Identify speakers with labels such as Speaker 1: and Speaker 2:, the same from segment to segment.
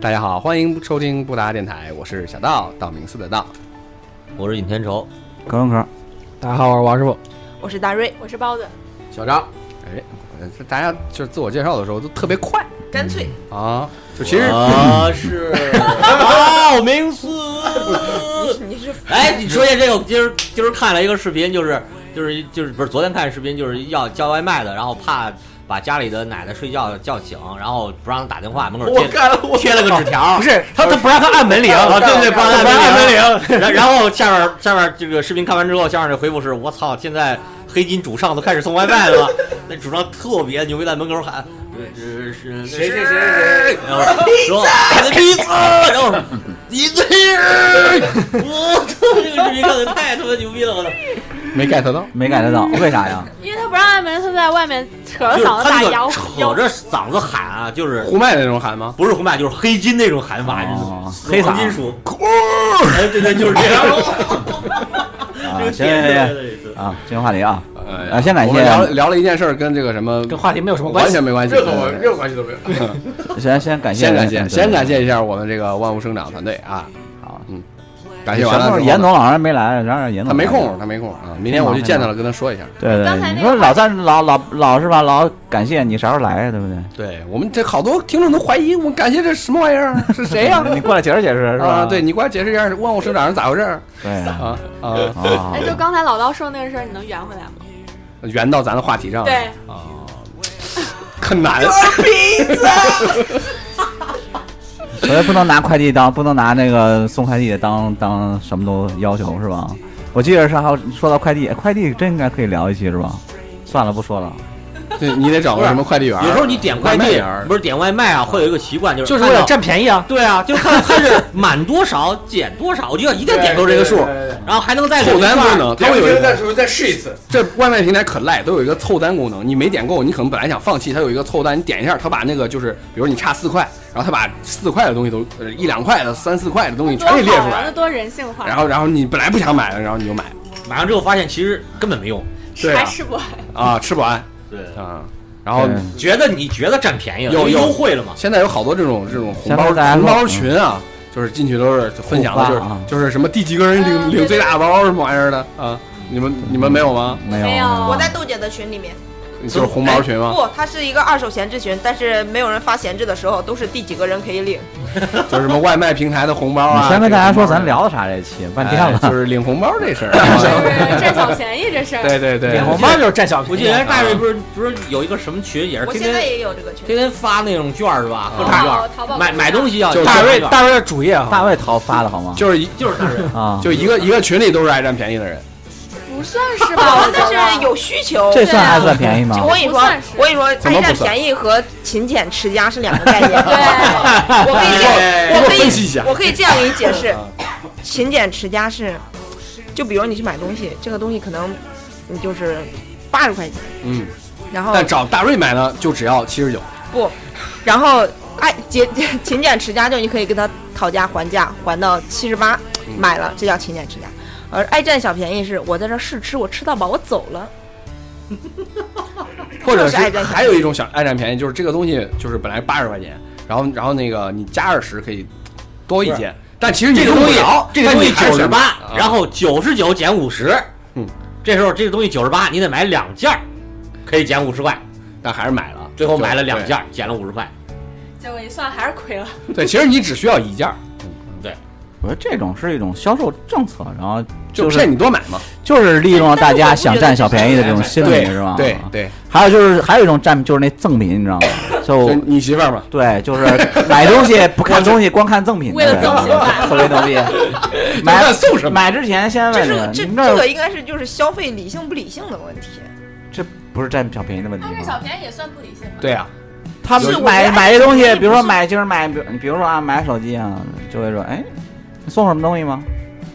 Speaker 1: 大家好，欢迎收听布达电台，我是小道，道明寺的道。
Speaker 2: 我是尹天仇，
Speaker 3: 可能可
Speaker 4: 大家好，我是王师傅。
Speaker 5: 我是大瑞，我是包子，
Speaker 1: 小张，哎，这大家就是自我介绍的时候都特别快
Speaker 5: 干脆
Speaker 1: 啊，就其实
Speaker 2: 我 是道明寺。
Speaker 5: 你是
Speaker 2: 哎，你说起这个，今儿今儿看了一个视频，就是就是就是不是昨天看视频，就是要叫外卖的，然后怕把家里的奶奶睡觉叫醒，然后不让打电话，门口贴贴了个纸条，
Speaker 1: 不是
Speaker 2: 他他不让他按门铃，啊，对对，不让他按门铃。啊
Speaker 1: 铃，
Speaker 2: 然然后下面下面这个视频看完之后，下面的回复是：我操，现在黑金主上都开始送外卖了。那主上特别牛逼，在门口喊：是是谁谁谁谁，然后说披萨，然后你这，我操，这个视频看的太他妈牛逼了，我操！
Speaker 1: 没 get 到，
Speaker 3: 没 get 到，
Speaker 1: 嗯
Speaker 3: 为啥呀？
Speaker 5: 因为他不让按门，他在外面扯着
Speaker 2: 就是
Speaker 5: 嗓子
Speaker 2: 他
Speaker 5: 打
Speaker 2: 那
Speaker 5: 摇
Speaker 2: 个扯
Speaker 5: 摇。
Speaker 2: 着嗓子喊啊，就是
Speaker 1: 胡麦那种喊吗？
Speaker 2: 不是红麦就是黑金那种喊法，
Speaker 3: 哦
Speaker 2: 就是
Speaker 3: 黑嗓
Speaker 2: 黄金属，哎，对对，就是这样。
Speaker 3: 啊，
Speaker 2: 这个
Speaker 3: 行
Speaker 2: 点出来
Speaker 3: 行
Speaker 2: 了
Speaker 3: 行
Speaker 2: 这次
Speaker 3: 行啊，进入话题啊，
Speaker 1: 呃
Speaker 3: 啊先感谢
Speaker 1: 我们聊了聊了一件事儿，跟这个什么
Speaker 4: 跟话题没有什么关
Speaker 1: 完
Speaker 4: 系
Speaker 1: 全。没关系，对
Speaker 6: 任何关系都没有。
Speaker 3: 先先感谢
Speaker 1: 先感谢，
Speaker 3: 对
Speaker 1: 先感谢一下我们这个万物生长团队啊，
Speaker 3: 好，
Speaker 1: 感谢完了
Speaker 3: 什
Speaker 1: 之后
Speaker 3: 么时候
Speaker 1: 呢
Speaker 3: 严总好像没来，然后严总
Speaker 1: 他没
Speaker 3: 来
Speaker 1: 空，
Speaker 3: 了。
Speaker 1: 他没空啊，明天我去见他了，跟他说一下。
Speaker 3: 对
Speaker 5: 刚才
Speaker 3: 对，你
Speaker 5: 那个
Speaker 3: 说老赞老老老是吧，老感谢你啥时候来，对不对？
Speaker 1: 对我们这好多听众都怀疑我们感谢这什么玩意儿，是谁 呀？
Speaker 3: 你过来解释解释是吧？
Speaker 1: 啊，对你给我解释一下万物生长是咋回事儿
Speaker 3: 对 啊，
Speaker 1: 啊啊？
Speaker 3: 啊
Speaker 5: 哎，就刚才老刀说那个事儿，你能圆回来吗？
Speaker 1: 圆到咱的话题上了，
Speaker 5: 对
Speaker 1: 啊，很难。
Speaker 3: 所以不能拿快递当，不能拿那个送快递的当当什么都要求是吧？我记得是还有说到快递，哎快递真应该可以聊一期是吧？算了，不说了。
Speaker 1: 对你得找个什么快递员儿。
Speaker 2: 有时候你点快
Speaker 1: 外卖
Speaker 2: 递
Speaker 1: 员儿
Speaker 2: 不是点外卖啊，会有一个习惯，就是
Speaker 4: 就是
Speaker 2: 看
Speaker 4: 为
Speaker 2: 到
Speaker 4: 了占便宜啊！
Speaker 2: 对啊，就是看它是满多少减多少，我就要一定点够这个数，
Speaker 4: 呃
Speaker 2: 然后还能再
Speaker 1: 凑
Speaker 2: 领一
Speaker 1: 单
Speaker 2: 半
Speaker 1: 功
Speaker 2: 儿。
Speaker 1: 能，它
Speaker 6: 他
Speaker 1: 会
Speaker 6: 会
Speaker 1: 有
Speaker 6: 有
Speaker 1: 一
Speaker 6: 人
Speaker 1: 个
Speaker 6: 再说再试一次，
Speaker 1: 这外卖平台可赖，都有一个凑单功能。你没点够，你可能本来想放弃，它有一个凑单，你点一下，它把那个就是，比如你差四块，然后它把四块的东西都呃一两块的、三四块的东西
Speaker 5: 多
Speaker 1: 全
Speaker 5: 好
Speaker 1: 给列出
Speaker 5: 呀，那
Speaker 1: 来，
Speaker 5: 多人性化，
Speaker 1: 然后然后你本来不想买的，然后你就买
Speaker 2: 买完之后发现其实根本没用，
Speaker 1: 对啊
Speaker 5: 还是不完。
Speaker 1: 啊，吃不完
Speaker 2: 对，
Speaker 1: 啊。然后
Speaker 3: 对
Speaker 2: 觉得你觉得占便宜了，
Speaker 1: 有
Speaker 2: 因为
Speaker 1: 有
Speaker 2: 优惠了嘛？
Speaker 1: 现在有好多这种这种红包
Speaker 3: 现在大家
Speaker 1: 红
Speaker 3: 都
Speaker 1: 包群啊，就是进去都是分享的，
Speaker 3: 互
Speaker 1: 就
Speaker 3: 发
Speaker 1: 是
Speaker 3: 啊
Speaker 1: 就是什么第几个人领
Speaker 5: 嗯
Speaker 1: 领最大的包什么玩意儿的啊？你们你们没有吗？
Speaker 3: 没有，
Speaker 5: 没有
Speaker 7: 我在豆姐的群里面，
Speaker 1: 就是红包
Speaker 5: 哎
Speaker 1: 群吗？
Speaker 7: 不，它是一个二手闲置群，但是没有人发闲置的时候，都是第几个人可以领。
Speaker 1: 就是什么外卖平台的红包啊？
Speaker 3: 你先跟大家说
Speaker 1: 这个红包啊
Speaker 3: 咱聊的啥这期，半天
Speaker 1: 哎
Speaker 3: 了。
Speaker 1: 就是领红包这事儿。
Speaker 5: 就是占小便宜这事儿。
Speaker 1: 对对对，
Speaker 4: 点红包就是占小便宜。
Speaker 2: 我记得人家大瑞不是不是有一个什么群，也是
Speaker 7: 我
Speaker 2: 天
Speaker 7: 现在
Speaker 2: 天
Speaker 7: 也有这个群，
Speaker 2: 天天发那种券儿是吧？各种券
Speaker 5: 淘
Speaker 2: 儿，
Speaker 5: 淘宝
Speaker 2: 买买东
Speaker 5: 西，
Speaker 2: 西要
Speaker 1: 就是
Speaker 4: 大瑞，
Speaker 2: 大
Speaker 4: 大瑞的主业啊，
Speaker 3: 大卫淘发的好吗？
Speaker 1: 就是一
Speaker 2: 就是大瑞，
Speaker 3: 啊，
Speaker 1: 哎就一个一个群里都是爱占便宜的人，
Speaker 5: 不算是吧
Speaker 7: 我？哦那是有需求。
Speaker 3: 这
Speaker 5: 对
Speaker 3: 算
Speaker 5: 啊
Speaker 3: 还算便宜吗？
Speaker 7: 我跟你
Speaker 5: 不
Speaker 7: 说
Speaker 5: 算是，
Speaker 7: 我跟你说，爱
Speaker 1: 怎么不
Speaker 7: 占
Speaker 1: 算
Speaker 7: 便宜和勤俭持家是两个概念。 我可以这
Speaker 2: 哎
Speaker 7: 样，我可
Speaker 1: 你给我分析一下
Speaker 7: 以，我可以这样给你解释，
Speaker 1: 啊
Speaker 7: 勤俭持家是，就比如你去买东西，这个东西可能你就是八十块钱，
Speaker 1: 嗯，
Speaker 7: 然后
Speaker 1: 但找大瑞买呢就只要七十九，
Speaker 7: 不，然后爱节勤俭持家，就你可以跟他讨价还价，还到七十八
Speaker 1: 嗯
Speaker 7: 买了，这叫勤俭持家。而爱占小便宜是我在这儿试吃，我吃到饱，我走了。
Speaker 1: 或者是
Speaker 7: 就是爱占便宜
Speaker 1: 还有一种想爱占便宜，就是这个东西就是本来八十块钱，然后然后那个你加二十可以多一件，但其实你
Speaker 2: 这个
Speaker 1: 用
Speaker 2: 东
Speaker 1: 不
Speaker 2: 西
Speaker 1: 了，
Speaker 2: 这个东
Speaker 1: 但
Speaker 2: 西
Speaker 1: 你还是
Speaker 2: 九十
Speaker 1: 想买
Speaker 2: 八，然后九十九减五十，
Speaker 1: 啊嗯，
Speaker 2: 这时候这个东西九十八，你得买两件儿，可以减五十块，
Speaker 1: 但还是买了，
Speaker 2: 最后买了两
Speaker 1: 对
Speaker 2: 件儿，减了五十块。
Speaker 5: 结果一算还是亏了。
Speaker 1: 对，其实你只需要一件儿，
Speaker 3: 我说这种是一种销售政策，然后
Speaker 1: 就
Speaker 3: 就是
Speaker 1: 骗你多买嘛，
Speaker 3: 就是利用了大家想占小便宜的这种心理
Speaker 1: 对
Speaker 3: 是吧？啊
Speaker 1: 对对，
Speaker 3: 还有就是还有一种占就是那赠品，你知道 吗？
Speaker 1: 就是
Speaker 2: 哦
Speaker 3: 就
Speaker 1: 你媳妇儿嘛，
Speaker 3: 对，就是买东西不看东西，光看赠品，
Speaker 5: 为了赠品
Speaker 3: 对特别牛逼。买
Speaker 1: 就看送什么
Speaker 3: 买之前先
Speaker 7: 这
Speaker 3: 问
Speaker 7: 是
Speaker 3: 问，
Speaker 7: 这
Speaker 3: 你
Speaker 7: 这
Speaker 3: 这
Speaker 7: 个应该是就是消费理性不理性的问题。
Speaker 3: 这不是占小便宜的问题
Speaker 5: 他
Speaker 3: 吗？
Speaker 5: 占小便宜也算不理性吧？
Speaker 1: 对啊，
Speaker 3: 他
Speaker 7: 是
Speaker 3: 们
Speaker 7: 我
Speaker 3: 买
Speaker 7: 觉得
Speaker 3: 买这东西
Speaker 7: 哎，
Speaker 3: 比如说
Speaker 7: 不是
Speaker 3: 买今儿买，比如比如说啊买手机啊，就会说哎，你送什么东西吗？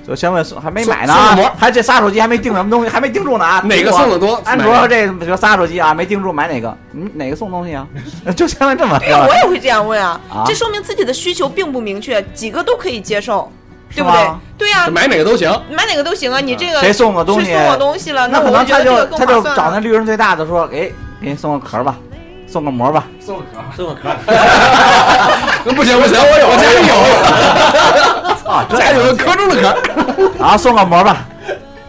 Speaker 3: 就先问送还没买呢
Speaker 1: 送
Speaker 3: 啊
Speaker 1: 送什么，
Speaker 3: 还这仨手机还没定什么东西，还没定住呢啊。
Speaker 1: 哪个
Speaker 3: 苹果
Speaker 1: 送的多
Speaker 3: 安
Speaker 1: 买
Speaker 3: 卓
Speaker 1: 哪个
Speaker 3: 这比如仨手机啊，没定住买哪个？嗯，哪个送东西啊？ 就先问这么
Speaker 7: 哎对呀，我也会这样问啊
Speaker 3: 啊，
Speaker 7: 这说明自己的需求并不明确，几个都可以接受，对不
Speaker 3: 是
Speaker 7: 对
Speaker 3: 吗？
Speaker 7: 对呀
Speaker 1: 就，买哪个都 行，
Speaker 7: 买哪个都行啊，你这个
Speaker 3: 谁送我东西
Speaker 7: 谁送我东西了？
Speaker 3: 那
Speaker 7: 我
Speaker 3: 可能
Speaker 7: 会觉
Speaker 3: 他
Speaker 7: 得这
Speaker 3: 就
Speaker 7: 个更
Speaker 3: 他就
Speaker 7: 划算
Speaker 3: 找那
Speaker 7: 啊。
Speaker 3: 利润最大的说，哎，给你送个壳吧，送个膜吧。
Speaker 1: 送壳，
Speaker 2: 这么可爱，
Speaker 1: 不行不行，我有，我家里有，
Speaker 3: 啊，真
Speaker 1: 家里有个壳中的壳。
Speaker 3: 啊，送个膜吧，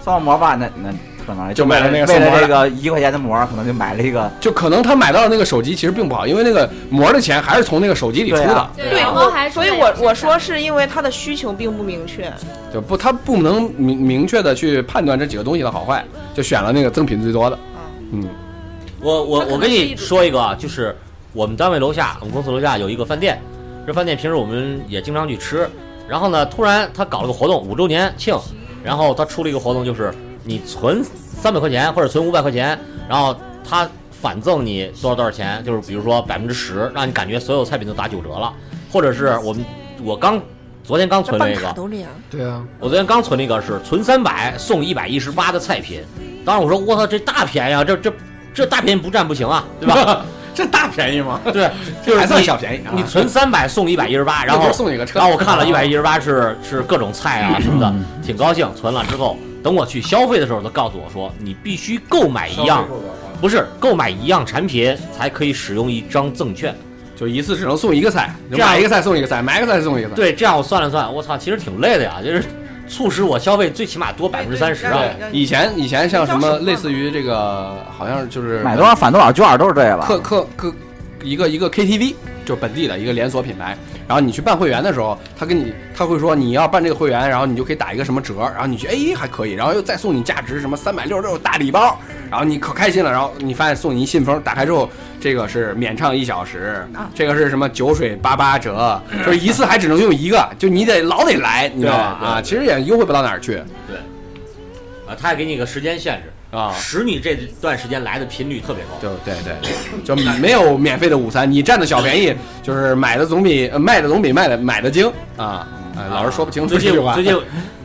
Speaker 3: 送个膜吧，那那可能
Speaker 1: 就买了那个
Speaker 3: 为
Speaker 1: 送膜
Speaker 3: 了
Speaker 1: 的
Speaker 3: 这个一块钱的膜，可能就买了一个。
Speaker 1: 就可能他买到的那个手机其实并不好，因为那个膜的钱还是从那个手机里出
Speaker 3: 对
Speaker 1: 的
Speaker 3: 啊，
Speaker 5: 对
Speaker 7: 对
Speaker 5: 羊毛还
Speaker 7: 我，
Speaker 5: 是
Speaker 7: 所以
Speaker 5: 在
Speaker 7: 我
Speaker 5: 人身
Speaker 7: 我
Speaker 5: 上
Speaker 7: 说是因为他的需求并不明确，
Speaker 1: 就不他不能明明确的去判断这几个东西的好坏，就选了那个赠品最多的。嗯，
Speaker 2: 我我
Speaker 5: 它可
Speaker 2: 我
Speaker 5: 能
Speaker 2: 跟
Speaker 5: 是
Speaker 2: 你
Speaker 5: 一种
Speaker 2: 说一个啊，就是我们单位楼下，我们公司楼下有一个饭店，这饭店平时我们也经常去吃。然后呢，突然他搞了个活动，五周年庆，然后他出了一个活动，就是你存三百块钱或者存五百块钱，然后他返赠你多少多少钱，就是比如说百分之十，让你感觉所有菜品都打九折了，或者是我们我刚昨天刚
Speaker 7: 那
Speaker 2: 存了
Speaker 7: 办
Speaker 2: 一个
Speaker 7: 卡，都这样。
Speaker 4: 对啊，
Speaker 2: 我昨天刚存了一个是存三百送一百一十八的菜品，当时我说我操这大便宜啊，这这这大便宜不占不行啊，对吧？
Speaker 1: 这大便宜吗？
Speaker 2: 对，就是
Speaker 1: 还算
Speaker 2: 你
Speaker 1: 小便宜啊
Speaker 2: 你存三百送一百一十 八，然
Speaker 1: 那不
Speaker 2: 后
Speaker 1: 是送你个车
Speaker 2: 然后我看了一百一十八是是各种菜 啊什么的，挺高兴。存了之后，等我去消费的时候，他告诉我说你必须购买一样，不是购买一样产品才可以使用一张赠券。
Speaker 1: 就一次只能送一个菜，
Speaker 2: 这样
Speaker 1: 买一个菜送一个菜，买一个菜送一个菜。
Speaker 2: 对，这样我算了算，我操，其实挺累的呀，就是促使我消费最起码多百分之三十啊
Speaker 7: 对。对
Speaker 1: 以前以前像什
Speaker 7: 你知道
Speaker 1: 么
Speaker 7: 什么吗
Speaker 1: 类似于这个，好像就是
Speaker 3: 买多少返多少券都是这个吧？
Speaker 1: 客客客一个一个 KTV，就是本地的一个连锁品牌。然后你去办会员的时候，他跟你他会说你要办这个会员，然后你就可以打一个什么折，然后你去哎还可以，然后又再送你价值什么三百六十六大礼包，然后你可开心了，然后你发现送你一信封，打开之后这个是免唱一小时，
Speaker 2: 啊
Speaker 1: 这个是什么酒水八八折，就是一次还只能用一个，就你得老得来，你知道吧？
Speaker 2: 对对
Speaker 1: 啊，其实也优惠不到哪儿去
Speaker 2: 啊，他还给你个时间限制，
Speaker 1: 啊。
Speaker 2: 使你这段时间来的频率特别高。
Speaker 1: 就对对对，就没有免费的午餐，你占的小便宜，就是买的总比、呃卖的总比卖的买的精啊、呃老是说不清楚
Speaker 2: 最
Speaker 1: 这
Speaker 2: 近
Speaker 1: 句话。
Speaker 2: 最近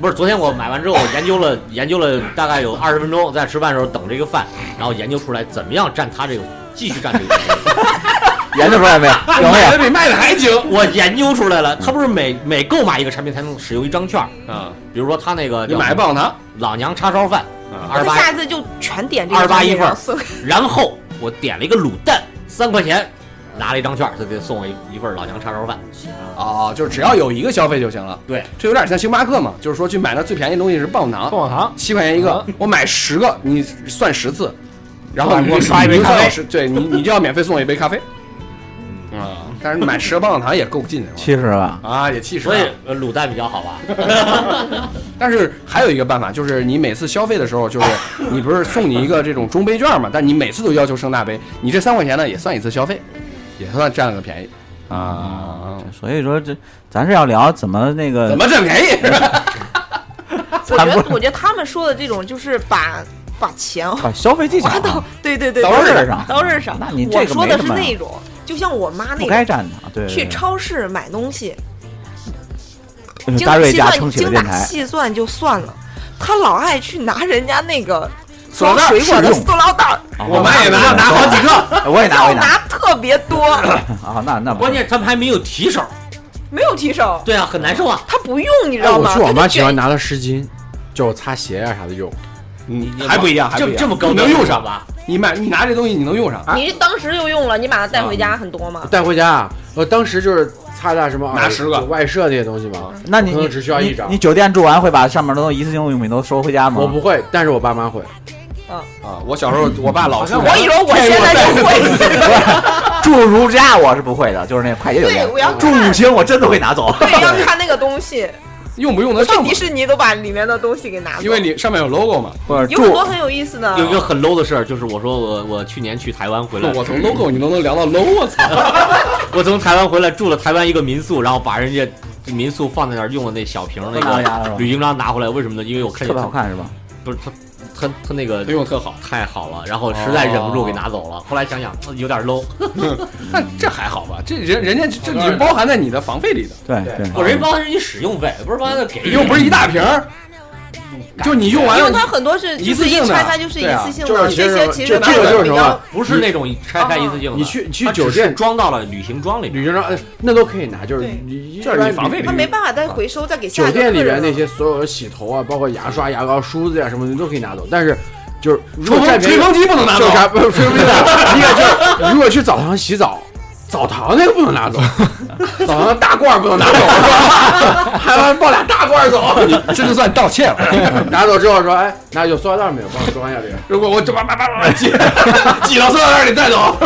Speaker 2: 不是昨天我买完之后，我研究了研究了大概有二十分钟，在吃饭的时候等这个饭，然后研究出来怎么样占他这个继续占这个便宜。
Speaker 3: 研究出来没有？有没
Speaker 1: 买
Speaker 3: 有？
Speaker 1: 的比卖的还精
Speaker 2: 我研究出来了，他不是每每购买一个产品才能使用一张券儿，
Speaker 1: 啊！
Speaker 2: 比如说他那个
Speaker 1: 你
Speaker 2: 叫
Speaker 1: 买棒棒糖，
Speaker 2: 老娘叉烧饭
Speaker 1: 啊
Speaker 2: 二十
Speaker 7: 他
Speaker 2: 八，
Speaker 7: 下次就全点这个
Speaker 2: 二八
Speaker 7: 东西
Speaker 2: 一份儿
Speaker 7: 然后送
Speaker 2: 然后我点了一个卤蛋三块钱，拿了一张券儿，他就送我一一份老娘叉烧饭。
Speaker 1: 哦，就是只要有一个消费就行了。
Speaker 2: 对，
Speaker 1: 这有点像星巴克嘛，就是说去买那最便宜的东西是棒棒糖，
Speaker 4: 棒棒糖
Speaker 1: 七块钱一个，我买十个，你算十次，然后你
Speaker 4: 我刷一杯
Speaker 1: 你就算
Speaker 4: 咖啡
Speaker 1: 十，对你你就要免费送我一杯咖啡。啊，但是你买十个棒棒糖也够劲是吧？
Speaker 3: 七十吧？
Speaker 1: 啊，也七十、啊。
Speaker 2: 所以呃卤蛋比较好吧？
Speaker 1: 但是还有一个办法，就是你每次消费的时候， 就是你不是送你一个这种中杯券嘛？但你每次都要求升大杯，你这三块钱呢也算一次消费，也算占了个便宜啊。
Speaker 3: 所以说这咱是要聊怎么那个
Speaker 1: 怎么占便宜？
Speaker 7: 我觉
Speaker 3: 咱不
Speaker 7: 得我觉得他们说的这种就是把把钱
Speaker 3: 把消费技巧
Speaker 7: 花到对对对
Speaker 3: 刀刃儿上
Speaker 7: 刀刃儿上。
Speaker 3: 那你这
Speaker 7: 我
Speaker 3: 个
Speaker 7: 说
Speaker 3: 没
Speaker 7: 的
Speaker 3: 什
Speaker 7: 是
Speaker 3: 么
Speaker 7: 那种，就像我妈
Speaker 3: 不该
Speaker 7: 那种
Speaker 3: 占的？对，对
Speaker 7: 去超市买东西，
Speaker 3: 对
Speaker 7: 精
Speaker 3: 大
Speaker 7: 打
Speaker 3: 瑞
Speaker 7: 细
Speaker 3: 家撑
Speaker 7: 算
Speaker 3: 起了
Speaker 7: 精
Speaker 3: 电
Speaker 7: 打
Speaker 3: 台，
Speaker 7: 细算就算了，她老爱去拿人家那个
Speaker 1: 塑料
Speaker 7: 装
Speaker 1: 袋儿
Speaker 7: 水果的
Speaker 3: 试用
Speaker 7: 塑料袋儿，
Speaker 3: 啊
Speaker 1: 我妈也拿拿好几个，
Speaker 3: 哎我也拿，我
Speaker 7: 要
Speaker 3: 也拿
Speaker 7: 拿特别多，
Speaker 3: 啊，那那不
Speaker 2: 关键他们还没有提手，
Speaker 7: 没有提手，
Speaker 2: 对啊，很难受啊。
Speaker 7: 她不用，你知
Speaker 1: 哦
Speaker 4: 哎，
Speaker 7: 道
Speaker 4: 我
Speaker 7: 吗？
Speaker 4: 去我
Speaker 7: 她
Speaker 4: 妈
Speaker 7: 就
Speaker 4: 喜欢
Speaker 7: 觉得
Speaker 4: 拿的湿巾，就是擦鞋呀、啥的用。
Speaker 1: 你还不一样，还不
Speaker 2: 这
Speaker 1: 一样啊
Speaker 2: 这么高
Speaker 1: 你
Speaker 2: 端
Speaker 1: 能用上吧？
Speaker 2: 吧？
Speaker 1: 你买你拿这东西你能用上，
Speaker 7: 你当时就用了，你把它带回家很 多吗？
Speaker 4: 带回家，我当时就是擦擦什么
Speaker 1: 拿十个
Speaker 4: 就外设那些东西嘛。
Speaker 3: 那你
Speaker 4: 我可
Speaker 3: 你
Speaker 4: 能只需要一张
Speaker 3: 你你酒店住完会把上面的东西一次性用品都收回家吗？
Speaker 4: 我不会，但是我爸妈会。
Speaker 1: 啊！我小时候我爸老出
Speaker 7: 我以为我现在就会，
Speaker 3: 住如家我是不会的，就是那快捷酒店
Speaker 7: 对，。我要
Speaker 3: 住
Speaker 7: 看
Speaker 3: 五，星我真的会拿走。
Speaker 7: 对，要看那个东西。
Speaker 1: 用不用得
Speaker 7: 我去
Speaker 1: 上嘛
Speaker 7: 迪？士尼都把里面的东西给拿走，
Speaker 1: 因为你上面有 logo 嘛，
Speaker 3: 或者
Speaker 7: 有很多
Speaker 3: 住
Speaker 7: 很有意思的。
Speaker 2: 有一个很 low 的事儿，就是我说我我去年去台湾回来，
Speaker 1: 我从 logo 你都能聊到 logo，我操！
Speaker 2: 我从台湾回来住了台湾一个民宿，然后把人家民宿放在那儿用的那小瓶儿那
Speaker 3: 拿回家了是
Speaker 2: 个
Speaker 3: 吧
Speaker 2: 旅行章拿回来，为什么呢？因为我看
Speaker 3: 特别好
Speaker 2: 见
Speaker 3: 看是吧？
Speaker 2: 不是他他他那个
Speaker 1: 他用得特好，
Speaker 2: 太好了，然后实在忍不住给拿走了。后来想想有点 low，
Speaker 1: 但这还好吧？这人人家这这你包含在你的房费里的。
Speaker 3: 对
Speaker 4: 对
Speaker 3: 对，嗯
Speaker 2: 我人包人家使用费，不是包人家给
Speaker 1: 又不是一大瓶儿，就你用完
Speaker 7: 因为它
Speaker 1: 了，
Speaker 7: 很多是
Speaker 1: 一次性的
Speaker 7: 就是一拆开就是一
Speaker 1: 对啊
Speaker 7: 次性
Speaker 4: 就
Speaker 7: 的，
Speaker 4: 是其
Speaker 7: 这
Speaker 4: 实
Speaker 7: 些其
Speaker 4: 这
Speaker 7: 实
Speaker 1: 这
Speaker 4: 个就是
Speaker 7: 比
Speaker 4: 什么
Speaker 7: 较，
Speaker 2: 不是那种拆开一次性的。
Speaker 4: 你去你去
Speaker 2: 它只
Speaker 4: 酒
Speaker 2: 是
Speaker 4: 店，
Speaker 2: 装到了旅行装里面。
Speaker 4: 旅行装呃那都可以拿，就是
Speaker 7: 对
Speaker 4: 你
Speaker 1: 这是你房费
Speaker 7: 它没办法再回收再给下
Speaker 4: 酒
Speaker 7: 一个
Speaker 4: 店里
Speaker 7: 客
Speaker 4: 边
Speaker 7: 人
Speaker 4: 那
Speaker 7: 了。
Speaker 4: 啊些所有的洗头啊，包括牙刷、牙膏、梳子呀、什么的，你都可以拿走。但是就是如
Speaker 1: 吹
Speaker 4: 果
Speaker 1: 风
Speaker 4: 占便
Speaker 1: 吹
Speaker 4: 宜，
Speaker 1: 风机不能拿
Speaker 4: 就
Speaker 1: 走
Speaker 4: 是，啥不是吹风机 的，一个就是如果去澡堂洗澡，澡堂那个不能拿走，澡堂的大罐儿不能拿走，是吧？ 还要抱俩大罐儿走，
Speaker 1: 这就算道歉了。
Speaker 4: 拿走之后说，哎，拿有塑料袋没有？帮我装一下这个。
Speaker 1: 如果我就把把把把挤 挤到塑料袋里带走，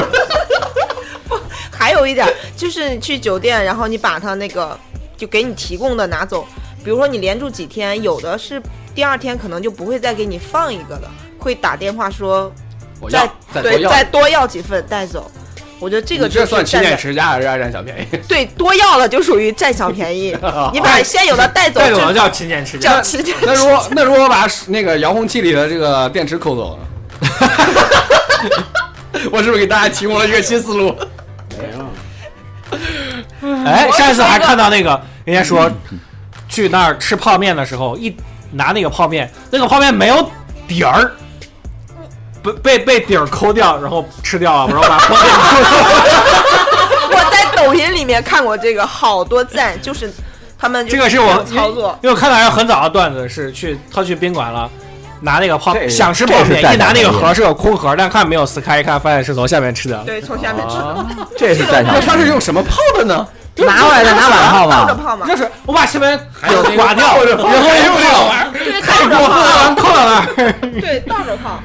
Speaker 7: 还有一点儿就是去酒店，然后你把它那个就给你提供的拿走，比如说你连住几天，有的是第二天可能就不会再给你放一个了，会打电话说
Speaker 1: 我
Speaker 7: 再
Speaker 1: 要再多
Speaker 7: 对
Speaker 1: 要。
Speaker 7: 再多要几份带走。我觉得这个
Speaker 1: 你这
Speaker 7: 就是
Speaker 1: 算勤
Speaker 7: 占
Speaker 1: 俭
Speaker 7: 小
Speaker 1: 持家还是爱占小便宜？
Speaker 7: 对多要了就属于占小便宜，你把现有的带 走
Speaker 6: 这
Speaker 7: 就
Speaker 6: 种叫勤俭持家。
Speaker 7: 叫吃
Speaker 1: 那如果那如果我把那个遥控器里的这个电池抠 走了，我是不是给大家提供了一个新思路？
Speaker 6: 哎，上一次还看到那个人家说，去那儿吃泡面的时候，一拿那个泡面，那个泡面没有底儿，被被被底儿抠掉，然后吃掉啊了，然后把泡面抠掉。
Speaker 7: 我在抖音里面看过这个好多赞，就是他们就
Speaker 6: 这个是我
Speaker 7: 这样操作，
Speaker 6: 因为我看到人很早的段子是去他去宾馆了。拿那个泡
Speaker 3: 这是
Speaker 6: 想吃泡
Speaker 3: 这
Speaker 6: 面，
Speaker 3: 是占
Speaker 6: 一拿那
Speaker 3: 小
Speaker 6: 个
Speaker 3: 便宜
Speaker 6: 盒是个空盒，但看没有撕开，一看发现是从下面吃的。
Speaker 7: 对，从下面吃，
Speaker 3: 这是占小
Speaker 1: 那
Speaker 3: 便
Speaker 1: 它是用什么泡的呢？
Speaker 3: 宜，拿过来再拿碗泡
Speaker 7: 倒着
Speaker 3: 吧。
Speaker 7: 泡嘛，
Speaker 6: 就是我把下面
Speaker 1: 还有那个
Speaker 6: 刮掉，
Speaker 1: 泡着泡着
Speaker 6: 然后用这个玩意儿，
Speaker 5: 对，
Speaker 6: 太过分了，扣到那儿。
Speaker 7: 对，倒着泡，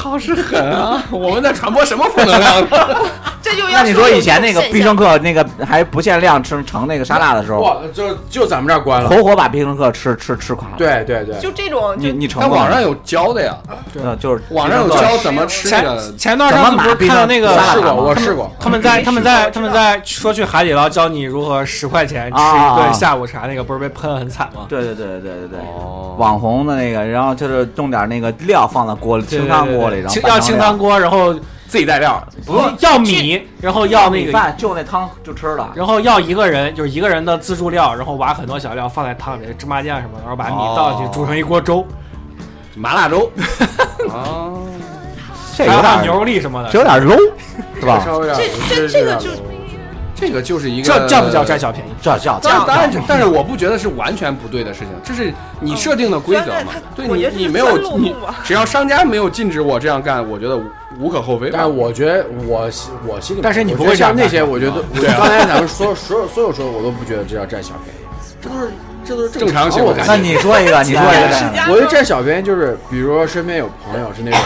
Speaker 1: 狠啊！我们在传播什么负能量？
Speaker 7: 这就要
Speaker 3: 那你说以前那个
Speaker 7: 现象
Speaker 3: 必胜客那个还不限量吃盛那个沙拉的时候，
Speaker 4: 哇，就就咱们这儿关了。
Speaker 3: 活活把必胜客吃吃吃垮了。，
Speaker 4: 对对对，
Speaker 7: 就这种
Speaker 3: 你
Speaker 7: 就
Speaker 3: 你成
Speaker 1: 但
Speaker 3: 过
Speaker 1: 网
Speaker 3: 吗
Speaker 1: 上有教的呀，
Speaker 3: 呃就是
Speaker 1: 网上有
Speaker 3: 必胜
Speaker 1: 教
Speaker 3: 客
Speaker 1: 怎么吃那个
Speaker 6: 前。前段上次不是看到那个
Speaker 3: 怎么买
Speaker 4: 试
Speaker 3: 必胜
Speaker 4: 过，
Speaker 3: 客
Speaker 4: 我试过。
Speaker 6: 他们在他们在他们在说去海底捞教你如何十块钱吃一顿下午茶，那个不是被喷的很惨吗？
Speaker 3: 对对对对对对。
Speaker 1: 哦，
Speaker 3: 网红的那个，然后就是弄点那个料放到锅里，
Speaker 6: 对
Speaker 3: 清汤锅里，
Speaker 6: 对对
Speaker 3: 然
Speaker 6: 清
Speaker 3: 后
Speaker 6: 要清汤锅，然后
Speaker 1: 自己带料，
Speaker 6: 不要米，然后要那
Speaker 3: 米
Speaker 6: 个，
Speaker 3: 饭，就那汤就吃了。
Speaker 6: 然后要一个人就是一个人的自助料，然后挖很多小料放在汤里，芝麻酱什么的，然后把米
Speaker 3: 哦
Speaker 6: 倒进去煮成一锅粥，
Speaker 1: 麻辣粥。 啊，
Speaker 3: 这
Speaker 6: 还
Speaker 3: 有
Speaker 6: 有还
Speaker 3: 点
Speaker 6: 有牛肉粒什么
Speaker 3: 这
Speaker 6: 的，
Speaker 3: 有点 low，是吧？
Speaker 4: 稍微有点
Speaker 7: 这这这个就
Speaker 1: 这个就是一个
Speaker 6: 这这不叫占小便宜。
Speaker 3: 这叫
Speaker 1: 当然，当然，
Speaker 3: 叫
Speaker 1: 但是我不觉得是完全不对的事情，这是你设定的规则嘛
Speaker 7: 嗯？
Speaker 1: 对
Speaker 7: 我觉
Speaker 1: 你
Speaker 7: 得，是
Speaker 1: 你没
Speaker 7: 分
Speaker 1: 有
Speaker 7: 路
Speaker 1: 你
Speaker 7: 嘛，
Speaker 1: 只要商家没有禁止我这样干，我觉得无无可厚非吧。
Speaker 4: 但我觉得我心我心里，
Speaker 6: 但是你
Speaker 4: 我
Speaker 6: 不
Speaker 4: 觉得
Speaker 6: 会这样
Speaker 4: 像那
Speaker 6: 干
Speaker 4: 些，我觉得我
Speaker 1: 对啊
Speaker 4: 刚才咱们说所有所有说，我都不觉得这叫占小便宜，这都是这都是
Speaker 1: 正常行为
Speaker 4: 我感
Speaker 3: 那
Speaker 4: 觉。
Speaker 3: 你说一个，你说一个
Speaker 7: 是这
Speaker 3: 在
Speaker 7: 样
Speaker 4: 我觉得占小便宜就是，比如说身边有朋友是那种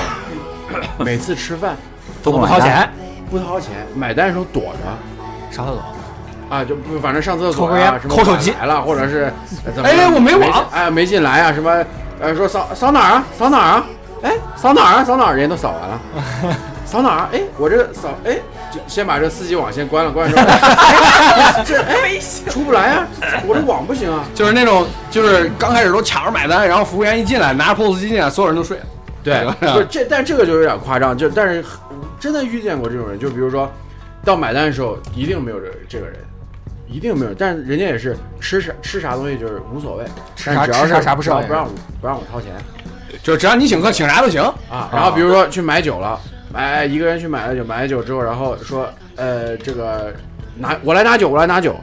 Speaker 4: 每次吃饭
Speaker 3: 都
Speaker 6: 我
Speaker 3: 不
Speaker 6: 不掏钱，
Speaker 4: 不掏钱，买单的时候躲着
Speaker 6: 上厕所。
Speaker 4: 啊，就不反正上厕
Speaker 6: 抽
Speaker 4: 所
Speaker 6: 根
Speaker 4: 呀、
Speaker 6: 烟
Speaker 4: 什么
Speaker 6: 抠手机
Speaker 4: 晚来了，或者 是呃怎么
Speaker 1: 哎我没网
Speaker 4: 哎没进来啊，什么呃说扫扫哪儿啊，扫哪儿啊，哎扫哪儿啊，扫哪儿，人家都扫完了。扫哪儿啊？哎，我这扫哎，就先把这四级网先关了，关了之 后， 哎这哎出不来啊，我这网不行啊。
Speaker 1: 就是那种，就是刚开始都抢着买单，然后服务员一进来拿着 POS 机进来，所有人都睡了。
Speaker 4: 对
Speaker 1: 吧，
Speaker 4: 不是
Speaker 6: 啊
Speaker 4: 这，但这个就有点夸张，就但是真的遇见过这种人，就比如说到买单的时候，一定没有这这个人，一定没有，但是人家也是吃啥吃啥东西就是无所谓，
Speaker 6: 吃
Speaker 4: 但
Speaker 6: 啥
Speaker 4: 只要
Speaker 6: 吃
Speaker 4: 是
Speaker 6: 啥啥不是
Speaker 4: 只要
Speaker 6: 问题
Speaker 4: 不让我不让我掏钱
Speaker 1: 就是只要你请客，请啥都 行。
Speaker 4: 啊。然后比如说去买酒了，买一个人去买了酒，买了酒之后，然后说呃这个拿我来拿酒，我来拿酒，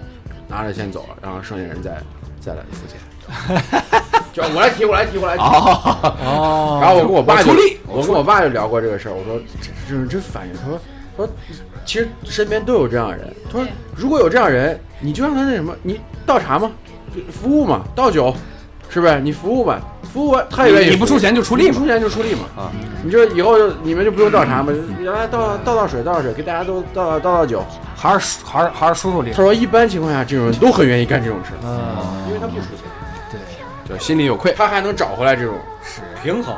Speaker 4: 拿着先走了，然后剩下人再再来付 钱。就我来提，我来提，我来提。
Speaker 6: 哦
Speaker 4: 然后我跟我爸就
Speaker 1: 我出力
Speaker 4: 我跟我爸就聊过这个事儿，我说这这人真反应，他说说其实身边都有这样的人，他说如果有这样的人，你就让他那什么，你倒茶吗？服务嘛，倒酒，是不是？你服务吧，服务吧他也愿意
Speaker 1: 你你不
Speaker 4: 服务
Speaker 1: 出钱就出力
Speaker 4: 你
Speaker 1: 嘛
Speaker 4: 不出钱就出力嘛。
Speaker 1: 啊，
Speaker 4: 你就以后就你们就不用倒茶嘛，就来倒倒倒水，倒倒水，给大家都倒倒倒倒酒。
Speaker 6: 还是还是还是叔叔厉害
Speaker 4: 他。说一般情况下这种人都很愿意干这种事，
Speaker 1: 嗯
Speaker 4: 因为他不出钱，
Speaker 1: 就心里有愧。
Speaker 4: 他还能找回来这种。
Speaker 2: 平
Speaker 3: 啊
Speaker 2: 衡。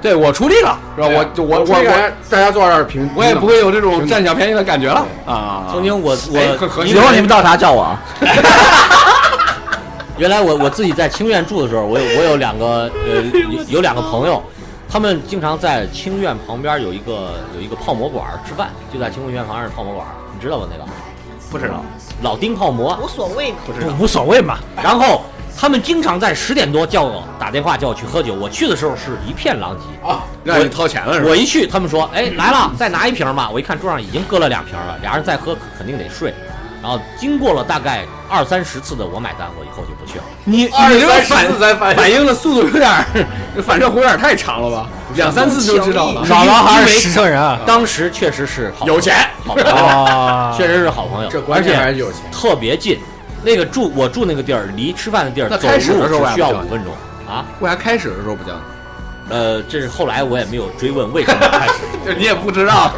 Speaker 1: 对我出力了，是吧？我就我我
Speaker 4: 出去给
Speaker 1: 我
Speaker 4: 大家大家坐这儿平，
Speaker 1: 我也不会有这种
Speaker 4: 平等
Speaker 1: 占小便宜的感觉了啊。
Speaker 2: 曾经我
Speaker 1: 哎可可
Speaker 2: 我
Speaker 1: 以
Speaker 3: 以后你们倒茶叫我啊。
Speaker 2: 原来我我自己在清苑住的时候，我有我有两个呃有有两个朋友，他们经常在清苑旁边有一个有一个泡馍馆儿吃饭，就在清苑旁边有泡馍馆儿，你知道吗？那个
Speaker 1: 不知道，
Speaker 2: 老丁泡馍，
Speaker 7: 无所谓嘛。
Speaker 6: 无无所谓嘛，
Speaker 2: 然后他们经常在十点多叫我打电话叫我去喝酒，我去的时候是一片狼藉。
Speaker 4: 啊，
Speaker 1: 让你掏钱了是吧？
Speaker 2: 我一去，他们说：“哎，来了，再拿一瓶吧。”我一看桌上已经搁了两瓶了，俩人再喝肯定得睡。然后经过了大概二三十次的我买单，我以后就不去了。
Speaker 1: 你
Speaker 4: 二
Speaker 1: 你这个
Speaker 4: 三十
Speaker 1: 反
Speaker 4: 次才反应
Speaker 1: 反应的速度有点儿 反正有点太长了吧，两三次就知道了。
Speaker 6: 姥姥还是实诚人啊？
Speaker 2: 当时确实是好，
Speaker 1: 有钱，
Speaker 2: 好朋友，
Speaker 6: 啊，
Speaker 2: 确实是好朋友，
Speaker 4: 这关
Speaker 2: 而
Speaker 4: 键还
Speaker 2: 且
Speaker 4: 是有钱。
Speaker 2: 特别近。那个住我住那个地儿，离吃饭的地儿
Speaker 1: 那
Speaker 2: 走
Speaker 1: 开始的
Speaker 2: 路
Speaker 1: 时候
Speaker 2: 只需要
Speaker 1: 我也不
Speaker 2: 五分钟啊。
Speaker 1: 为啥开始的时候不叫
Speaker 2: 呃，这是后来我也没有追问为什么开始，
Speaker 1: 你？就你也不知道，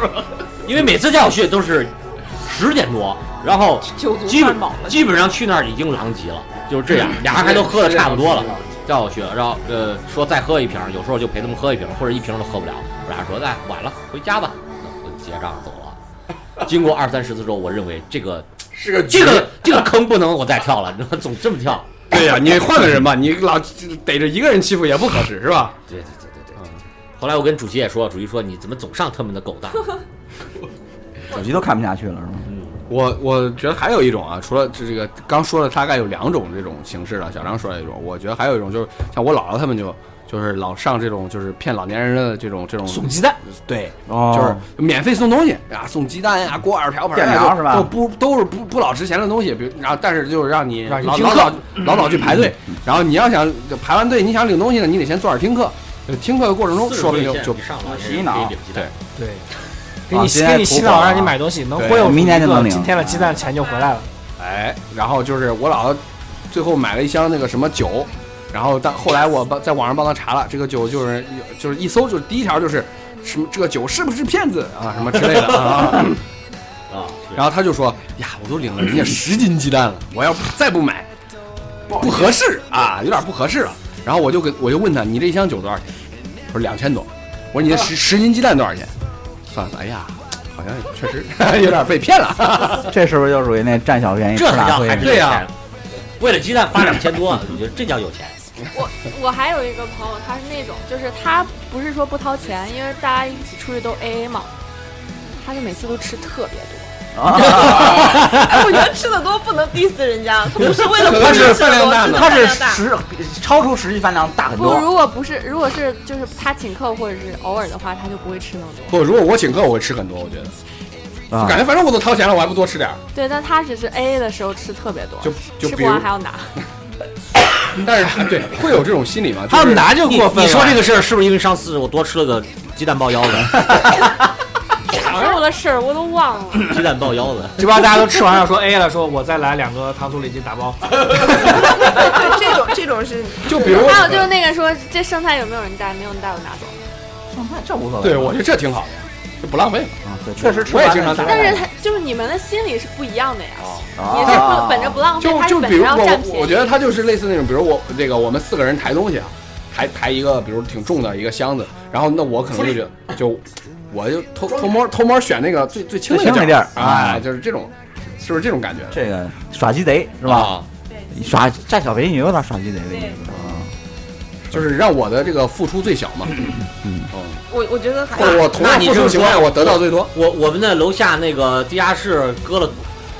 Speaker 2: 因为每次叫我去都是十点多，然后
Speaker 5: 酒足
Speaker 2: 基本
Speaker 5: 饭饱了，嗯
Speaker 2: 基本上去那儿已经狼藉了，就是这样，俩人还都喝的差不多了，叫我去，然后呃说再喝一瓶，有时候就陪他们喝一瓶，或者一瓶都喝不了，我俩说哎晚了，回家吧，那我就结账走了。经过二三十次之后，我认为这个
Speaker 4: 是个
Speaker 2: 这个这个坑不能我再跳了，你知 道吗总这么跳，
Speaker 1: 对呀、你换个人吧，你老逮着一个人欺负也不合适，是吧？
Speaker 2: 对对对对对。嗯后来我跟主席也说，主席说你怎么总上他们的狗 当？
Speaker 3: 手机都看不下去了是吗？
Speaker 1: 我我觉得还有一种啊，除了这这个刚说了大概有两种这种形式了，小张说了一种，我觉得还有一种就是像我姥姥他们就就是老上这种就是骗老年人的这种这种
Speaker 6: 送鸡蛋，哦
Speaker 1: 对，
Speaker 3: 哦
Speaker 1: 就是免费送东西啊，送鸡蛋
Speaker 6: 嗯
Speaker 1: 呀、锅碗瓢盆、啊、
Speaker 3: 电疗是吧
Speaker 1: 都不都是不不老值钱的东西，比如然后但是就是让你
Speaker 6: 让你
Speaker 1: 老
Speaker 6: 听
Speaker 1: 老
Speaker 6: 课嗯
Speaker 1: 早老早去排队，然后你要想排完队你想领东西呢，你得先坐那儿听课，呃听课的过程中说不定就就
Speaker 2: 上
Speaker 3: 了
Speaker 2: 了，
Speaker 3: 洗脑
Speaker 2: 给你领鸡蛋
Speaker 6: 对，给
Speaker 3: 啊
Speaker 6: 你
Speaker 3: 现在
Speaker 6: 给你洗
Speaker 3: 淘宝
Speaker 6: 脑，
Speaker 3: 啊
Speaker 6: 让你买东西，能
Speaker 1: 对
Speaker 6: 忽悠
Speaker 3: 明年就
Speaker 6: 出一个
Speaker 3: 能领
Speaker 6: 今天的鸡蛋钱就回来了。
Speaker 1: 哎，然后就是我姥姥最后买了一箱那个什么酒，然后但后来我帮在网上帮她查了，这个酒就是就是一搜就是第一条就是什么这个酒是不是骗子啊什么之类的啊，
Speaker 2: 啊。对
Speaker 1: 然后她就说呀，我都领了人家十斤鸡蛋了，我要再不买不合适啊，有点不合适了。然后我就给我就问她，你这一箱酒多少钱？我说两千多。我说你这十十斤鸡蛋多少钱？算了算，哎呀，好像确实 有点被骗了。
Speaker 3: 这是不是就属于那占小便宜吃
Speaker 2: 这才
Speaker 3: 大
Speaker 2: 叫
Speaker 3: 亏
Speaker 2: 还？是
Speaker 1: 对啊
Speaker 2: 有
Speaker 1: 呀
Speaker 2: 钱。为了鸡蛋花两千多，我觉得这叫有钱。
Speaker 5: 我我还有一个朋友，他是那种，就是他不是说不掏钱，因为大家一起出去都 A A 嘛，他就每次都吃特别多，
Speaker 7: 哎，我觉得吃的多不能 diss 人家，他不是为了
Speaker 1: 他是
Speaker 7: 吃
Speaker 1: 饭
Speaker 7: 的
Speaker 1: 量大呢
Speaker 7: 多，真的
Speaker 3: 它
Speaker 7: 饭
Speaker 3: 是
Speaker 7: 量大。
Speaker 3: 实超出实际饭量大很
Speaker 5: 不，
Speaker 3: 多。
Speaker 5: 如果不是如果是就是他请客或者是偶尔的话，他就不会吃那么多。
Speaker 1: 不，如果我请客，我会吃很多，我觉得。
Speaker 3: 啊
Speaker 1: 感觉反正我都掏钱了，我还不多吃点 儿，
Speaker 5: 对，但他只是 A A 的时候吃特别多，
Speaker 1: 就就
Speaker 5: 吃
Speaker 1: 比
Speaker 5: 不
Speaker 1: 如
Speaker 5: 完，还要拿。
Speaker 1: 但是对，会有这种心理吗？就
Speaker 6: 他
Speaker 1: 是
Speaker 6: 们拿就过分了。
Speaker 2: 你说这个事儿是不是因为上次我多吃了个鸡蛋爆 腰子？
Speaker 5: 小时候的事儿我都忘了，
Speaker 2: 鸡蛋爆腰子，
Speaker 6: 这帮大家都吃完了，说 A 了，说我再来两个糖醋里脊打
Speaker 1: 啊
Speaker 6: 包。
Speaker 7: 对，这种这种是
Speaker 1: 就比如，
Speaker 5: 还有就是那个说这剩菜有没有人带，没有人带我拿走。
Speaker 3: 嗯这无所谓。
Speaker 1: 对我觉得这挺好的，就不浪费嘛。
Speaker 3: 啊，对，确实吃
Speaker 1: 我
Speaker 3: 完
Speaker 1: 也经
Speaker 3: 了
Speaker 1: 常
Speaker 3: 吃
Speaker 1: 打
Speaker 3: 完了
Speaker 5: 但是他就是你们的心理是不一样的呀，你是
Speaker 3: 啊
Speaker 5: 不本着不浪费，
Speaker 1: 哦就
Speaker 5: 哦他是
Speaker 1: 就
Speaker 5: 本
Speaker 1: 比
Speaker 5: 着
Speaker 1: 如
Speaker 5: 要占
Speaker 1: 我，
Speaker 5: 便
Speaker 1: 我
Speaker 5: 宜
Speaker 1: 觉。得他就是类似那种，比如我这个我们四个人抬东西啊，抬抬一个比如挺重的一个箱子，然后那我可能就觉得就我就偷偷摸偷摸选那个最最轻的
Speaker 3: 最轻的
Speaker 1: 地儿，
Speaker 3: 地
Speaker 1: 哎，
Speaker 3: 儿啊
Speaker 1: 就是这种，是不是这种感觉？
Speaker 3: 这个耍鸡贼是
Speaker 2: 是
Speaker 6: 啊
Speaker 3: 吧？？耍占小便宜有点耍鸡贼的意思啊。
Speaker 1: 就是让我的这个付出最小 嘛，
Speaker 7: 我我觉得还
Speaker 1: 或者我同样付出情况下我得到最 多。
Speaker 2: 我我们那楼下那个地下室搁了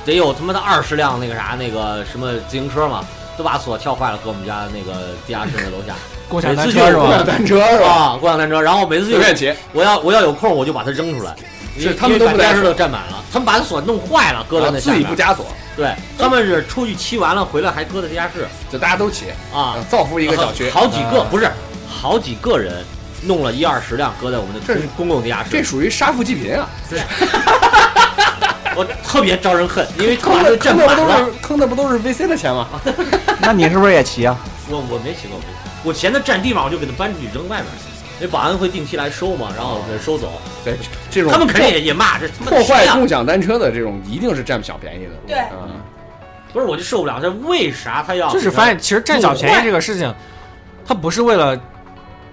Speaker 2: 得有他妈的二十辆那个啥那个什么自行车嘛，都把锁撬坏了，搁我们家那个地下室那楼下。
Speaker 6: 共享单
Speaker 2: 每次
Speaker 6: 车是
Speaker 2: 就
Speaker 1: 共享
Speaker 6: 吧？
Speaker 1: 单 车是吧？
Speaker 2: 啊，共享单车。然后每次
Speaker 1: 随
Speaker 2: 就
Speaker 1: 便骑，
Speaker 2: 我要我要有空我就把它扔出来，因为
Speaker 1: 他们都不
Speaker 2: 因为把
Speaker 1: 带
Speaker 2: 地下室
Speaker 1: 锁
Speaker 2: 都占满了，他们把锁弄坏了，搁在
Speaker 1: 然
Speaker 2: 那
Speaker 1: 后
Speaker 2: 下
Speaker 1: 啊自己
Speaker 2: 面
Speaker 1: 不。加锁，
Speaker 2: 对，他们是出去骑完了回来还搁在地下室
Speaker 1: 就大家都骑。
Speaker 2: 啊
Speaker 1: 啊，，造福一个小区，
Speaker 2: 好好几个
Speaker 1: 啊
Speaker 2: 不是好几个人弄了一二十辆搁在我们的
Speaker 1: 这是
Speaker 2: 公公共地下
Speaker 1: 这
Speaker 2: 室，
Speaker 1: 属于杀富济贫啊！
Speaker 2: 我特别招人恨，因为
Speaker 1: 坑
Speaker 2: 把
Speaker 1: 的
Speaker 2: 都
Speaker 1: 坑
Speaker 2: 占
Speaker 1: 的
Speaker 2: 满
Speaker 1: 不都
Speaker 2: 了。
Speaker 1: 是坑的不都是 VC 的钱吗？
Speaker 3: 那你是不是也骑啊？
Speaker 2: 我我没骑过，我嫌它占地方，我就给它搬出去扔外面。那保安会定期来收嘛，然后给收走。
Speaker 1: 对，这种
Speaker 2: 他们肯定
Speaker 1: 破
Speaker 2: 也也骂这他妈的
Speaker 1: 破坏
Speaker 2: 谁呀
Speaker 1: 共享单车的这种，一定是占小便宜的。
Speaker 7: 对
Speaker 1: 嗯，
Speaker 2: 不是我就受不了，这为啥他要
Speaker 6: 就是发现其实占小便宜这个事情，他不是为了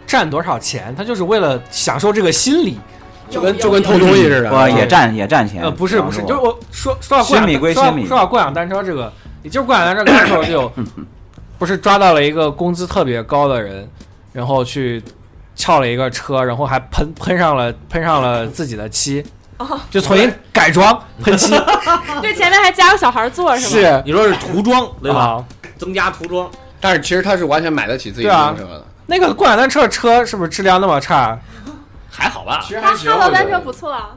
Speaker 6: 占多少钱，他就是为了享受这个心理。嗯
Speaker 1: 就跟就跟偷东西似的。啊
Speaker 3: 我也占也占钱。
Speaker 6: 啊呃，不是不是，就是我说说到共
Speaker 3: 心
Speaker 6: 享
Speaker 3: 理归
Speaker 6: 说到
Speaker 3: 心理
Speaker 6: 说到共享单车这个，也就是共享单车开头就
Speaker 3: 嗯
Speaker 6: 不是抓到了一个工资特别高的人，然后去撬了一个车，然后还喷喷上了喷上了自己的漆，就重新改装 喷漆，
Speaker 5: 对，前面还加个小孩座是吗？
Speaker 6: 是
Speaker 2: 你说是涂装对吧？
Speaker 6: 啊，
Speaker 2: 增加涂装，
Speaker 1: 但是其实他是完全买得起自己
Speaker 6: 对啊
Speaker 1: 的车的。
Speaker 6: 那个共享单车的车是不是质量那么差？
Speaker 2: 还好吧？
Speaker 4: 其实
Speaker 5: 他
Speaker 4: 还行，
Speaker 5: 哈罗
Speaker 4: 我觉
Speaker 5: 单
Speaker 4: 得
Speaker 5: 车不错啊，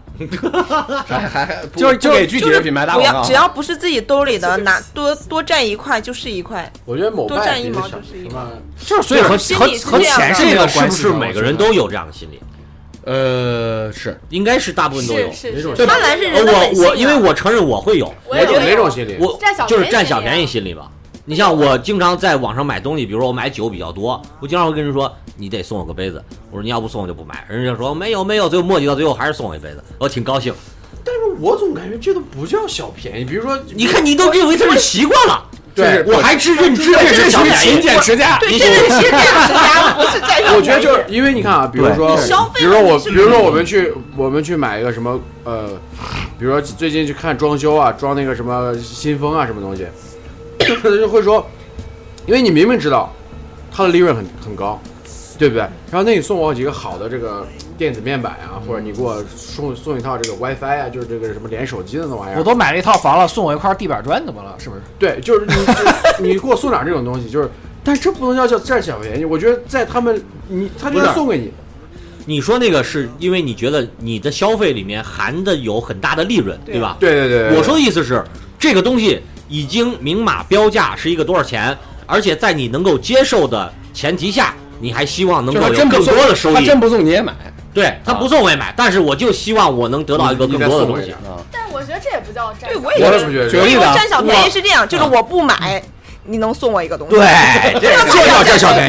Speaker 1: 还还还不
Speaker 6: 就是
Speaker 1: 不给具体
Speaker 7: 就
Speaker 1: 的
Speaker 7: 是
Speaker 1: 品牌打
Speaker 7: 不
Speaker 1: 广
Speaker 7: 要，
Speaker 1: 告
Speaker 7: 只。要不是自己兜里的，拿多多占一块就是一块。
Speaker 4: 我觉得某
Speaker 7: 多
Speaker 4: 拜
Speaker 7: 占
Speaker 4: 比
Speaker 7: 一
Speaker 4: 那
Speaker 7: 毛
Speaker 4: 小
Speaker 7: 就是一
Speaker 4: 什么
Speaker 6: 就是所以和
Speaker 7: 心
Speaker 6: 和
Speaker 7: 理是
Speaker 6: 和
Speaker 7: 这样
Speaker 6: 钱
Speaker 7: 的
Speaker 6: 是没
Speaker 2: 这
Speaker 6: 有
Speaker 2: 个是
Speaker 6: 关
Speaker 2: 不
Speaker 6: 系
Speaker 2: 呃是
Speaker 6: 的。
Speaker 2: 每个人都有这样的心理？
Speaker 1: 呃，是
Speaker 2: 应该是大部分都有
Speaker 5: 是。是
Speaker 4: 哪种
Speaker 5: 是，
Speaker 7: 贪婪是人的
Speaker 2: 呃
Speaker 7: 本性
Speaker 2: 我
Speaker 7: 啊。
Speaker 2: 我因为我承认我会有，
Speaker 5: 我
Speaker 4: 哪
Speaker 5: 也
Speaker 4: 种
Speaker 5: 有
Speaker 4: 哪种心理？
Speaker 2: 我
Speaker 5: 占小
Speaker 2: 就是
Speaker 5: 便宜
Speaker 2: 占
Speaker 5: 心
Speaker 2: 小
Speaker 5: 理
Speaker 2: 便宜
Speaker 5: 啊
Speaker 2: 心理吧。你像我经常在网上买东西，比如说我买酒比较多，我经常会跟人说你得送我个杯子。我说你要不送我就不买，人家就说没有没有，最后磨叽到最后还是送我一杯子，我挺高兴。
Speaker 4: 但是我总感觉这都不叫小便宜，比如说
Speaker 2: 你看你都认为他是习惯了，
Speaker 4: 对
Speaker 2: 我还是认知
Speaker 1: 这
Speaker 2: 是
Speaker 1: 是
Speaker 2: 小
Speaker 1: 属于
Speaker 2: 便宜
Speaker 1: 勤俭持家。
Speaker 7: 对，这是其实这样是家，不是占小
Speaker 4: 我觉得就是因为你看啊，比如说
Speaker 3: 对
Speaker 7: 消，费
Speaker 4: 比如说我，
Speaker 7: 是
Speaker 4: 比如说我们去我们去买一个什么呃，比如说最近去看装修啊，装那个什么新风啊什么东西，他就会说，因为你明明知道它的利润很很高，对不对？然后那你送我几个好的这个电子面板啊，或者你给我送送一套这个 WiFi 啊，就是这个什么连手机的那
Speaker 3: 哎
Speaker 4: 玩意
Speaker 6: 我
Speaker 4: 儿，
Speaker 6: 都买了一套房了，送我一块地板砖，怎么了？是不是？
Speaker 4: 对，就是你你给我送点这种东西，就是。但这不能叫叫占小便宜，我觉得在他们，你他就
Speaker 2: 不是
Speaker 4: 送给你，
Speaker 2: 你说那个是因为你觉得你的消费里面含的有很大的利润，对吧？
Speaker 4: 对对对对对
Speaker 2: 我说的意思是，这个东西已经明码标价是一个多少钱，而且在你能够接受的前提下，你还希望能
Speaker 1: 就是
Speaker 2: 够
Speaker 1: 他
Speaker 2: 有
Speaker 1: 真不
Speaker 2: 更
Speaker 1: 送
Speaker 2: 多的收
Speaker 1: 他
Speaker 2: 益。
Speaker 1: 真不送你也买
Speaker 2: 对他不送我也买，但是我就希望我能得到一个
Speaker 4: 你
Speaker 2: 更
Speaker 4: 你
Speaker 2: 多
Speaker 4: 再
Speaker 2: 的
Speaker 4: 送我
Speaker 2: 东
Speaker 4: 一
Speaker 2: 西
Speaker 4: 点。
Speaker 1: 啊。
Speaker 5: 但我觉得这也不叫占
Speaker 7: 对，
Speaker 5: 小
Speaker 7: 我
Speaker 5: 便宜。
Speaker 7: 也
Speaker 1: 我
Speaker 7: 觉
Speaker 1: 也不觉得
Speaker 7: 得，
Speaker 1: 这
Speaker 7: 我
Speaker 1: 样
Speaker 7: 以为占小便宜是这样，就是我不买，你能送我一个东西，
Speaker 3: 对，
Speaker 7: 这叫占小便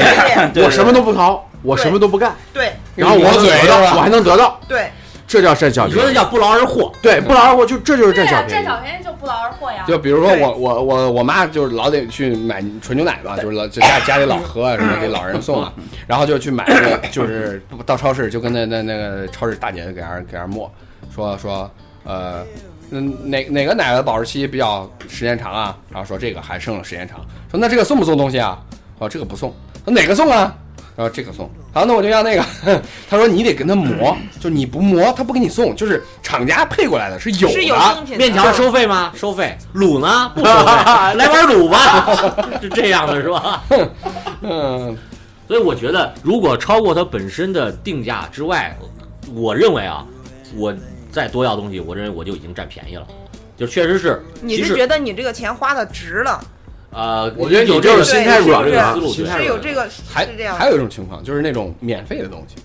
Speaker 7: 宜。
Speaker 3: 对
Speaker 4: 我什么都不掏，我什么都不干，
Speaker 7: 对
Speaker 4: 然后我能
Speaker 1: 嘴
Speaker 4: 得到，我还能得到，
Speaker 7: 对，
Speaker 4: 这叫占小
Speaker 2: 你说
Speaker 4: 便
Speaker 2: 那
Speaker 4: 宜。
Speaker 2: 叫不劳而获，
Speaker 4: 对，不劳而获就这就是
Speaker 5: 对
Speaker 4: 占
Speaker 5: 呀，
Speaker 7: 啊
Speaker 4: 小
Speaker 5: 占
Speaker 4: 便宜。
Speaker 5: 小便宜就不劳而获呀。
Speaker 1: 就比如说
Speaker 7: 对
Speaker 1: 我我我我妈就是老得去买纯牛奶吧，就是老就家家里老喝啊什么给老人送啊，然后就去买那个，就是到超市就跟那那那个超市大姐给人给人磨，说说呃。嗯，哪哪个奶的保质期比较时间长啊？然后说这个还剩了时间长，说那这个送不送东西啊？哦，这个不送。说哪个送啊？然后这个送。好，那我就要那个。 他说你得跟他磨，就你不磨他不给你送，就是厂家配过来的，是有的。
Speaker 7: 是有正品的
Speaker 2: 啊面条收费吗？收费。卤呢？不收 费。来碗卤吧， 是这样的，是吧？
Speaker 1: 嗯，
Speaker 2: 所以我觉得，如果超过它本身的定价之外，我认为啊，我再多要东西，我认为我就已经占便宜了。就确实是，
Speaker 7: 你
Speaker 2: 即
Speaker 7: 是
Speaker 2: 使
Speaker 7: 觉得你这个钱花的值了，
Speaker 2: 呃，
Speaker 4: 我觉得
Speaker 2: 有
Speaker 4: 你
Speaker 2: 这
Speaker 4: 这
Speaker 2: 个
Speaker 4: 种
Speaker 7: 是
Speaker 4: 心态软
Speaker 2: 有这个
Speaker 4: 了
Speaker 2: 思，路
Speaker 4: 心态
Speaker 7: 是有
Speaker 4: 软了。
Speaker 7: 这个
Speaker 1: 还
Speaker 7: 是这样
Speaker 1: 还。有一种情况就是那种免费的东西，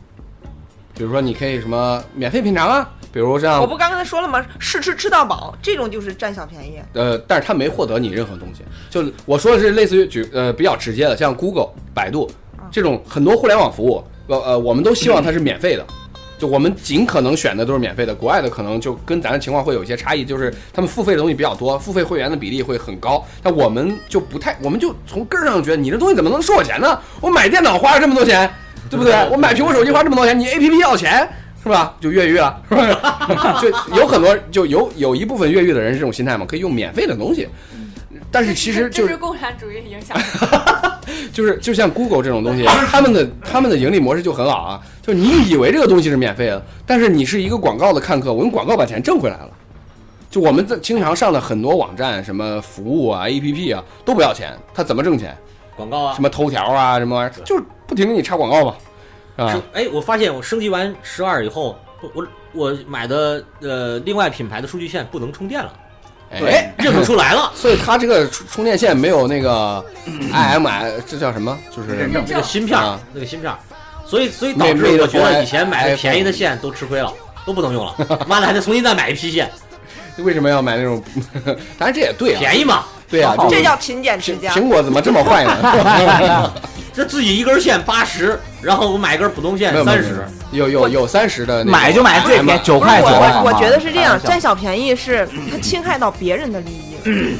Speaker 1: 比如说你可以什么免费品尝啊，比如像
Speaker 7: 我不刚跟他说了吗？试吃吃到饱，这种就是占小便宜。
Speaker 1: 呃，但是他没获得你任何东西。就我说的是类似于举呃比较直接的，像 Google、百度这种很多互联网服务，呃呃，我们都希望它是免费的。就我们尽可能选的都是免费的，国外的可能就跟咱的情况会有一些差异，就是他们付费的东西比较多，付费会员的比例会很高，但我们就不太，我们就从根儿上觉得你这东西怎么能收我钱呢？我买电脑花了这么多钱，对不对？我买苹果手机花这么多钱，你 A P P 要钱是吧？就越狱了，是 吧？就有很多就有有一部分越狱的人是这种心态嘛，可以用免费的东西，但是其实就
Speaker 5: 这这是
Speaker 1: 是
Speaker 5: 共产主义影响。
Speaker 1: 就是就像 Google 这种东西，他们的他们的盈利模式就很好啊，就你以为这个东西是免费的，但是你是一个广告的看客，我用广告把钱挣回来了。就我们在经常上的很多网站，什么服务啊、APP 啊，都不要钱，他怎么挣钱？
Speaker 2: 广告啊
Speaker 1: 什。么头条啊，什么玩意儿，就是不停给你插广告嘛，啊
Speaker 2: 是，哎，我发现我升级完十二以后，我我我买的呃另外品牌的数据线不能充电了，
Speaker 1: 哎，
Speaker 2: 认不出 来了。
Speaker 1: 所以它这个充充电线没有那个 IMI，这叫什么？就是
Speaker 2: 那个芯片儿
Speaker 1: 啊，
Speaker 2: 那个芯片儿，所以所以导致
Speaker 1: 那那个
Speaker 2: 我觉
Speaker 1: 后来
Speaker 2: 得以前买的便宜的
Speaker 1: iPhone
Speaker 2: 线都吃亏了，都不能 用了。妈的，还得重新再买一批线，
Speaker 1: 为什么要买那种？ 当然这也 对啊，
Speaker 2: 便宜嘛。
Speaker 1: 对啊，
Speaker 7: 这叫勤俭持
Speaker 1: 苹
Speaker 7: 家。
Speaker 1: 苹果怎么这么坏呢？
Speaker 2: 这自己一根线八十，然后我买根普通线
Speaker 1: 没有没有
Speaker 2: 三
Speaker 1: 没有
Speaker 2: 十，
Speaker 1: 有有有三十的那个，
Speaker 3: 买就买最便宜，九
Speaker 7: 不是
Speaker 3: 块
Speaker 7: 我
Speaker 3: 九块
Speaker 7: 我
Speaker 3: 好
Speaker 7: 我
Speaker 3: 吗
Speaker 7: 觉得是这
Speaker 3: 开
Speaker 7: 样，
Speaker 3: 玩笑
Speaker 7: 占小便宜是他侵害到别人的利益。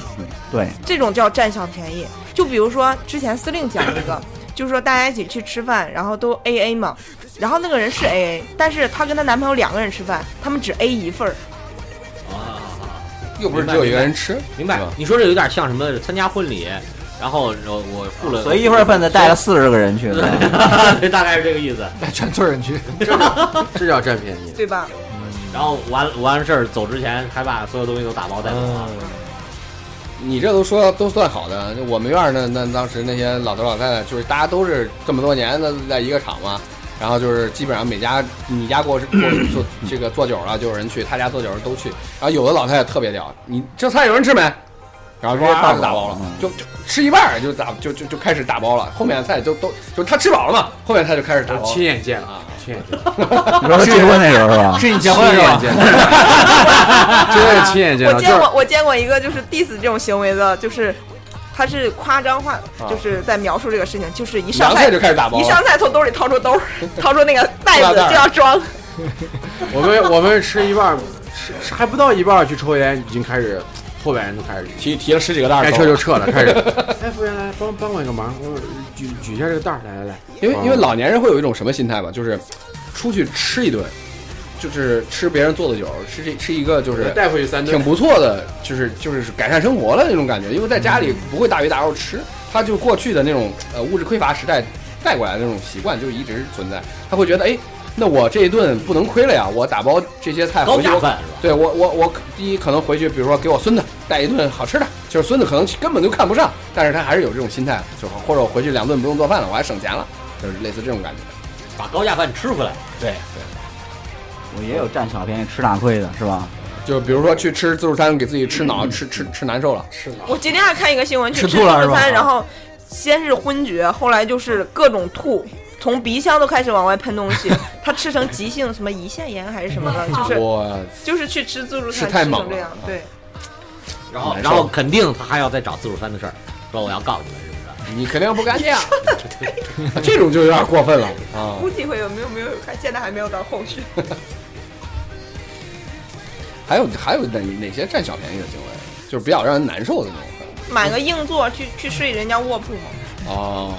Speaker 3: 对，
Speaker 7: 这种叫占小便宜。就比如说之前司令讲一个，就是说大家一起去吃饭，然后都 A A 嘛，然后那个人是 A A，但是她跟她男朋友两个人吃饭，他们只 A 一份儿，
Speaker 1: 又不是只有一个人吃，
Speaker 2: 明白
Speaker 1: 是吧？？
Speaker 2: 你说这有点像什么？参加婚礼，然后我我付了，
Speaker 3: 啊所以一会儿份子带了四十个人去的，
Speaker 2: 对，大概是这个意思。
Speaker 6: 在全村人区，
Speaker 4: 这叫占便宜。
Speaker 7: 对吧？
Speaker 2: 然后完完事儿走之前，还把所有东西都打包带走啊了。
Speaker 1: 嗯你这都说都算好的，我们院儿呢，那当时那些老头老太太，就是大家都是这么多年的在一个厂嘛，然后就是基本上每家你家给我给我做这个做酒啊了，就有人去；他家做酒的都去。然后有的老太太特别屌，你这菜有人吃没？然后直接
Speaker 3: 哇
Speaker 1: 大就打包了
Speaker 3: 嗯，
Speaker 1: 就就吃一半儿就打就就就开始打包了，后面的菜就都就他吃饱了嘛，后面的菜就开始打
Speaker 4: 就
Speaker 1: 包了
Speaker 4: 亲。眼见了啊，亲眼 见了，
Speaker 3: 你说结婚那时候是吧？
Speaker 6: 是你结
Speaker 4: 亲
Speaker 6: 婚是
Speaker 4: 眼
Speaker 6: 吧？
Speaker 4: 见了，真的是亲眼见
Speaker 7: 我
Speaker 4: 啊了，就
Speaker 7: 见
Speaker 4: 是
Speaker 7: 过我见过一个就是 diss 这种行为的，就是他是夸张化，就是在描述这个事情，就是一上
Speaker 1: 凉
Speaker 7: 菜
Speaker 1: 菜就开始打包
Speaker 7: 一
Speaker 1: 了
Speaker 7: 上，菜从兜里掏出兜儿，掏出那个袋
Speaker 1: 塑料
Speaker 7: 子
Speaker 1: 袋儿
Speaker 7: 就要装，
Speaker 4: 我们我们吃一半儿，吃吃还不到一半儿去抽烟，已经开始后边人都开始
Speaker 1: 提提了十几个袋儿
Speaker 4: 开
Speaker 1: 走了，
Speaker 4: 车就撤了，开始。哎，服务员来帮帮我一个忙，我举举一下这个袋儿，来来来，
Speaker 1: 因为因为老年人会有一种什么心态吧，就是出去吃一顿，就是吃别人做的酒，吃这吃一个就是
Speaker 4: 带回去三
Speaker 1: 挺不错的，就是就是改善生活的那种感觉。因为在家里不会大鱼大肉吃，他就过去的那种呃物质匮乏时代带过来的那种习惯就一直存在。他会觉得哎，那我这一顿不能亏了呀，我打包这些菜
Speaker 2: 高
Speaker 1: 回去
Speaker 2: 价
Speaker 1: 我
Speaker 2: 饭是吧？
Speaker 1: 对我我我第一可能回去，比如说给我孙子带一顿好吃的，就是孙子可能根本就看不上，但是他还是有这种心态，就或者我回去两顿不用做饭了，我还省钱了，就是类似这种感觉。
Speaker 2: 把高价饭吃回来。对，
Speaker 3: 我也有占小便宜吃大亏的是吧？
Speaker 1: 就比如说去吃自助餐，给自己吃脑吃吃吃难受了，
Speaker 7: 我今天还看一个新闻，去
Speaker 6: 吃
Speaker 7: 吃
Speaker 6: 吐了
Speaker 7: 自
Speaker 6: 是
Speaker 7: 助
Speaker 6: 吧
Speaker 7: 餐，然后先是昏厥，后来就是各种吐，从鼻腔都开始往外喷东西。他吃成急性什么胰腺炎还是什么了，就是
Speaker 1: 我
Speaker 7: 就是去吃自助
Speaker 1: 是
Speaker 7: 餐
Speaker 1: 太
Speaker 7: 吃
Speaker 1: 猛
Speaker 7: 成这
Speaker 1: 了
Speaker 7: 样
Speaker 1: 啊，
Speaker 7: 对。
Speaker 2: 然后
Speaker 1: 难受
Speaker 2: 然后肯定他还要再找自助餐的事儿，说我要告诉你们是不是？
Speaker 1: 你肯定不干净， 这种就有点过分了啊。
Speaker 7: 估计会有没有没有看，现在还没有到后续。
Speaker 1: 还有还有哪哪些占小便宜的行为，就是比较让人难受的那种。
Speaker 7: 买个硬座去去睡人家卧铺嘛，
Speaker 1: 哦，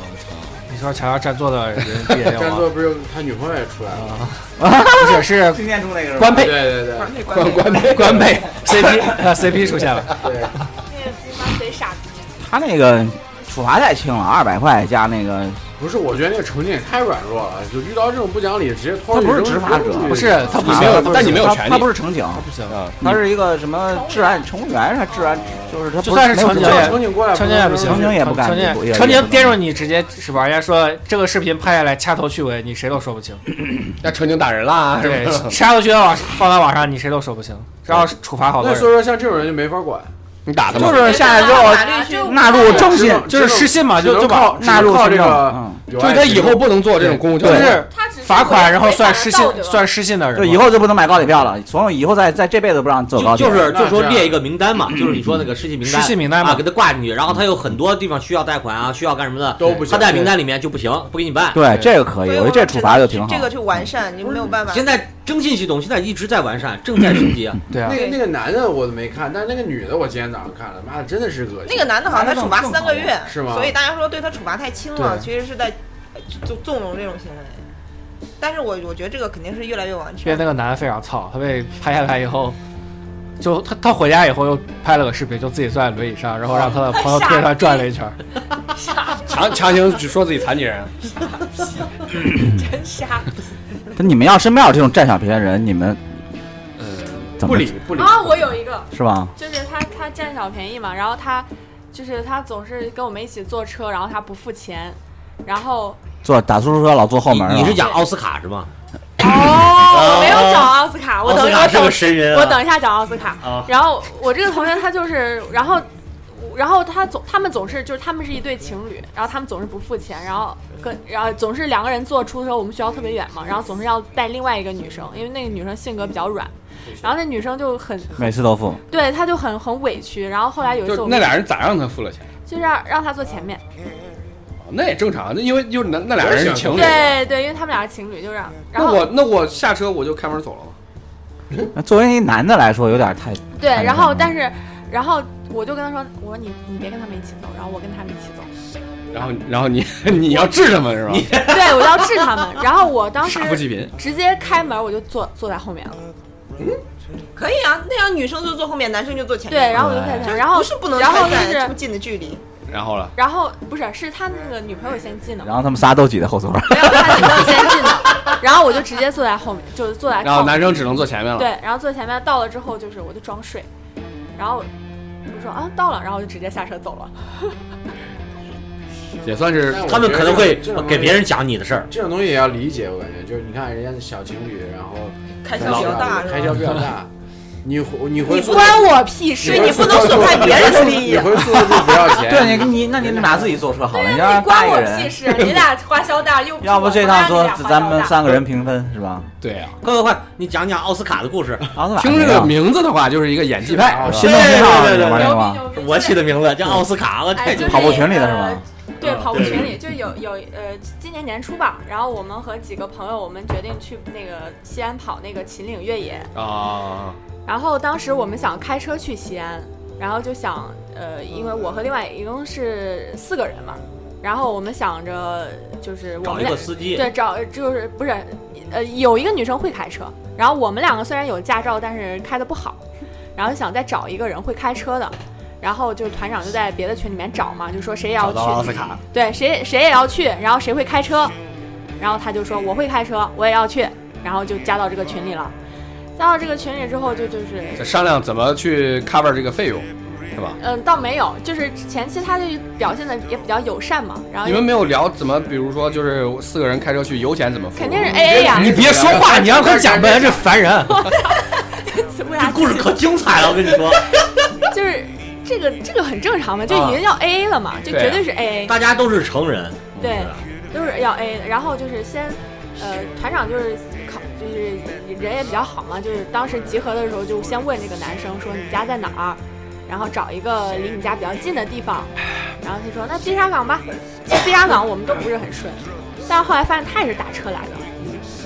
Speaker 6: 你说想要占座的人不也 有啊
Speaker 4: 张
Speaker 6: 吗？
Speaker 4: 作不是他女朋友也出来了，
Speaker 6: 不只是
Speaker 3: 今天住那个
Speaker 6: 官
Speaker 4: 对
Speaker 6: 配
Speaker 4: 对对，
Speaker 7: 管理管
Speaker 1: 关
Speaker 7: 理。
Speaker 1: 关闭
Speaker 6: 官配 CP 啊 CP 出现了，
Speaker 5: 那个鸡妈贼傻逼，
Speaker 3: 他那个处罚太轻了，二百块加那个
Speaker 4: 不是，我觉得那个成绩也太软弱了，就遇到这种不讲理，直接拖
Speaker 3: 他
Speaker 4: 出去
Speaker 3: 不是
Speaker 4: 扔
Speaker 3: 执法者
Speaker 4: 扔出去
Speaker 6: 不是他不
Speaker 1: 你
Speaker 6: 是
Speaker 1: 没有
Speaker 6: 他
Speaker 1: 但你没有
Speaker 3: 他
Speaker 1: 权利
Speaker 3: 他不是乘警，
Speaker 4: 不行，
Speaker 1: 啊！
Speaker 3: 他是一个什么治安乘务员，他治安就是他不
Speaker 6: 就算是
Speaker 3: 没有
Speaker 6: 乘警
Speaker 3: 执法
Speaker 4: 叫
Speaker 6: 也
Speaker 4: 乘警过来，
Speaker 6: 成年也不行，
Speaker 3: 成年也不敢
Speaker 6: 成年
Speaker 3: 也也
Speaker 6: 成
Speaker 3: 也
Speaker 6: 年
Speaker 3: 不能
Speaker 6: 盯着你直接是吧？人家说这个视频拍下来掐头去尾，你谁都说不清。
Speaker 1: 那成精打人啦，是
Speaker 6: 对
Speaker 1: 吧？，
Speaker 6: 掐头去尾网放到网上，你谁都说不清。然后处罚好多
Speaker 4: 那
Speaker 6: 人
Speaker 4: 所，以说像这种人就没法管，
Speaker 1: 你打他
Speaker 3: 就
Speaker 1: 吗？
Speaker 3: 是下来之后
Speaker 5: 律去
Speaker 3: 纳入征
Speaker 4: 只
Speaker 3: 信，
Speaker 4: 能
Speaker 6: 就是失信嘛，
Speaker 4: 只能
Speaker 6: 就就把
Speaker 4: 靠只能
Speaker 3: 纳入
Speaker 4: 靠
Speaker 3: 行
Speaker 4: 这
Speaker 3: 政
Speaker 4: 个
Speaker 3: 嗯，
Speaker 4: 有
Speaker 1: 所
Speaker 4: 爱
Speaker 1: 以他
Speaker 4: 之
Speaker 1: 以后
Speaker 4: 心
Speaker 1: 不能做这种公共交
Speaker 6: 就
Speaker 1: 流，
Speaker 6: 是
Speaker 5: 他只是
Speaker 6: 罚款，然后算失
Speaker 5: 违反了
Speaker 6: 信，
Speaker 5: 道德
Speaker 6: 算失信的人
Speaker 3: 就
Speaker 6: 嘛。
Speaker 3: 以后就不能买高铁票了，从以后在在这辈子不让走高铁
Speaker 2: 就
Speaker 3: 了。
Speaker 2: 是
Speaker 4: 那
Speaker 2: 就说
Speaker 4: 这样
Speaker 2: 列一个名单
Speaker 1: 嗯
Speaker 2: 嘛，就是你说那个失信名单，
Speaker 6: 失信名单嘛
Speaker 2: 啊，给他挂进去，然后他有很多地方需要贷款
Speaker 1: 嗯
Speaker 2: 啊，需要干什么的，
Speaker 4: 都不行
Speaker 2: 他在名单里面就不行，不给你办。
Speaker 3: 对这个可以，我觉
Speaker 7: 所以我
Speaker 3: 得这处罚就挺好。
Speaker 7: 这个去完善，你没有办法。
Speaker 2: 现在征信系统现在一直在完善，正在升级
Speaker 1: 嗯
Speaker 2: 啊。
Speaker 6: 对啊
Speaker 4: 那，个那个男的我都没看，但是那个女的我今天早上看了，妈的真的是恶心。
Speaker 7: 那个男的好像他处罚三个月，
Speaker 4: 是吗
Speaker 7: 所以大家说对他处罚太轻了，
Speaker 6: 对
Speaker 7: 其实是在呃就纵容这种行为。但是我我觉得这个肯定是越来越完
Speaker 6: 因为
Speaker 7: 善。
Speaker 6: 那个男的非常糙，他被拍下来以后，就他他回家以后又拍了个视频，就自己坐在轮椅上，然后让他的朋友推着他转了一圈儿。
Speaker 1: 强强行只说自己残疾人，
Speaker 5: 真啊傻
Speaker 3: 就你们要身边有这种占小便宜的人，你们怎么
Speaker 4: 不理不理
Speaker 5: 啊！我有一个，
Speaker 3: 是吧？
Speaker 5: 就是他他占小便宜嘛，然后他就是他总是跟我们一起坐车，然后他不付钱，然后
Speaker 3: 坐打出租车老坐后门儿
Speaker 2: 你你是
Speaker 3: 吧
Speaker 2: 讲奥斯卡是吗？
Speaker 5: 哦，我没有找奥斯卡，我
Speaker 2: 奥
Speaker 5: 等
Speaker 2: 斯
Speaker 5: 一
Speaker 2: 卡
Speaker 5: 会
Speaker 2: 是个
Speaker 5: 等
Speaker 2: 神人啊。
Speaker 5: 我等一下找奥斯卡
Speaker 2: 啊。
Speaker 5: 然后我这个同学他就是，然后然后他总他们总是就是他们是一对情侣，然后他们总是不付钱，然后跟然后总是两个人坐出租车，我们学校特别远嘛，然后总是要带另外一个女生，因为那个女生性格比较软，然后那女生就很
Speaker 3: 每次都付，
Speaker 5: 对她就很很委屈，然后后来有一次
Speaker 1: 就
Speaker 5: 我
Speaker 1: 那
Speaker 5: 们
Speaker 1: 俩人咋让他付了钱？啊
Speaker 5: 就让让她坐前面，
Speaker 1: 那也正常，那因为就是那那俩人是情侣。
Speaker 5: 对对，因为他们俩是情侣，就让然
Speaker 1: 那
Speaker 5: 后
Speaker 1: 我那我下车我就开门走了嘛。
Speaker 3: 那作为一男的来说有点太
Speaker 5: 对，
Speaker 3: 太
Speaker 5: 然后但
Speaker 3: 是
Speaker 5: 是然后我就跟他说，我说你你别跟他们一起走，然后我跟他们一起走。
Speaker 1: 然后然后你 你要治他们是吧？
Speaker 5: 对，我要治他们。然后我当时
Speaker 1: 杀富济贫，
Speaker 5: 直接开门，我就坐坐在后面了。
Speaker 3: 嗯
Speaker 7: 可以啊，那样女生就坐后面，男生就坐前
Speaker 5: 对，
Speaker 7: 面。
Speaker 5: 然后我就开
Speaker 3: 哎
Speaker 5: 始
Speaker 7: 就
Speaker 5: 看，然后
Speaker 7: 不是不能
Speaker 5: 然后就
Speaker 7: 开在这么
Speaker 5: 是，
Speaker 7: 近的距离，
Speaker 1: 然后了，
Speaker 5: 然后不是，是他那个女朋友先 进的
Speaker 3: 然，后他们仨都挤在后座儿，
Speaker 5: 没有他女朋友先进的，然后我就直接坐在后面，就是坐在
Speaker 1: 然后
Speaker 5: 靠
Speaker 1: 男生只能坐前面了。
Speaker 5: 对，然后坐前面到了之后，就是我就装睡，然后我说啊到了，然后我就直接下车走了。
Speaker 1: 也算是
Speaker 4: 但我
Speaker 2: 他们
Speaker 4: 觉得
Speaker 2: 可能
Speaker 4: 这
Speaker 2: 会
Speaker 4: 种这种
Speaker 2: 给
Speaker 4: 东
Speaker 2: 别
Speaker 4: 西
Speaker 2: 人讲你的事儿。
Speaker 4: 这种东西也要理解，我感觉就是你看人家小情侣，然后
Speaker 7: 开销比较大，
Speaker 4: 开
Speaker 7: 是
Speaker 4: 销
Speaker 7: 吧？
Speaker 4: 比较大，你回你回
Speaker 5: 你
Speaker 4: 宿
Speaker 5: 关我屁事！
Speaker 7: 对
Speaker 5: 你
Speaker 7: 你不能损害别人的利益
Speaker 4: 你
Speaker 7: 啊
Speaker 4: 回宿舍住不要 钱，
Speaker 3: 对你你那你拿自己坐车好了，你
Speaker 5: 对
Speaker 3: 要
Speaker 5: 啊，你
Speaker 3: 让大
Speaker 5: 关
Speaker 3: 一个
Speaker 5: 我屁
Speaker 3: 人，
Speaker 5: 事！你俩花销大又
Speaker 3: 要不这趟车咱们
Speaker 5: 三
Speaker 3: 三个人平分是吧？
Speaker 1: 对啊。
Speaker 2: 快快快，你讲讲奥斯卡的故事。
Speaker 3: 奥斯卡
Speaker 1: 听这个名字的话，就是一个演技派，是吧
Speaker 4: 啊
Speaker 3: 心动信哎号
Speaker 2: 对对对
Speaker 3: 玩那个吗？
Speaker 2: 我起的名字叫奥斯卡，我太
Speaker 5: 哎，
Speaker 2: 久
Speaker 5: 就是
Speaker 3: 跑步群里的是吗
Speaker 5: 呃对，
Speaker 1: 啊
Speaker 5: 跑步群里就有有呃，今年年初吧，然后我们和几个朋友，我们决定去那个西安跑那个秦岭越野，
Speaker 1: 啊，
Speaker 5: 然后当时我们想开车去西安，然后就想，呃，因为我和另外一共是四个人嘛，然后我们想着就是我
Speaker 2: 找
Speaker 5: 们
Speaker 2: 一
Speaker 5: 俩
Speaker 2: 个司机。
Speaker 5: 对找就是不是，呃，有一个女生会开车，然后我们两个虽然有驾照，但是开的不好，然后就想再找一个人会开车的。然后就团长就在别的群里面找嘛，就说谁也
Speaker 2: 找
Speaker 5: 要去
Speaker 2: 到奥斯卡，
Speaker 5: 对，谁谁也要去，然后谁会开车，然后他就说我会开车，我也要去，然后就加到这个群里了。加到这个群里之后就，就是
Speaker 1: 在商量怎么去 cover 这个费用，是吧？
Speaker 5: 嗯，倒没有，就是前期他就表现的也比较友善嘛，然后
Speaker 1: 你们没有聊怎么，比如说就是四个人开车去，油钱怎么付？
Speaker 5: 肯定是哎 A A 呀，
Speaker 6: 你别说
Speaker 1: 哎
Speaker 6: 话，你让他讲呗，这烦人。
Speaker 5: 为
Speaker 2: 这
Speaker 5: 啥
Speaker 2: 故事可精彩了，我跟你说，
Speaker 5: 就是这个这个很正常嘛，就
Speaker 1: 啊
Speaker 5: 已经要 A A 了嘛，就
Speaker 1: 对啊
Speaker 5: 绝对是 A A，
Speaker 2: 大家都是成人，嗯
Speaker 5: 对
Speaker 2: 是吧
Speaker 5: 都是要 A A 的。然后就是先，呃，团长就是考，就是人也比较好嘛，就是当时集合的时候就先问这个男生说你家在哪儿，然后找一个离你家比较近的地方，然后他说那金沙港吧，其实金沙港我们都不是很顺，但是后来发现他也是打车来的。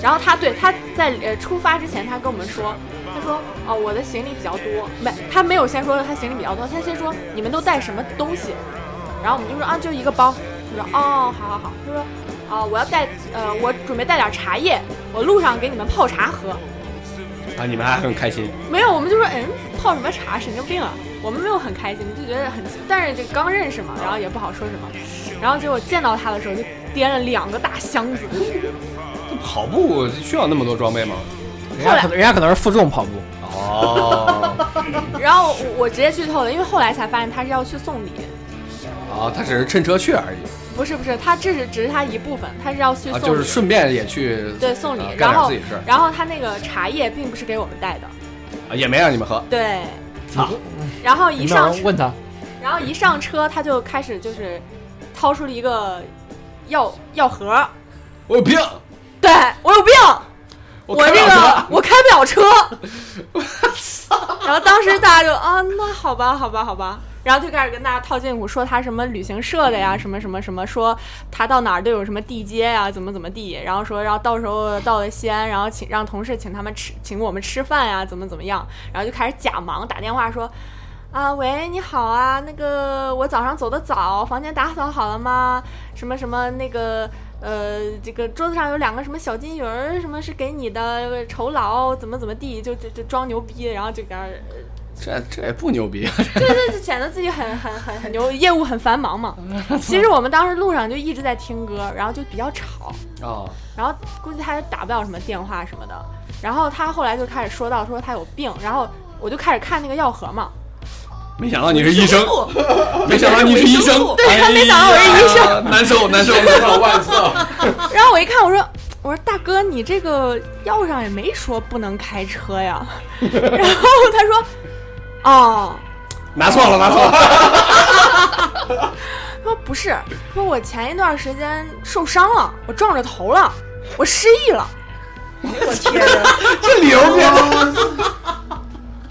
Speaker 5: 然后他对他在呃出发之前，他跟我们说，他说哦我的行李比较多，没他没有先说他行李比较多，他先说你们都带什么东西，然后我们就说啊就一个包，他说哦好好好，他说啊、我要带呃我准备带点茶叶，我路上给你们泡茶喝，
Speaker 1: 啊，你们还很开心，
Speaker 5: 没有我们就说嗯泡什么茶神经病啊，我们没有很开心，就觉得很但是就刚认识
Speaker 1: 啊
Speaker 5: 嘛，然后也不好说什么，然后结果见到他的时候就掂了两个大箱子，
Speaker 1: 跑步需要那么多装备吗？
Speaker 6: 人家可能人家可能是负重跑步，
Speaker 1: 哦，
Speaker 5: 然后我我直接剧透了，因为后来才发现他是要去送礼。
Speaker 1: 啊，他只是趁车去而已，
Speaker 5: 不是不是，他这是只是他一部分，他是要去
Speaker 1: 啊，
Speaker 5: 送礼，
Speaker 1: 就是顺便也去
Speaker 5: 对送礼
Speaker 1: 啊，干
Speaker 5: 然
Speaker 1: 点
Speaker 5: 后
Speaker 1: 自己的事儿
Speaker 5: 然后他那个茶叶并不是给我们带的，
Speaker 1: 啊，也没让你们喝。
Speaker 5: 对，
Speaker 2: 操，
Speaker 5: 然后一
Speaker 6: 有没有
Speaker 5: 上
Speaker 6: 人问他
Speaker 5: 然后一上车他就开始就是掏出了一个药药盒，
Speaker 1: 我有病，
Speaker 5: 对我有病，我
Speaker 1: 开不
Speaker 5: 这
Speaker 1: 了
Speaker 5: 个
Speaker 1: 车
Speaker 5: 我开 不了车，然后当时大家就啊那好吧好吧好吧。然后就开始跟大家套近乎，说他什么旅行社的呀，什么什么什么，说他到哪儿都有什么地接呀，怎么怎么地，然后说，然后到时候到了西安，然后请让同事请他们吃，请我们吃饭呀，怎么怎么样，然后就开始假忙打电话说，啊喂，你好啊，那个我早上走的早，房间打扫好了吗？什么什么那个呃，这个桌子上有两个什么小金鱼儿，什么是给你的酬劳，怎么怎么地，就就就装牛逼，然后就给他，
Speaker 1: 这这也不牛逼，
Speaker 5: 对对，就显得自己很很很很牛，业务很繁忙嘛。其实我们当时路上就一直在听歌，然后就比较吵，
Speaker 1: 哦，
Speaker 5: 然后估计他也打不了什么电话什么的。然后他后来就开始说到说他有病，然后我就开始看那个药盒嘛，
Speaker 1: 没想到你是医生，
Speaker 7: 不
Speaker 1: 没想到你是医生，
Speaker 5: 对他没想到我是医生，
Speaker 1: 生，难受难受难受万次。
Speaker 5: 然后我一看，我说。我说大哥，你这个药上也没说不能开车呀。然后他说，哦，
Speaker 1: 拿错了拿错 了，
Speaker 5: 他说不是，说我前一段时间受伤了，我撞着头了，我失忆了。
Speaker 7: 我天哪！
Speaker 1: 这理由变了。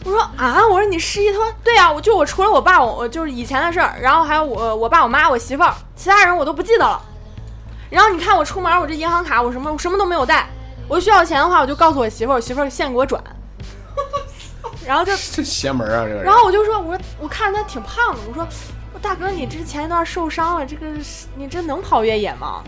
Speaker 5: 我说啊，我说你失忆？他说对呀、啊我就我除了我爸，我我就是以前的事儿，然后还有我我爸、我妈、我媳妇儿，其他人我都不记得了。然后你看我出门，我这银行卡我什么我什么都没有带，我需要钱的话我就告诉我媳妇儿，我媳妇儿现给我转。 然后就
Speaker 1: 这邪门啊，这个人
Speaker 5: 然后我就说，我说我看着他挺胖的，我说我大哥，你之前一段受伤了，这个是你这能跑越野吗？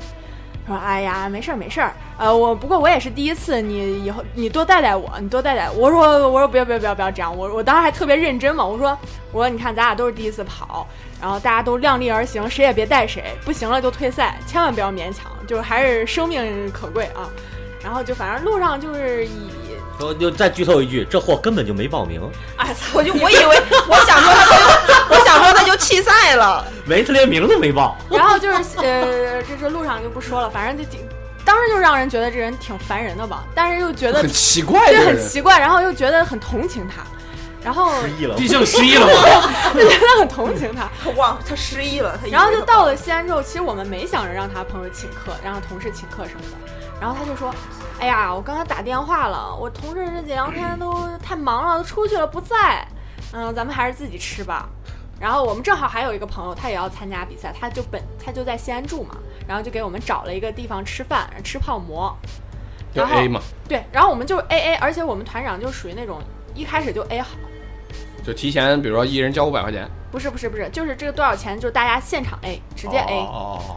Speaker 5: 他说：“哎呀，没事儿没事儿，呃，我不过我也是第一次，你以后你多带带我，你多带带我。”我说：“我说不要不要不要不要这样，我我当时还特别认真嘛，我说我说你看咱俩都是第一次跑，然后大家都量力而行，谁也别带谁，不行了就退赛，千万不要勉强，就是还是生命可贵啊。”然后就反正路上就是以，
Speaker 2: 我就再剧透一句，这货根本就没报名。
Speaker 5: 哎操，
Speaker 7: 我就我以为我想说他没有，我想想说他就弃赛了，
Speaker 2: 没，他连名字没报。
Speaker 5: 然后就是呃，这这路上就不说了，反正就挺，当时就让人觉得这人挺烦人的吧，但是又觉得
Speaker 1: 很奇怪
Speaker 5: 对
Speaker 1: 这个
Speaker 5: 很
Speaker 1: 人。
Speaker 5: 奇怪，然后又觉得很同情他，然后
Speaker 2: 失忆了，
Speaker 6: 毕竟失忆了嘛。
Speaker 5: 就觉得很同情他，
Speaker 7: 他忘他失忆了，他以为
Speaker 5: 然后就
Speaker 7: 他
Speaker 5: 到了西安之后，其实我们没想着让他朋友请客，让他同事请客什么的。然后他就说：“哎呀，我刚才打电话了，我同事这几两天都太忙了，都出去了，不在。嗯，咱们还是自己吃吧。”然后我们正好还有一个朋友，他也要参加比赛，他就本他就在西安住嘛，然后就给我们找了一个地方吃饭，吃泡馍。
Speaker 1: 就
Speaker 5: 然后
Speaker 1: A 嘛，
Speaker 5: 对，然后我们就 A A，而且我们团长就属于那种一开始就 A 好，
Speaker 1: 就提前，比如说一人交五百块钱，
Speaker 5: 不是不是不是，就是这个多少钱，就是大家现场 A，直接 A。
Speaker 1: 哦哦哦，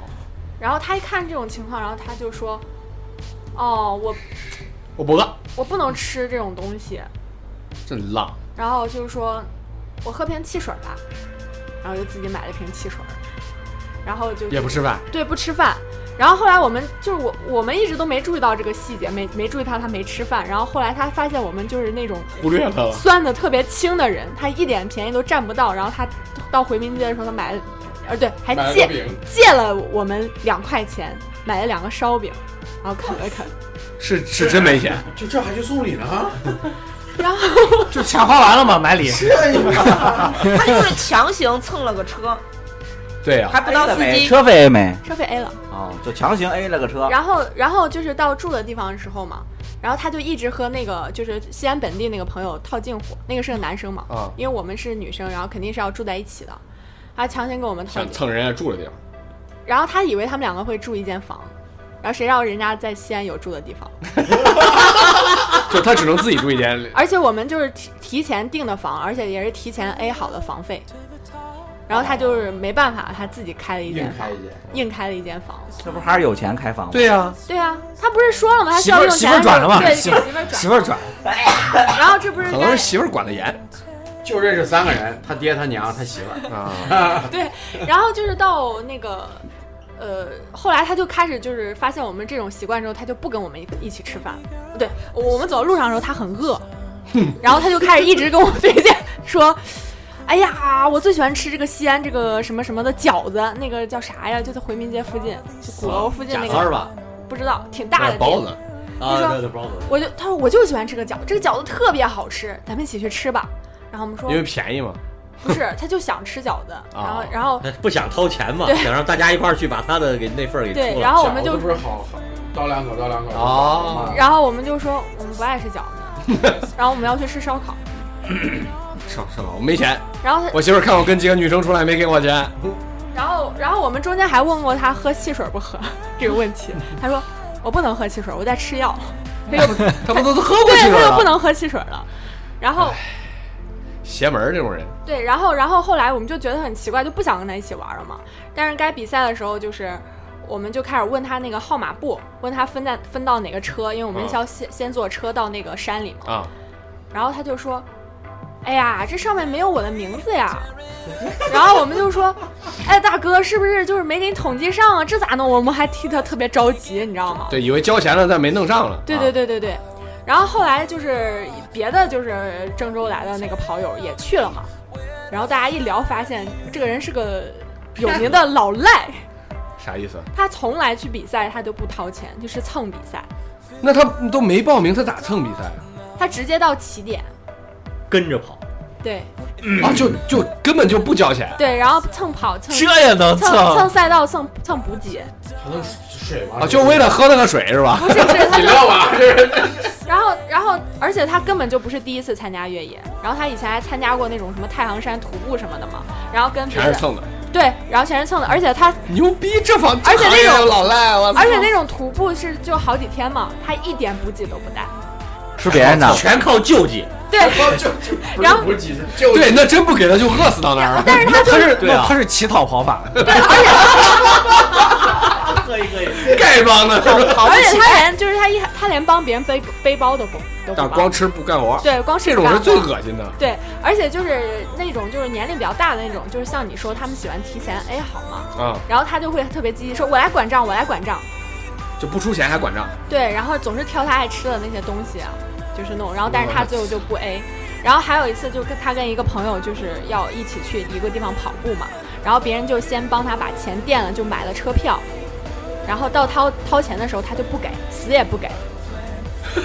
Speaker 5: 然后他一看这种情况，然后他就说：“哦，我
Speaker 1: 我不饿，
Speaker 5: 我不能吃这种东西。
Speaker 1: 真浪。”
Speaker 5: 然后就是说：“我喝瓶汽水吧。”然后就自己买了瓶汽水，然后就
Speaker 1: 也不吃饭，
Speaker 5: 对不吃饭。然后后来我们就是我我们一直都没注意到这个细节，没没注意到他没吃饭。然后后来他发现我们就是那种
Speaker 1: 忽略了。
Speaker 5: 酸的特别轻的人，他一点便宜都占不到。然后他到回民街的时候，他买了，呃对，还
Speaker 4: 哎
Speaker 1: 买了
Speaker 5: 借
Speaker 1: 个饼
Speaker 5: 借了我们两块钱，买了两个烧饼，然后啃了啃。
Speaker 1: 是是真没钱，
Speaker 4: 就这还去送礼呢？
Speaker 5: 然后
Speaker 6: 就钱花完了嘛，买礼。
Speaker 4: 这你们
Speaker 7: 他就是强行蹭了个车，
Speaker 1: 对呀、
Speaker 2: 啊
Speaker 7: 还不
Speaker 5: 呃
Speaker 7: 当司机，
Speaker 3: 车费没
Speaker 5: 哎车费 A 了，
Speaker 1: 哦
Speaker 3: 啊，就强行 A 了个车。
Speaker 5: 然后然后就是到住的地方的时候嘛，然后他就一直和那个就是西安本地那个朋友套近乎，那个是个男生嘛，
Speaker 1: 啊
Speaker 5: 因为我们是女生，然后肯定是要住在一起的，他强行跟我们套
Speaker 1: 想
Speaker 5: 近乎，
Speaker 1: 蹭人家住的地方，
Speaker 5: 然后他以为他们两个会住一间房，然后谁让人家在西安有住的地方。
Speaker 1: 就他只能自己住一间。
Speaker 5: 而且我们就是提提前订的房，而且也是提前 A 好的房费。然后他就是没办法，他自己开了一间
Speaker 4: 硬
Speaker 5: 房
Speaker 4: 开，一间，
Speaker 5: 硬开了一间房。
Speaker 3: 这不还是有钱开房吗？
Speaker 6: 对呀、
Speaker 5: 对啊，他不是说了吗？他需
Speaker 6: 媳妇
Speaker 5: 要
Speaker 6: 儿
Speaker 5: 用
Speaker 6: 媳
Speaker 5: 钱
Speaker 6: 妇儿
Speaker 5: 的时候
Speaker 6: 转了嘛，
Speaker 5: 对，给
Speaker 6: 媳
Speaker 5: 媳
Speaker 6: 妇
Speaker 5: 妇
Speaker 6: 儿
Speaker 5: 儿
Speaker 6: 媳
Speaker 5: 转。
Speaker 6: 妇儿转，
Speaker 5: 然后这不是
Speaker 1: 可能
Speaker 5: 该
Speaker 1: 是媳妇儿管得严
Speaker 4: 就认识三个人，他爹、他娘、他媳妇儿。
Speaker 1: 啊，
Speaker 5: 对，然后就是到那个呃，后来他就开始就是发现我们这种习惯之后，他就不跟我们一一起吃饭了。对，我我们走到路上的时候，他很饿，然后他就开始一直跟我推荐说。哎呀，我最喜欢吃这个西安这个什么什么的饺子，那个叫啥呀？就在回民街附近，就鼓楼附近
Speaker 2: 贾
Speaker 5: 那
Speaker 2: 三儿
Speaker 5: 个，
Speaker 2: 吧？
Speaker 5: 不知道，挺
Speaker 1: 买
Speaker 5: 大
Speaker 1: 点
Speaker 5: 的
Speaker 1: 包
Speaker 5: 店
Speaker 1: 子，
Speaker 5: 你说
Speaker 2: 啊，对对，包子。
Speaker 5: 我就他说我就喜欢吃个饺子，这个饺子特别好吃，咱们一起去吃吧。然后我们说
Speaker 1: 因为便宜嘛。啊
Speaker 5: 不是，他就想吃饺子，然后然后
Speaker 2: 他哎不想掏钱嘛，
Speaker 5: 对
Speaker 2: 想让大家一块儿去把他的给那份儿给
Speaker 5: 对
Speaker 2: 出，了。
Speaker 7: 哦
Speaker 5: 然后我们就
Speaker 4: 饺子不是好好叨两口，叨两口。
Speaker 1: 哦
Speaker 5: 然后我们就说我们不爱吃饺子，然后我们要去吃烧烤。
Speaker 1: 上上我哦没钱，
Speaker 5: 然后他，
Speaker 1: 我媳妇儿看我跟几个女生出来没给我钱，
Speaker 5: 然后，然后我们中间还问过他喝汽水不喝这个问题，他说我不能喝汽水，我在吃药。他又
Speaker 1: 他不都都喝过汽水
Speaker 5: 对，他又不
Speaker 1: 了？
Speaker 5: 能喝汽水了。然后
Speaker 1: 邪门儿这种人，
Speaker 5: 对，然后然后后来我们就觉得很奇怪，就不想跟他一起玩了嘛。但是该比赛的时候，就是我们就开始问他那个号码布，问他分在分到哪个车，因为我们
Speaker 1: 嗯
Speaker 5: 是要先、先坐车到那个山里嘛。
Speaker 1: 啊，
Speaker 5: 然后他就说：“哎呀，这上面没有我的名字呀。”然后我们就说：“哎，大哥，是不是就是没给你统计上啊？这咋弄？”我们还替他特别着急，你知道吗？
Speaker 1: 对，以为交钱了但没弄上了。
Speaker 5: 对对对对对。然后后来就是别的就是郑州来的那个跑友也去了嘛，然后大家一聊发现这个人是个有名的老赖，
Speaker 1: 啊，啥意思？
Speaker 5: 他从来去比赛他都不掏钱，就是蹭比赛，
Speaker 1: 那他都没报名，他咋蹭比赛啊？
Speaker 5: 他直接到起点，
Speaker 2: 跟着跑，
Speaker 5: 对
Speaker 1: 啊，就就根本就不交钱，
Speaker 5: 对，然后蹭跑蹭
Speaker 1: 啊
Speaker 6: 这也能
Speaker 5: 蹭蹭赛道蹭蹭补给，
Speaker 4: 还能水吗？
Speaker 1: 啊，就为了喝那个水是吧？
Speaker 5: 不是不 是，他
Speaker 4: 饮
Speaker 5: 就
Speaker 4: 料吧，这是
Speaker 5: 然后然后，而且他根本就不是第一次参加越野，然后他以前还参加过那种什么太行山徒步什么的嘛，然后跟别
Speaker 1: 全是
Speaker 5: 人
Speaker 1: 蹭的，
Speaker 5: 对，然后全是蹭的，而且他
Speaker 1: 牛逼！这房，
Speaker 5: 而且那
Speaker 1: 这行
Speaker 5: 种
Speaker 1: 业有老赖， 我操
Speaker 5: 而且那种徒步是就好几天嘛，他一点补给都不 带，
Speaker 3: 吃别人的，
Speaker 2: 全靠救济。
Speaker 5: 对，
Speaker 4: 啊就 就不
Speaker 5: 然后
Speaker 4: 是不是几十，就
Speaker 1: 对，那真不给他就饿死到那儿了。
Speaker 5: 但是他就是
Speaker 6: 是
Speaker 2: 对啊
Speaker 6: 那他是乞讨跑法，
Speaker 2: 可以可以，
Speaker 1: 丐帮的，
Speaker 5: 而且他连就是他一他连帮别人背背包都不都
Speaker 1: 但
Speaker 5: 不
Speaker 1: 是光
Speaker 5: 帮，
Speaker 1: 吃不干活，
Speaker 5: 对，光是
Speaker 1: 这种是
Speaker 5: 干
Speaker 1: 最
Speaker 5: 活
Speaker 1: 恶心的。
Speaker 5: 对，而且就是那种就是年龄比较大的那种，就是像你说他们喜欢提前 A 好嘛，
Speaker 1: 啊，
Speaker 5: 然后他就会特别积极说，我来管账，我来管账。
Speaker 1: 就不出钱还管账，
Speaker 5: 对，然后总是挑他爱吃的那些东西啊，就是弄，然后但是他最后就不 A，然后还有一次，就跟他跟一个朋友就是要一起去一个地方跑步嘛，然后别人就先帮他把钱垫了，就买了车票，然后到掏掏钱的时候他就不给，死也不给。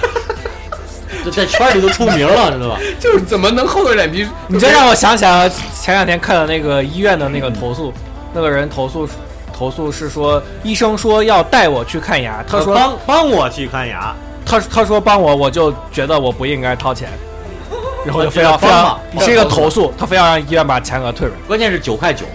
Speaker 2: 就在圈里都出名了，知道吧？
Speaker 1: 就是怎么能厚着脸皮？
Speaker 6: 你这让我想起来前两天看的那个医院的那个投诉，那个人投诉投诉是说医生说要带我去看牙，他说
Speaker 2: 啊帮帮我去看牙，
Speaker 6: 他他说帮我，我就觉得我不应该掏钱，然后就非
Speaker 2: 我
Speaker 6: 要
Speaker 2: 觉
Speaker 6: 非
Speaker 2: 得帮
Speaker 6: 要
Speaker 2: 吧
Speaker 6: 是一个投诉，他非要让医院把钱给他退回来。
Speaker 2: 关键是九块九，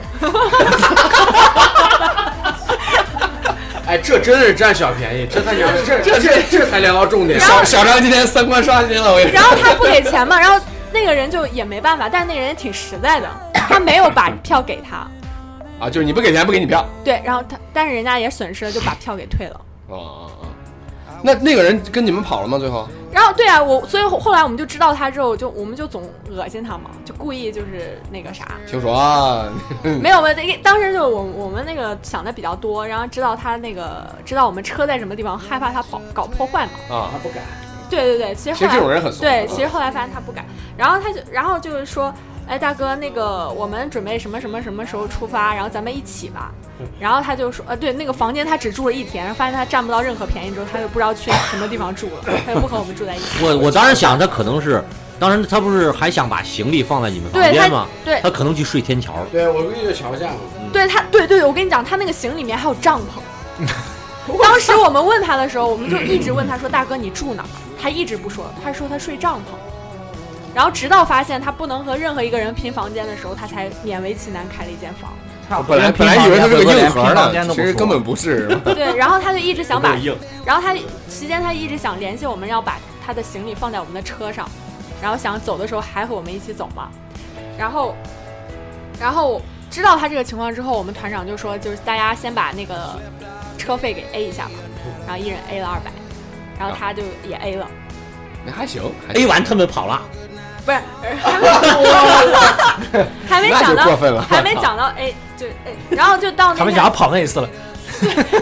Speaker 4: 哎，这真的是占小便宜，这才聊，这这这这才聊到重点。
Speaker 1: 小小张今天三观刷新了，我跟你说
Speaker 5: 然后他不给钱嘛，然后那个人就也没办法，但那个人也挺实在的，他没有把票给他，
Speaker 1: 啊，就是你不给钱不给你票。
Speaker 5: 对，然后他但是人家也损失了，就把票给退了。
Speaker 1: 哦哦哦，那那个人跟你们跑了吗？最后
Speaker 5: 然后对啊，我所以后后来我们就知道他之后，就我们就总恶心他嘛，就故意就是那个啥，
Speaker 1: 听说啊，
Speaker 5: 没有没有，那个当时就我我们那个想的比较多，然后知道他那个知道我们车在什么地方，害怕他搞搞破坏嘛。
Speaker 1: 啊，
Speaker 4: 不敢，
Speaker 5: 对对对，其实
Speaker 1: 其实
Speaker 5: 后来
Speaker 1: 这种人很怂。啊
Speaker 5: 对，其实后来发现他不敢，然后他就然后就是说，哎大哥，那个我们准备什么什么什么时候出发，然后咱们一起吧。
Speaker 1: 嗯
Speaker 5: 然后他就说，呃对，那个房间他只住了一天，然后发现他占不到任何便宜之后，他就不知道去什么地方住了，他就不和我们住在一起。
Speaker 2: 我我当时想他可能是，当时他不是还想把行李放在你们房
Speaker 5: 对
Speaker 2: 间
Speaker 5: 他
Speaker 2: 吗？，
Speaker 5: 对
Speaker 2: 他可能去睡天桥了。
Speaker 4: 对我估计就瞧一下嘛。
Speaker 5: 对他，对对，我跟你讲，他那个行李里面还有帐篷。当时我们问他的时候，我们就一直问他说：“大哥，你住哪儿？”他一直不说，他说他睡帐篷。然后直到发现他不能和任何一个人拼房间的时候，他才勉为其难开了一间房。
Speaker 1: 我本来本来以为他是个硬核呢，其实根本不 是。
Speaker 5: 对，然后他就一直想把
Speaker 2: 有点硬，
Speaker 5: 然后他期间他一直想联系我们，要把他的行李放在我们的车上，然后想走的时候还和我们一起走嘛。然后，然后知道他这个情况之后，我们团长就说，就是大家先把那个车费给 A 一下吧，
Speaker 6: 嗯
Speaker 5: 然后一人 A 了二百，然后他就也 A 了，
Speaker 1: 那还行还行
Speaker 2: A 哎完他们跑了，
Speaker 5: 不是，还没还没讲
Speaker 1: 那就过
Speaker 5: 到，
Speaker 1: 分了。
Speaker 5: 还没讲到 A 就 A，然后就到那
Speaker 6: 他们
Speaker 5: 天
Speaker 6: 牙跑那一次了，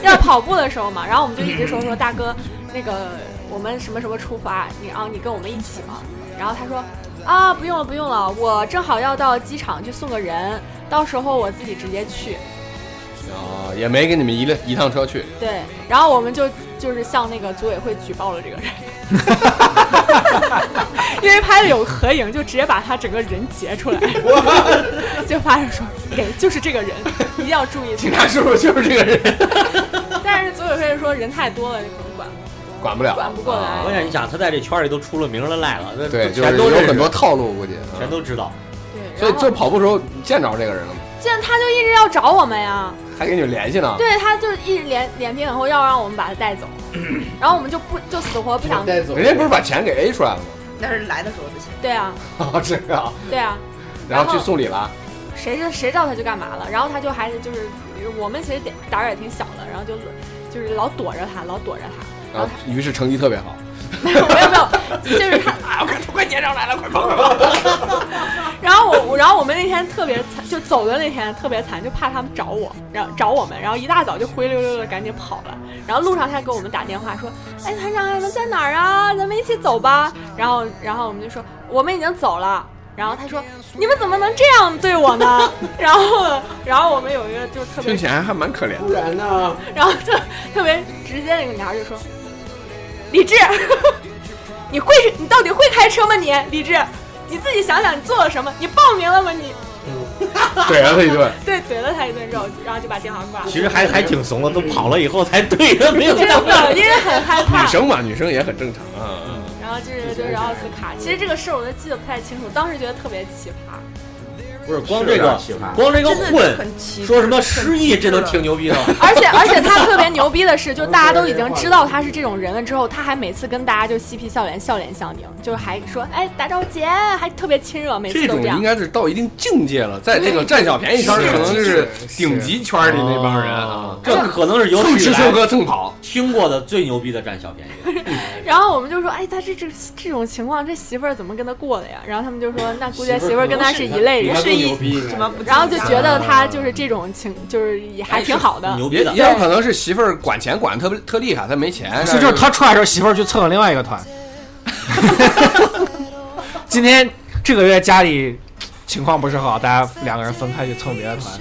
Speaker 5: 要跑步的时候嘛，然后我们就一直说说大哥，那个我们什么时候出发？你啊，你跟我们一起嘛。然后他说啊，不用了，不用了，我正好要到机场去送个人，到时候我自己直接去。
Speaker 1: 啊，也没跟你们一辆一趟车去。
Speaker 5: 对，然后我们就就是向那个组委会举报了 这个人，因为拍的有合影，就直接把他整个人截出来， 就发现说给就是这个人，一定要注意这
Speaker 1: 警
Speaker 5: 个。
Speaker 1: 察叔叔就是这个人，
Speaker 5: 但是组委会说人太多了，就可能管
Speaker 1: 管不了，
Speaker 5: 管不过
Speaker 1: 啊
Speaker 5: 来。
Speaker 2: 啊关键你想他在这圈里都出了名了，赖了，那
Speaker 1: 对，就是
Speaker 2: 全都
Speaker 1: 有
Speaker 2: 认识
Speaker 1: 很多，套路，估计。啊
Speaker 2: 全都知道。
Speaker 5: 对，
Speaker 1: 所以
Speaker 5: 然后
Speaker 1: 就跑步时候你见着这个人了吗？
Speaker 5: 见他就一直要找我们呀，
Speaker 1: 还跟你们联系呢？
Speaker 5: 对，他就一直脸脸皮很厚，要让我们把他带走，然后我们就不就死活不想，
Speaker 4: 带走
Speaker 1: 人家不是把钱给 A 出来了吗？
Speaker 7: 但是来的时候不行。
Speaker 5: 对啊，
Speaker 1: 哦，这个啊，
Speaker 5: 对啊，
Speaker 1: 然后
Speaker 5: 然
Speaker 1: 去
Speaker 5: 后
Speaker 1: 送礼了。
Speaker 5: 谁知谁知道他去干嘛了？然后他就还是就是我们其实胆儿也挺小的，然后就就是老躲着他，老躲着他，
Speaker 1: 然后于是成绩特别好，
Speaker 5: 没有没有，就是 他，
Speaker 1: 啊，我看快结账来了，快跑快跑！
Speaker 5: 然后我我然后我们那天特别惨，就走的那天特别惨，就怕他们找我，然后找我们，然后一大早就灰溜溜的赶紧跑了。然后路上他给我们打电话说：“哎，团长，你们在哪儿啊？咱们一起走吧。”然后然后我们就说：“我们已经走了。”然后他说：“你们怎么能这样对我呢？” 然后然后我们有一个就特别
Speaker 1: 听起来还蛮可怜的。
Speaker 4: 不然呢？
Speaker 5: 然后特特别直接的一个女孩就说：“李志， 你会你到底会开车吗你？李志，你自己想想你做了什么？你报名了吗你？”
Speaker 1: 怼了他一顿，
Speaker 5: 对，怼了他一顿之后，然后就把电话挂了。
Speaker 2: 其实还还挺怂的，都跑了以后才对的， 没有
Speaker 5: 真的，因为很害
Speaker 1: 女
Speaker 5: 怕。
Speaker 1: 生嘛，女生也很正常啊。
Speaker 5: 然后就是就是奥斯卡，其实这个事儿我都记得不太清楚，当时觉得特别奇葩。
Speaker 2: 不是光这个
Speaker 4: 是啊有点奇葩
Speaker 2: 光这个
Speaker 7: 真的
Speaker 2: 混，
Speaker 7: 很奇怪
Speaker 2: 说什么失忆，这都挺牛逼的。
Speaker 5: 而且而且他特别牛逼的是，就大家都已经知道他是这种人了之后，他还每次跟大家就嬉皮笑脸，笑脸相迎，就是还说哎打招呼姐，还特别亲热，每次
Speaker 1: 这
Speaker 5: 都
Speaker 1: 种
Speaker 5: 这样
Speaker 1: 应。该是到一定境界了，在这个占小便宜圈儿，可能就是顶级圈儿里那帮人啊，
Speaker 2: 这可能是有
Speaker 1: 蹭
Speaker 2: 史
Speaker 1: 吃
Speaker 2: 以
Speaker 1: 蹭
Speaker 2: 来
Speaker 1: 喝蹭跑。
Speaker 2: 听过的最牛逼的占小便宜。
Speaker 5: 然后我们就说哎他这这这种情况，这媳妇儿怎么跟他过的呀？然后他们就说那估计媳妇儿跟他是一类人
Speaker 4: 他，
Speaker 7: 是
Speaker 4: 更牛逼
Speaker 7: 一
Speaker 4: 应该
Speaker 7: 什么不
Speaker 5: 然后就觉得他就是这种情，就是也还挺好的。
Speaker 2: 哎牛
Speaker 1: 也
Speaker 2: 逼的，
Speaker 1: 也有可能是媳妇儿管钱管得特别特厉害，她没钱。啊
Speaker 6: 是 就是他出来的时候，媳妇儿去蹭了另外一个团。今天这个月家里情况不是很好，大家两个人分开去蹭别的团。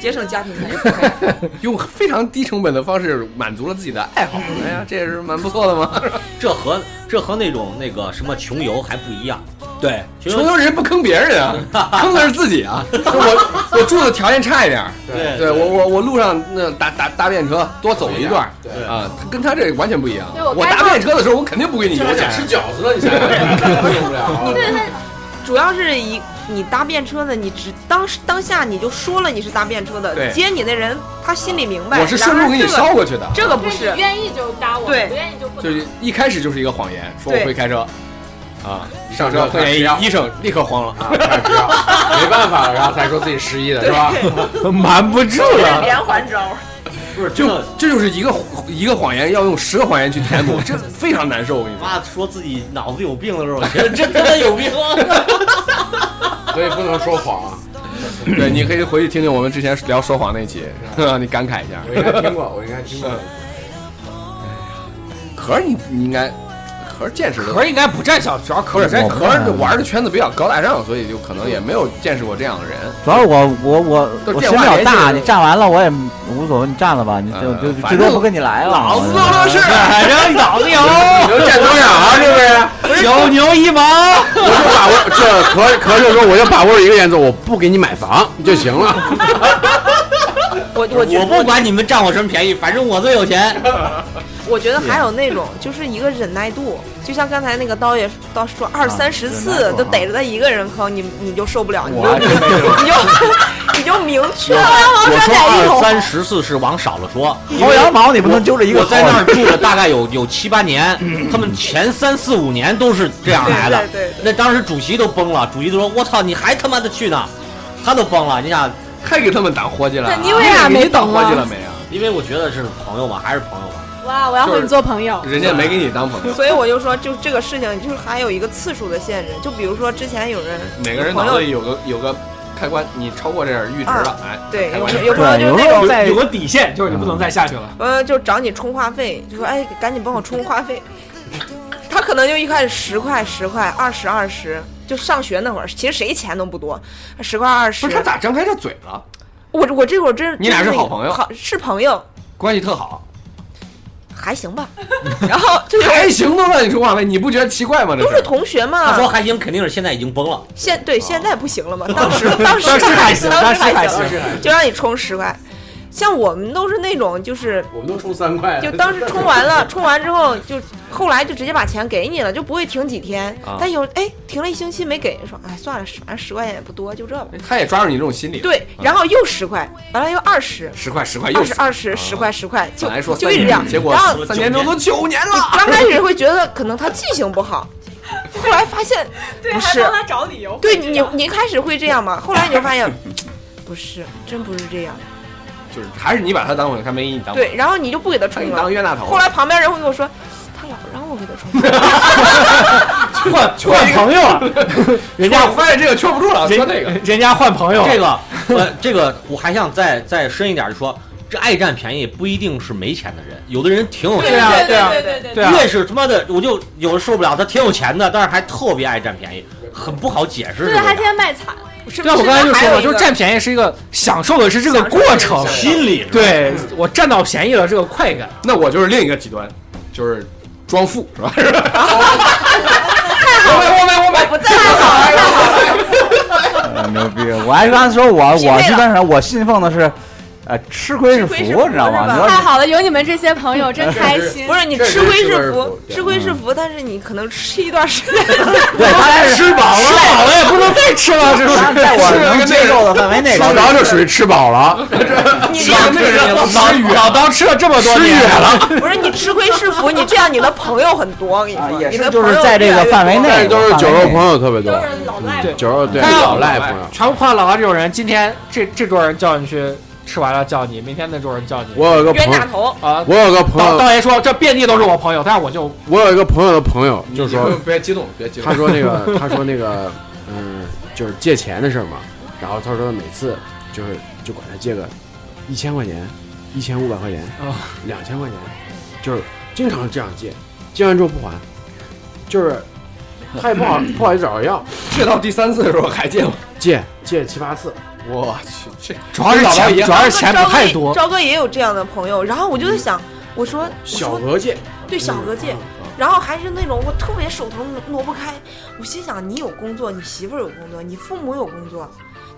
Speaker 7: 节省家庭开支。
Speaker 1: 用非常低成本的方式满足了自己的爱好。哎呀，这也是蛮不错的嘛。
Speaker 2: 这和这和那种那个什么穷游还不一样。
Speaker 1: 对，
Speaker 2: 穷游
Speaker 1: 穷游人不坑别人啊，坑的是自己 啊。就我我住的条件差一点儿，
Speaker 2: 对
Speaker 1: 对我我我路上那搭搭搭便车多走一段儿
Speaker 4: 对
Speaker 2: 对
Speaker 1: 啊，他跟他这完全不一样
Speaker 5: 对我。
Speaker 1: 我
Speaker 5: 该
Speaker 1: 搭
Speaker 5: 放
Speaker 1: 便车的时候，我肯定不给你
Speaker 4: 这
Speaker 1: 油
Speaker 4: 还
Speaker 1: 钱
Speaker 4: 想。吃饺子了，你想想，受不了
Speaker 5: 对
Speaker 4: 了。
Speaker 5: 他
Speaker 7: 主要是一你搭便车的，你只当时当下你就说了你是搭便车
Speaker 1: 对
Speaker 7: 的，接你那人他心里明白。
Speaker 1: 我是顺路给你捎过去的，
Speaker 7: 然而这个，这个不
Speaker 5: 对
Speaker 7: 是
Speaker 5: 你。愿意就搭我，
Speaker 7: 对
Speaker 5: 不愿意就不搭
Speaker 1: 就。是一开始就是一个谎言，说我
Speaker 7: 对
Speaker 1: 会开车，啊，上
Speaker 4: 上
Speaker 1: 车
Speaker 4: 车
Speaker 6: 哎
Speaker 1: 碰见
Speaker 4: 开始要
Speaker 1: 医生立刻慌了。
Speaker 4: 啊，开始要没办法了，然后才说自己失忆的是 吧？
Speaker 6: 瞒不住了。
Speaker 7: 连环招，
Speaker 2: 不是
Speaker 1: 就
Speaker 2: 真的
Speaker 1: 这就是一个一个谎言要用十个谎言去填 补，这非常难受。我跟你说，
Speaker 2: 妈说自己脑子有病的时候，我觉得这真的有病。啊
Speaker 4: 所以不能说谎啊。
Speaker 1: 对，你可以回去听听我们之前聊说谎那期， 你感慨一下
Speaker 4: 我。应该听过，我应该听过。
Speaker 1: 壳儿你你应该，壳儿见识的
Speaker 6: 壳儿应该不占小，主要壳
Speaker 1: 不
Speaker 6: 儿
Speaker 1: 是
Speaker 6: 占
Speaker 1: 这
Speaker 3: 我
Speaker 1: 壳儿
Speaker 3: 不
Speaker 1: 玩的圈子比较高大上，所以就可能也没有见识过这样的人。
Speaker 3: 主要是我我我
Speaker 1: 都
Speaker 3: 我
Speaker 1: 电
Speaker 3: 心
Speaker 1: 话联系
Speaker 3: 比较大，
Speaker 1: 的
Speaker 3: 你站完了我也无所谓，你站了吧，你就
Speaker 1: 呃
Speaker 3: 就
Speaker 1: 反
Speaker 3: 最多
Speaker 1: 正
Speaker 3: 不跟你来了。
Speaker 1: 老
Speaker 3: 我
Speaker 1: 子
Speaker 3: 就
Speaker 1: 做 的事儿，
Speaker 6: 反正哎脑子
Speaker 4: 你
Speaker 6: 有
Speaker 4: 能占多少啊？是不是？
Speaker 6: 九牛一 毛。
Speaker 4: 我就把握这壳壳就说，我就把握一个原则，我不给你买房就行了。
Speaker 7: 我 我觉
Speaker 2: 我
Speaker 7: 得
Speaker 2: 不管你们占我什么便宜，反正我最有钱。
Speaker 7: 我觉得还有那种就是一个忍耐度，就像刚才那个刀也刀说二三十
Speaker 3: 忍耐
Speaker 7: 次
Speaker 3: 度啊
Speaker 7: 都逮着他一个人坑，你你就受不了，你
Speaker 3: 我
Speaker 7: 就
Speaker 3: 还真没有。
Speaker 7: 你就 你就明确了
Speaker 2: 我
Speaker 7: 往
Speaker 2: 说
Speaker 7: 上点一
Speaker 2: 二
Speaker 7: 头。
Speaker 2: 三十次是往少了 说，
Speaker 3: 薅羊毛你不能揪着一个
Speaker 2: 我在
Speaker 3: 薅
Speaker 2: 那儿住了大概有有七八 年，他们前三四五年都是这样来的
Speaker 7: 对。对对
Speaker 2: 那当时主席都崩了，主席都说：“我操，你还他妈的去呢？”他都崩了。你想，
Speaker 1: 太给他们打伙计了啊。
Speaker 5: 那妮维亚
Speaker 1: 给你
Speaker 5: 没
Speaker 1: 当
Speaker 5: 懂
Speaker 1: 伙计
Speaker 5: 啊
Speaker 1: 了没啊？
Speaker 2: 因为我觉得是朋友嘛，还是朋友嘛。
Speaker 5: 哇，我要和你做朋友。
Speaker 1: 人家没给你当朋友，
Speaker 7: 所以我就说，就这个事情，就是还有一个次数的限制。就比如说之前有人
Speaker 1: 每个人
Speaker 7: 朋
Speaker 1: 脑子
Speaker 7: 友啊
Speaker 1: 里有个有个开关，你超过这儿阈值了，哎，
Speaker 7: 对
Speaker 1: 开
Speaker 7: 有
Speaker 1: 关
Speaker 7: 有朋友就是那
Speaker 3: 对有时候
Speaker 7: 种
Speaker 3: 在
Speaker 6: 有个底线，就是你不能再下去了。
Speaker 7: 呃，就找你充话费，就说哎，赶紧帮我充话费。 他可能就一开始十块、十块、二十、二十，就上学那会儿，其实谁钱都不多，十块、二十
Speaker 1: 不是。他咋张开这嘴了？
Speaker 7: 我我这会儿真
Speaker 1: 你俩
Speaker 7: 真
Speaker 1: 是好朋友
Speaker 7: 好是朋友，
Speaker 1: 关系特好，
Speaker 7: 还行 吧。然后就是
Speaker 1: 还行都让你充话费，你不觉得奇怪吗？这
Speaker 7: 都是同学
Speaker 2: 他说
Speaker 7: 嘛，
Speaker 2: 还行，肯定是现在已经崩了。
Speaker 7: 现
Speaker 1: 哦
Speaker 7: 对现在不行了嘛，当时当时
Speaker 6: 当时还行
Speaker 7: 当
Speaker 6: 当时还
Speaker 7: 行
Speaker 6: 行当时还，
Speaker 7: 就让你充十块。像我们都是那种就是
Speaker 4: 我们都充三 块了
Speaker 7: 就当时充完了，充完之后就后来就直接把钱给你了，就不会停几天。
Speaker 1: 啊
Speaker 7: 但有哎停了一星期没给，说哎算了，十反正十块钱也不多，就这吧。
Speaker 1: 哎他也抓住你这种心理了。
Speaker 7: 对，然后又十块，完了又二十，
Speaker 1: 十块十块又
Speaker 7: 二十二十十块十块，就
Speaker 1: 本来说
Speaker 7: 就
Speaker 1: 三
Speaker 7: 一直这样
Speaker 1: 年，。结果
Speaker 7: 然后
Speaker 1: 三年之后都九年
Speaker 7: 你
Speaker 1: 了。
Speaker 7: 刚开始会觉得可能他记性不好，后来发现
Speaker 5: 对，
Speaker 7: 不
Speaker 5: 还
Speaker 7: 是
Speaker 5: 帮，他找理哦由。
Speaker 7: 对你你一开始会这样嘛，后来你就发现 不是，真不是这样。
Speaker 1: 就是还是你把他当朋友，他没你当朋友，
Speaker 7: 对，然后你就不给他
Speaker 1: 他
Speaker 7: 充
Speaker 1: 哎给你当
Speaker 7: 了。
Speaker 1: 冤大头。
Speaker 7: 后来旁边人会跟我说，他老让我给他充。
Speaker 6: 换换朋友了，人家
Speaker 1: 我发现这个圈不住了，说这个
Speaker 6: 人人家换朋友，
Speaker 2: 这个，呃，这个我还想再再深一点地说，这爱占便宜不一定是没钱的人，有的人挺有钱
Speaker 6: 对啊
Speaker 5: 对
Speaker 6: 对啊
Speaker 5: 对对对
Speaker 6: 对啊
Speaker 2: 越是他妈的，我就有的受不了，他挺有钱的，但是还特别爱占便宜，很不好解释。
Speaker 5: 对，
Speaker 2: 是不
Speaker 5: 还
Speaker 2: 是
Speaker 5: 天天卖惨。
Speaker 7: 是不
Speaker 6: 对，我
Speaker 7: 是
Speaker 6: 刚才就
Speaker 7: 还
Speaker 6: 说
Speaker 7: 有
Speaker 6: 了，
Speaker 7: 一
Speaker 6: 就是
Speaker 7: 个
Speaker 6: 占便宜是一个享受的是这个
Speaker 7: 享受
Speaker 6: 过
Speaker 7: 的是
Speaker 6: 程，
Speaker 7: 享受
Speaker 2: 心理是吧，
Speaker 6: 对我占到便宜了这个快感，
Speaker 1: 那我就是另一个极端，就是装富 是吧？
Speaker 7: 我 不在乎。
Speaker 3: 哎牛逼！我还刚才说我
Speaker 7: 匹配了
Speaker 3: 我是干啥？我信奉的是，呃，吃亏是
Speaker 7: 吃
Speaker 3: 福，
Speaker 7: 亏
Speaker 3: 你
Speaker 7: 是
Speaker 3: 知
Speaker 7: 福
Speaker 3: 道吗？
Speaker 7: 是
Speaker 3: 你
Speaker 7: 吧
Speaker 5: 太
Speaker 3: 要
Speaker 5: 好了，有你们这些朋友真开心。
Speaker 7: 不是你
Speaker 4: 确实
Speaker 7: 吃
Speaker 4: 吃亏
Speaker 7: 亏是
Speaker 4: 是
Speaker 7: 福
Speaker 4: 福，对
Speaker 7: 吃亏是福，但是你可能吃一段时间。
Speaker 3: 对，他还是
Speaker 6: 吃饱了，吃饱了也不能再吃了，这是
Speaker 3: 他在我能接受的范围内。
Speaker 4: 哎老张就属于吃饱了，
Speaker 7: 你这
Speaker 1: 老
Speaker 7: 样
Speaker 1: 那个人
Speaker 6: 老
Speaker 1: 老
Speaker 6: 老老刀吃了这么多
Speaker 4: 失
Speaker 6: 年
Speaker 4: 语了。
Speaker 7: 不是你吃亏是福，你这样你的朋友很多，我跟你
Speaker 3: 啊
Speaker 7: 说，
Speaker 3: 也
Speaker 7: 你
Speaker 3: 是
Speaker 7: 的
Speaker 3: 就是
Speaker 7: 朋友
Speaker 3: 在这
Speaker 7: 越来
Speaker 3: 哎个
Speaker 7: 越
Speaker 3: 范围
Speaker 7: 多
Speaker 3: 内
Speaker 4: 但是哎都是酒肉朋友特别
Speaker 5: 都
Speaker 4: 多，
Speaker 5: 是老赖。
Speaker 6: 对
Speaker 4: 酒肉对
Speaker 6: 他哎要
Speaker 4: 老赖朋友。
Speaker 6: 全部碰到老外这种人，今天这这桌人叫你去吃完了叫你，明天那桌人叫你
Speaker 4: 我有个朋
Speaker 7: 冤
Speaker 4: 友
Speaker 7: 大，头，
Speaker 6: 啊。
Speaker 4: 我有个朋
Speaker 6: 道
Speaker 4: 友，
Speaker 6: 道爷说这遍地都是我朋友，但是我就
Speaker 4: 我有一个朋友的朋友，就
Speaker 1: 你
Speaker 4: 说
Speaker 1: 不别激动，别激
Speaker 4: 他
Speaker 1: 动。
Speaker 4: 说那个，他说那个，嗯，就是借钱的事儿嘛。然后他说每次就是就管他借个一千块钱、一千五百块钱
Speaker 6: 啊、
Speaker 4: 两千块钱，就是经常这样借，借完之后不还，就是他也不好不好意思找人要，
Speaker 1: 借到第三次的时候还借我，
Speaker 4: 借借七八次，
Speaker 1: 我去，这
Speaker 6: 主要是
Speaker 1: 老
Speaker 6: 钱，
Speaker 1: 爷
Speaker 6: 主要是钱不
Speaker 7: 朝哥
Speaker 6: 太
Speaker 7: 也
Speaker 1: 哎
Speaker 6: 多。
Speaker 7: 朝哥也有这样的朋友，然后我就在想，我说，我
Speaker 4: 小
Speaker 7: 说
Speaker 4: 额借，
Speaker 7: 对小额借，
Speaker 4: 嗯
Speaker 7: 然后还是那种我特别手头挪不开。我心想，你有工作，你媳妇儿有工作，你父母有工作，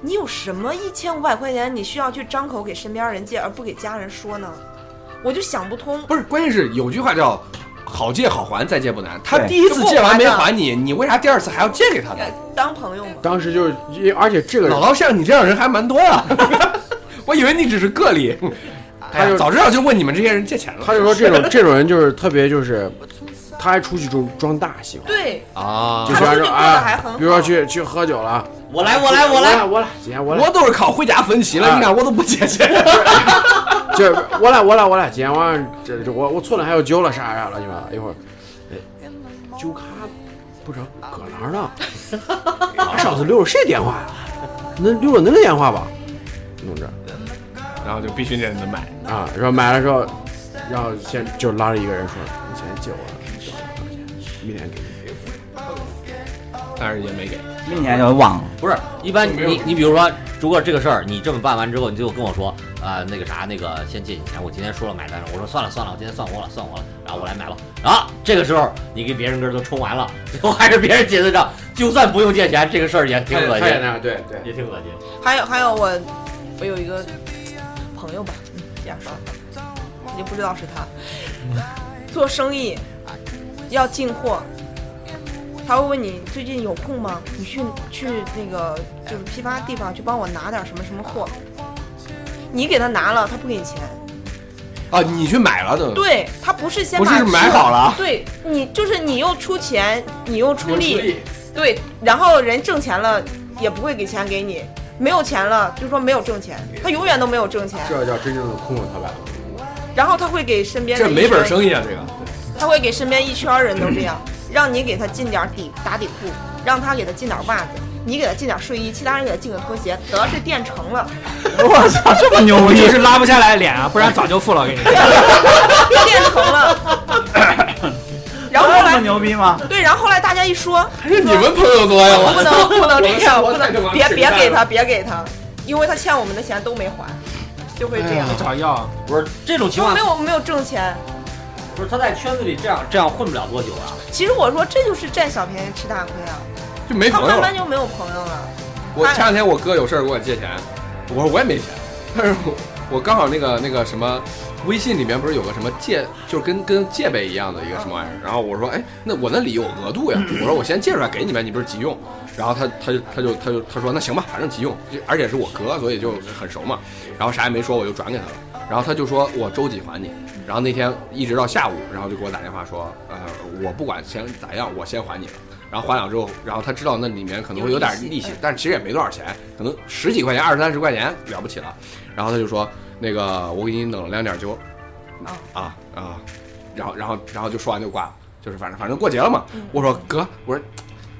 Speaker 7: 你有什么一千五百块钱你需要去张口给身边人借，而不给家人说呢？我就想不通。
Speaker 1: 不是，关键是有句话叫“好借好还，再借不难”。他
Speaker 3: 对
Speaker 1: 第一次借完没
Speaker 7: 就不还
Speaker 1: 还你，你为啥第二次还要借给他呢？
Speaker 7: 呃当朋友嘛，
Speaker 4: 当时就是因为而且这个人
Speaker 1: 姥姥像你这样人还蛮多 啊，我以为你只是个例。哎
Speaker 4: 他
Speaker 1: 呀，
Speaker 4: 就
Speaker 1: 早知道就问你们这些人借钱了。
Speaker 4: 他就说这种 这种人就是特别就是，他还出去装装大喜欢，
Speaker 7: 对，
Speaker 1: 啊
Speaker 4: 就
Speaker 7: 他
Speaker 4: 喜欢说
Speaker 7: 出去过得还
Speaker 4: 啊
Speaker 7: 很，好
Speaker 4: 比如说去去喝酒了，
Speaker 2: 我来，我来，
Speaker 4: 我
Speaker 2: 我来，
Speaker 4: 我来，今天我来
Speaker 1: 我，都是考回家分歧了，
Speaker 4: 哎
Speaker 1: 你看我都不借钱。
Speaker 4: 就是我来我来我来，今天晚上这这我我错了还有酒了啥啥了，你们一会儿，哎，酒卡不成，搁哪儿呢？我上次留了谁电话呀？恁留了恁个电话吧？弄这
Speaker 1: 然后就必须得买。
Speaker 4: 啊，然后买了之后，然后先就拉着一个人说：“你先借我多少钱，明天给你。
Speaker 1: 但是也没给。
Speaker 3: 明年就忘了。
Speaker 2: 不是，一般你你比如说，如果这个事儿你这么办完之后，你就跟我说，啊、那个啥，那个先借你钱，我今天说了买单，我说算了算了，我今天算活了算活了，然后我来买吧。啊，这个时候你给别人歌都充完了，最后还是别人结的账，就算不用借钱，这个事儿也”挺恶
Speaker 4: 他也
Speaker 2: 心，
Speaker 4: 那样，对对。
Speaker 2: 也挺恶心。
Speaker 7: 还有还有我，我有一个朋友吧，嗯，这样说，也不知道是他，做生意要进货，他会问你最近有空吗？你去去那个就是批发地方去帮我拿点什么什么货，你给他拿了，他不给你钱，
Speaker 1: 啊，你去买了都。
Speaker 7: 对他不是先
Speaker 1: 不
Speaker 7: 把
Speaker 1: 是买好了啊
Speaker 7: 对你就是你又出钱，你又出力，
Speaker 4: 出力
Speaker 7: 对，然后人挣钱了也不会给钱给你，没有钱了就说没有挣钱，他永远都没有挣钱，
Speaker 4: 这叫真正的空手套白狼。
Speaker 7: 然后他会给身边的
Speaker 1: 这
Speaker 7: 一
Speaker 1: 没本
Speaker 7: 圈
Speaker 1: 生意啊，这个。
Speaker 7: 他会给身边一圈人都这样， 让你给他进点底打底裤，让他给他进点袜子，你给他进点睡衣，其他人给他进个拖鞋，得这店成了，
Speaker 3: 我操，这么牛
Speaker 6: 我
Speaker 3: 逼
Speaker 6: 就！
Speaker 4: 哎
Speaker 6: 是拉不下来脸啊，不然早就付了给你。
Speaker 7: 店 成了。然后后
Speaker 3: 这么
Speaker 7: 来
Speaker 3: 牛逼吗？
Speaker 7: 对，然后后来大家一说，
Speaker 1: 还哎是你们朋友多 呀，
Speaker 7: 不
Speaker 1: 我。
Speaker 7: 能不能这样，
Speaker 1: 我
Speaker 7: 不
Speaker 1: 们生活太他妈
Speaker 7: 能别
Speaker 1: 平
Speaker 7: 别
Speaker 1: 淡
Speaker 7: 给
Speaker 1: 了
Speaker 7: 他，别给他，因为他欠我们的钱都没还，就会
Speaker 1: 哎
Speaker 7: 这样，
Speaker 6: 找要，
Speaker 2: 不是这种情
Speaker 7: 就
Speaker 2: 况
Speaker 7: 没，有没有挣钱。
Speaker 2: 不是他在圈子里这样这样混不了多久啊。
Speaker 7: 其实我说这就是占小便宜吃大亏啊，
Speaker 1: 就没
Speaker 7: 他
Speaker 1: 哎朋友
Speaker 7: 慢慢
Speaker 1: 了。
Speaker 7: 就没有朋友了。
Speaker 1: 我前两天我哥有事儿给我借钱，我说我也没钱，但是我我刚好那个那个什么。微信里面不是有个什么借，就是跟跟借呗一样的一个什么玩意儿，然后我说，哎，那我那里有额度呀，我说我先借出来给你们，你不是急用，然后他他就他就他就他说那行吧，反正急用，就而且是我哥，所以就很熟嘛，然后啥也没说，我就转给他了，然后他就说我周几还你，然后那天一直到下午，然后就给我打电话说，呃，我不管先咋样，我先还你了。然后还了之后，然后他知道那里面可能会有点利息，嗯但其实也没多少钱，可能十几块钱、二三十块钱了不起了。然后他就说：“那个，我给你冷两点酒，啊啊，然后然后然后就说完就挂了，就是反正反正过节了嘛。
Speaker 7: 嗯
Speaker 1: 我说哥，我说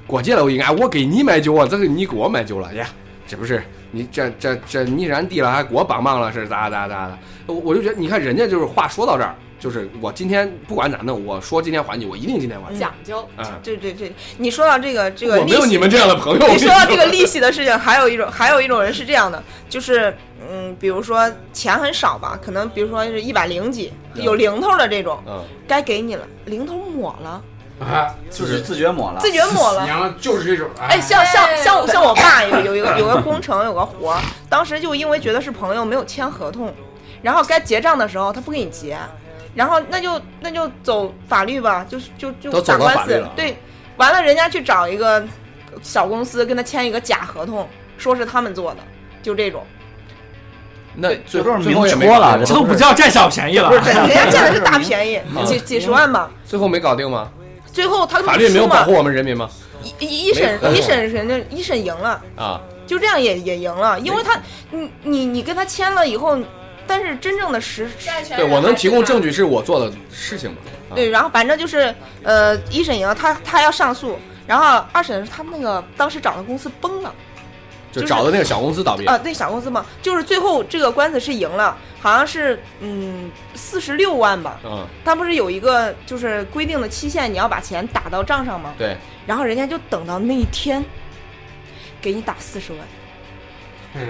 Speaker 1: 过节了我应该我给你买酒啊，这是你给我买酒了呀，这不是你这这这你染地了还给我帮忙了是咋咋咋的？我我就觉得你看人家就是话说到这儿，就是我今天不管咋弄，我说今天还你，我一定今天还你。
Speaker 5: 讲究。
Speaker 1: 嗯，
Speaker 7: 对对对，你说到这个这
Speaker 1: 我
Speaker 7: 个利
Speaker 1: 没有
Speaker 7: 息，
Speaker 1: 你们这样的朋友。
Speaker 7: 你说到这个
Speaker 1: 例，
Speaker 7: 利息的事情，还有一种还有一种人是这样的，就是嗯，比如说钱很少吧，可能比如说是一百零几，有零头的这种，
Speaker 1: 嗯，
Speaker 7: 该给你了，零头抹了，
Speaker 4: 啊，
Speaker 3: 就是自觉抹了
Speaker 7: 自觉抹了。
Speaker 4: 娘就是这种，
Speaker 7: 哎，像像
Speaker 5: 哎
Speaker 7: 像我像我爸有有一个有个工程有个活儿，当时就因为觉得是朋友没有签合同，然后该结账的时候他不给你结，然后那就那就走法律吧，就是就
Speaker 1: 都
Speaker 7: 就
Speaker 1: 走
Speaker 7: 打
Speaker 1: 到
Speaker 7: 官
Speaker 1: 法律
Speaker 7: 司
Speaker 1: 了啊。
Speaker 7: 对，完了人家去找一个小公司跟他签一个假合同，说是他们做的，就这种，
Speaker 1: 那最
Speaker 3: 这都是
Speaker 1: 最后也没
Speaker 3: 明戳
Speaker 1: 搞
Speaker 3: 了
Speaker 1: 定
Speaker 6: 这都不叫占小便宜了
Speaker 7: 不。是 人家占的是大便宜，几几十万吧。
Speaker 1: 最后没搞定吗？
Speaker 7: 最后他
Speaker 1: 啊法律没有
Speaker 7: 输
Speaker 1: 保
Speaker 7: 嘛
Speaker 1: 护，我们人民吗？
Speaker 7: 一一一审
Speaker 1: 没合同
Speaker 7: 一审人家一审赢了。
Speaker 1: 啊，
Speaker 7: 就这样也也赢了，因为他，你你你跟他签了以后，但是真正的实，
Speaker 1: 对我能提供证据是我做的事情吗？啊
Speaker 7: 对，然后反正就是，呃，一审赢了，他他要上诉，然后二审他那个当时找的公司崩了，
Speaker 1: 就
Speaker 7: 就是
Speaker 1: 找的那个小公司倒闭，
Speaker 7: 啊，那小公司嘛，就是最后这个官司是赢了，好像是嗯四十六万吧。
Speaker 1: 嗯，
Speaker 7: 他不是有一个就是规定的期限，你要把钱打到账上吗？
Speaker 1: 对，
Speaker 7: 然后人家就等到那一天，给你打四十万。
Speaker 4: 嗯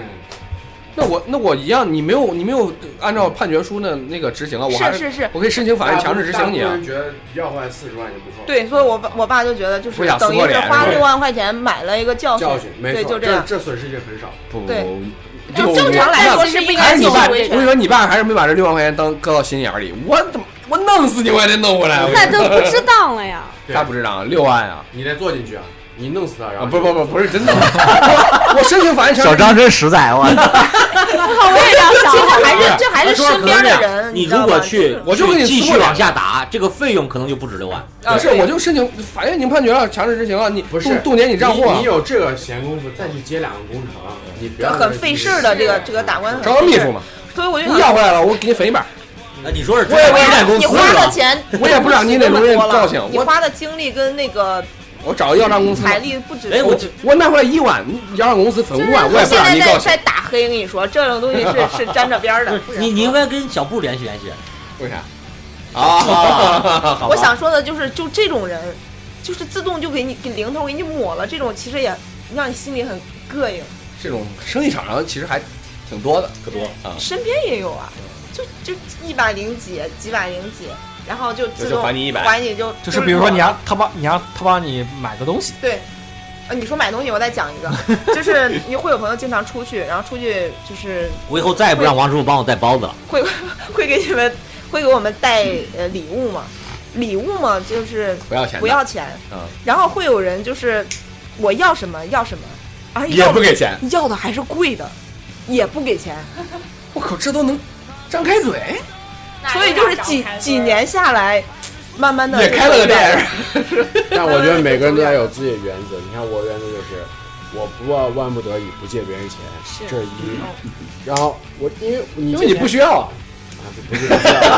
Speaker 1: 那我那我一样，你没有你没有按照判决书那那个执行啊，我还
Speaker 7: 是是是，
Speaker 1: 我可以申请法院强制执行你
Speaker 4: 大部
Speaker 1: 啊
Speaker 4: 分人，觉得要换四十万就不错。
Speaker 7: 对，所以我爸我爸就觉得就
Speaker 1: 不
Speaker 7: 是
Speaker 1: 想撕
Speaker 7: 等于
Speaker 1: 破
Speaker 7: 是
Speaker 1: 脸
Speaker 7: 花
Speaker 1: 是吧
Speaker 7: 六万块钱买了一个教训，
Speaker 4: 教训没
Speaker 7: 对，
Speaker 4: 错，
Speaker 7: 就
Speaker 4: 这
Speaker 7: 样。
Speaker 4: 这损失已经很少。
Speaker 1: 不不
Speaker 7: 对
Speaker 1: 不，
Speaker 7: 就正常来说是不应
Speaker 1: 还
Speaker 7: 该
Speaker 1: 是你
Speaker 7: 作
Speaker 1: 爸，
Speaker 7: 为
Speaker 1: 我跟
Speaker 7: 维
Speaker 1: 你
Speaker 7: 权。
Speaker 1: 说，你爸还是没把这六万块钱当搁到心眼儿里。我怎么，我弄死你，我也得弄回来。我跟
Speaker 5: 那
Speaker 1: 你
Speaker 5: 就不值当了呀。
Speaker 1: 说他不知道六万啊！
Speaker 4: 你再坐进去啊，你弄死他，然
Speaker 1: 啊，
Speaker 4: 后
Speaker 1: 不不不，不是 真的。我申请法院
Speaker 3: 小
Speaker 1: 强制，啊
Speaker 3: 张真实在，我
Speaker 5: 我也这样想
Speaker 7: 其实
Speaker 5: 的。
Speaker 7: 还是这还是身边的人，
Speaker 2: 你
Speaker 7: 知道
Speaker 2: 如
Speaker 7: 吧
Speaker 2: 果去，
Speaker 1: 我就给你
Speaker 2: 继
Speaker 1: 撕
Speaker 2: 续
Speaker 1: 破脸
Speaker 2: 往下打，这个费用可能就不止六万。
Speaker 1: 不
Speaker 7: 呃
Speaker 1: 呃是，我就申请法院已经判决了，强制执行啊了，你
Speaker 4: 不是
Speaker 1: 冻冻结你账户
Speaker 4: 你
Speaker 1: 啊
Speaker 4: 你。有这个闲工夫再去接两个工程，你不
Speaker 7: 就
Speaker 4: 要
Speaker 7: 很费事儿的这
Speaker 4: 啊
Speaker 7: 个这个打官司，
Speaker 1: 找个秘书嘛，
Speaker 7: 所以我就
Speaker 1: 你
Speaker 7: 想
Speaker 1: 要回来了，我给你粉一本。
Speaker 2: 那呃你说是
Speaker 1: 我也
Speaker 2: 不
Speaker 1: 不
Speaker 2: 是
Speaker 1: 知道
Speaker 2: 公
Speaker 7: 你
Speaker 2: 司
Speaker 7: 花的
Speaker 2: 了？
Speaker 7: 钱，
Speaker 1: 我也不知道你哪
Speaker 7: 么
Speaker 1: 容易
Speaker 7: 多了
Speaker 1: 高兴
Speaker 7: 你
Speaker 1: 我
Speaker 7: 花的精力跟那个
Speaker 1: 我找个要账公司，
Speaker 7: 财力不止。
Speaker 2: 哎，我这
Speaker 1: 我拿回来一万，要账公司粉
Speaker 7: 就是
Speaker 1: 五万，我也不
Speaker 7: 现
Speaker 1: 让
Speaker 7: 在
Speaker 1: 你
Speaker 7: 在
Speaker 1: 高兴
Speaker 7: 在。打黑，跟你说，这种东西 是是沾着边儿的。不然
Speaker 2: 你你应该跟小布联系联系。
Speaker 1: 为啥？ 啊，
Speaker 7: 我想说的就是，就这种人，就是自动就给你给零头给你抹了，这种其实也让你心里很膈应。
Speaker 1: 这种生意场上其实还挺多的，可多啊，
Speaker 7: 身边也有啊，就就一百零几，几百零几，然后就自
Speaker 1: 就
Speaker 7: 动
Speaker 1: 还你100
Speaker 7: 还你就
Speaker 6: 就是比如说你
Speaker 7: 要
Speaker 6: 让他帮你让他帮你买个东西，
Speaker 7: 对。呃，你说买东西，我再讲 一个，就是你会有朋友经常出去，然后出去就是
Speaker 2: 我以后再也不让王师傅帮我带包子了。
Speaker 7: 会会给你们 会给我们带呃礼物嘛，礼物嘛就是
Speaker 1: 不要钱的，
Speaker 7: 不要钱，
Speaker 1: 嗯
Speaker 7: 然后会有人就是我要什么要什么，而
Speaker 1: 也
Speaker 7: 要
Speaker 1: 不给钱。
Speaker 7: 要的还是贵的，也不给钱，
Speaker 1: 我靠，这都能张开嘴，
Speaker 7: 所以就是几几年下来，慢慢的
Speaker 1: 也开了个店，
Speaker 4: 但我觉得每个人都要有自己的原则。你看我原则就是，我不万万不得已不借别人钱，这是一。然后我因为你
Speaker 1: 因哦
Speaker 4: 借
Speaker 1: 为你
Speaker 4: 钱
Speaker 1: 不需要啊。
Speaker 4: 啊不是不 需要。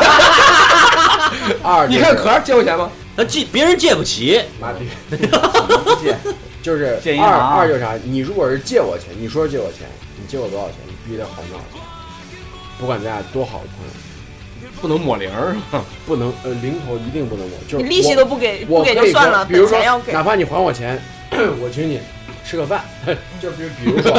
Speaker 4: 二就是，
Speaker 1: 你看可儿借过钱吗？
Speaker 2: 那借别人借不起，
Speaker 4: 妈逼，不借，就是
Speaker 3: 借银
Speaker 4: 二
Speaker 3: 行
Speaker 4: 二就是啥？你如果是借我钱，你说借我钱，你借我多少钱，你必须得还多少钱。不管咱俩多好的朋友，
Speaker 1: 不能抹零儿，
Speaker 4: 不能呃零头一定不能抹，就是
Speaker 7: 你利息
Speaker 4: 我
Speaker 7: 都不给，
Speaker 4: 我
Speaker 7: 不给
Speaker 4: 可
Speaker 7: 就
Speaker 4: 以
Speaker 7: 算
Speaker 4: 说
Speaker 7: 了，
Speaker 4: 比如
Speaker 7: 本
Speaker 4: 说
Speaker 7: 钱要，给
Speaker 4: 哪。怕你还我钱， 我请你吃个饭， 就比如比如说，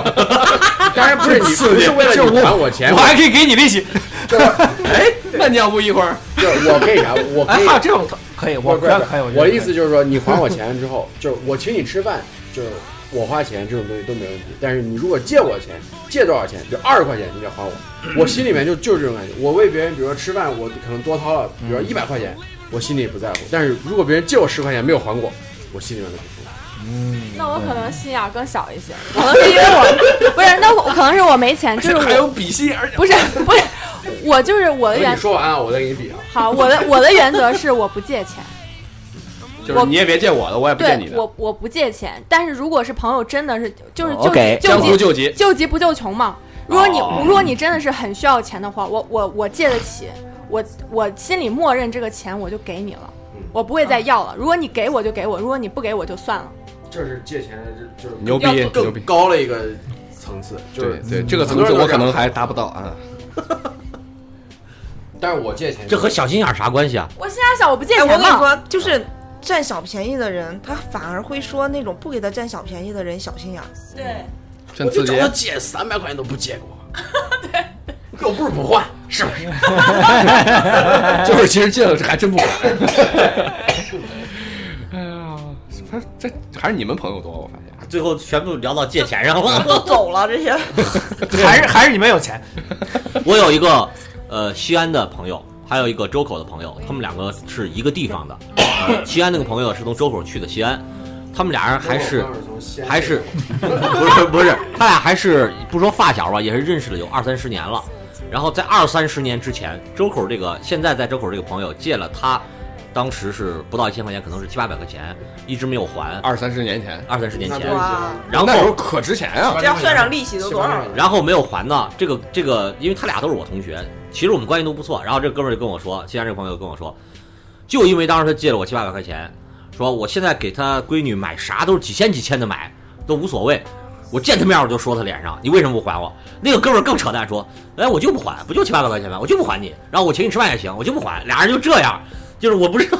Speaker 4: 当然不是你不是为了
Speaker 6: 就
Speaker 4: 你还我钱，
Speaker 6: 我还可以给你利 息。
Speaker 4: 就是
Speaker 1: 那你要不一会儿
Speaker 4: 就是我可以 啥，我
Speaker 6: 哎
Speaker 4: 可，以
Speaker 6: 还有这种可以，我
Speaker 4: 不
Speaker 6: 觉
Speaker 4: 是
Speaker 6: 得
Speaker 4: 不
Speaker 6: 可以。
Speaker 4: 是，我的意思就是说，你还我钱之后，就是我请你吃饭，就是我花钱这种东西都没问题。但是你如果借我钱，借多少钱，就二十块钱，你得还 我。我心里面就就是这种感觉。我为别人，比如说吃饭，我可能多掏了，比如
Speaker 6: 嗯
Speaker 4: 说一百块钱，我心里也不在乎。但是如果别人借我十块钱没有还过，我心里面就不舒服。
Speaker 5: 那我可能心眼儿更小一些，可能是因为我不是，那我可能是我没钱，就是
Speaker 1: 还
Speaker 5: 我
Speaker 1: 有比心，而且
Speaker 5: 不是不是，我就是我的
Speaker 4: 等
Speaker 5: 原
Speaker 4: 你说完啊，我再给你比啊。
Speaker 5: 好，我的我的原则是我不借钱，
Speaker 1: 就是你也别借我的，我也不借你
Speaker 5: 对
Speaker 1: 的，
Speaker 5: 我我不借钱，但是如果是朋友，真的是就是
Speaker 3: 我
Speaker 5: 救
Speaker 3: 给
Speaker 5: 急
Speaker 1: 哦江湖
Speaker 5: 救急
Speaker 1: 救急。
Speaker 5: 救急不救穷嘛。如果你
Speaker 1: 哦
Speaker 5: 如果你真的是很需要钱的话，我我我借得起，我我心里默认这个钱我就给你了，
Speaker 1: 嗯
Speaker 5: 我不会再要了。如果你给我就给我，如果你不给我就算了。
Speaker 4: 这是借钱的，这就是
Speaker 1: 牛逼
Speaker 4: 要更
Speaker 1: 牛逼
Speaker 4: 高了一个层次，就是
Speaker 1: 对对，这个层次我可能还达不到啊。
Speaker 4: 但是我借钱
Speaker 2: 这和小心眼儿啥关系啊？
Speaker 5: 我心眼小，我不借
Speaker 7: 哎，
Speaker 5: 钱
Speaker 7: 我跟你
Speaker 5: 嘛。
Speaker 7: 说，就是占小便宜的人，他反而会说那种不给他占小便宜的人小 心眼儿。
Speaker 5: 对，
Speaker 1: 真刺激，
Speaker 4: 借三百块钱都不 借给我，对，又不是不还，是不是？
Speaker 1: 哎就是其实借了还真不还。哎呀，他这还是你们朋友多，我发现。
Speaker 2: 最后全部聊到借钱上了。
Speaker 7: 都走了，这些
Speaker 6: 还是还是你们 有钱，
Speaker 2: 我有一个呃西安的朋友，还有一个周口的朋友，他们两个是一个地方的。呃西安那个朋友是从周口去的西安，他们俩人还
Speaker 1: 哦
Speaker 2: 是还是不是不是，他俩还是不说发小吧，也是认识了有二三十年了。然后在二三十年之前，周口这个现在在周口这个朋友借了他，当时是不到一千块钱，可能是七八百块钱，一直没有还。
Speaker 1: 二三十年前，
Speaker 2: 二三十年前，
Speaker 7: 哇，
Speaker 2: 然
Speaker 1: 那时候
Speaker 2: 后
Speaker 1: 可值钱啊！
Speaker 7: 这要算上利息都多少？
Speaker 2: 然后没有还呢，这个这个，因为他俩都是我同学，其实我们关系都不错。然后这哥们儿就跟我说，西安这个朋友就跟我说，就因为当时他借了我七八百块钱，说我现在给他闺女买啥都是几千几千的买，都无所谓。我见他面我就说他脸上，你为什么不还我？那个哥们儿更扯淡，说，哎，我就不还，不就七八百块钱吗？我就不还你，然后我请你吃饭也行，我就不还，俩人就这样， 就是我不知道，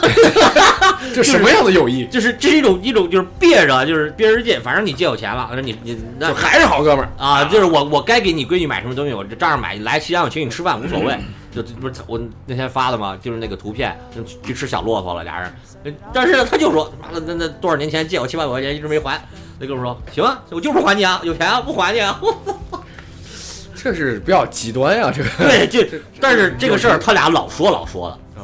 Speaker 1: 这什么样的友谊？
Speaker 2: 就是这是一种一种就是憋着，就是憋着劲，反正你借我钱了，那你你那
Speaker 1: 就还是好哥们儿，
Speaker 2: 啊，就是我我该给你闺女买什么东西，我这照样买。来西安我请你吃饭无所
Speaker 3: 嗯
Speaker 2: 谓，就不是我那天发的嘛，就是那个图片，就去去吃小骆驼了俩人。嗯但是呢，他就说妈的那那多少年前借我七八百块钱一直没还，那哥们说行啊，我就是不还你啊，有钱啊不还你啊。
Speaker 1: 这是比较极端呀、这个
Speaker 2: 对，就但是这个事儿他俩老说老说的，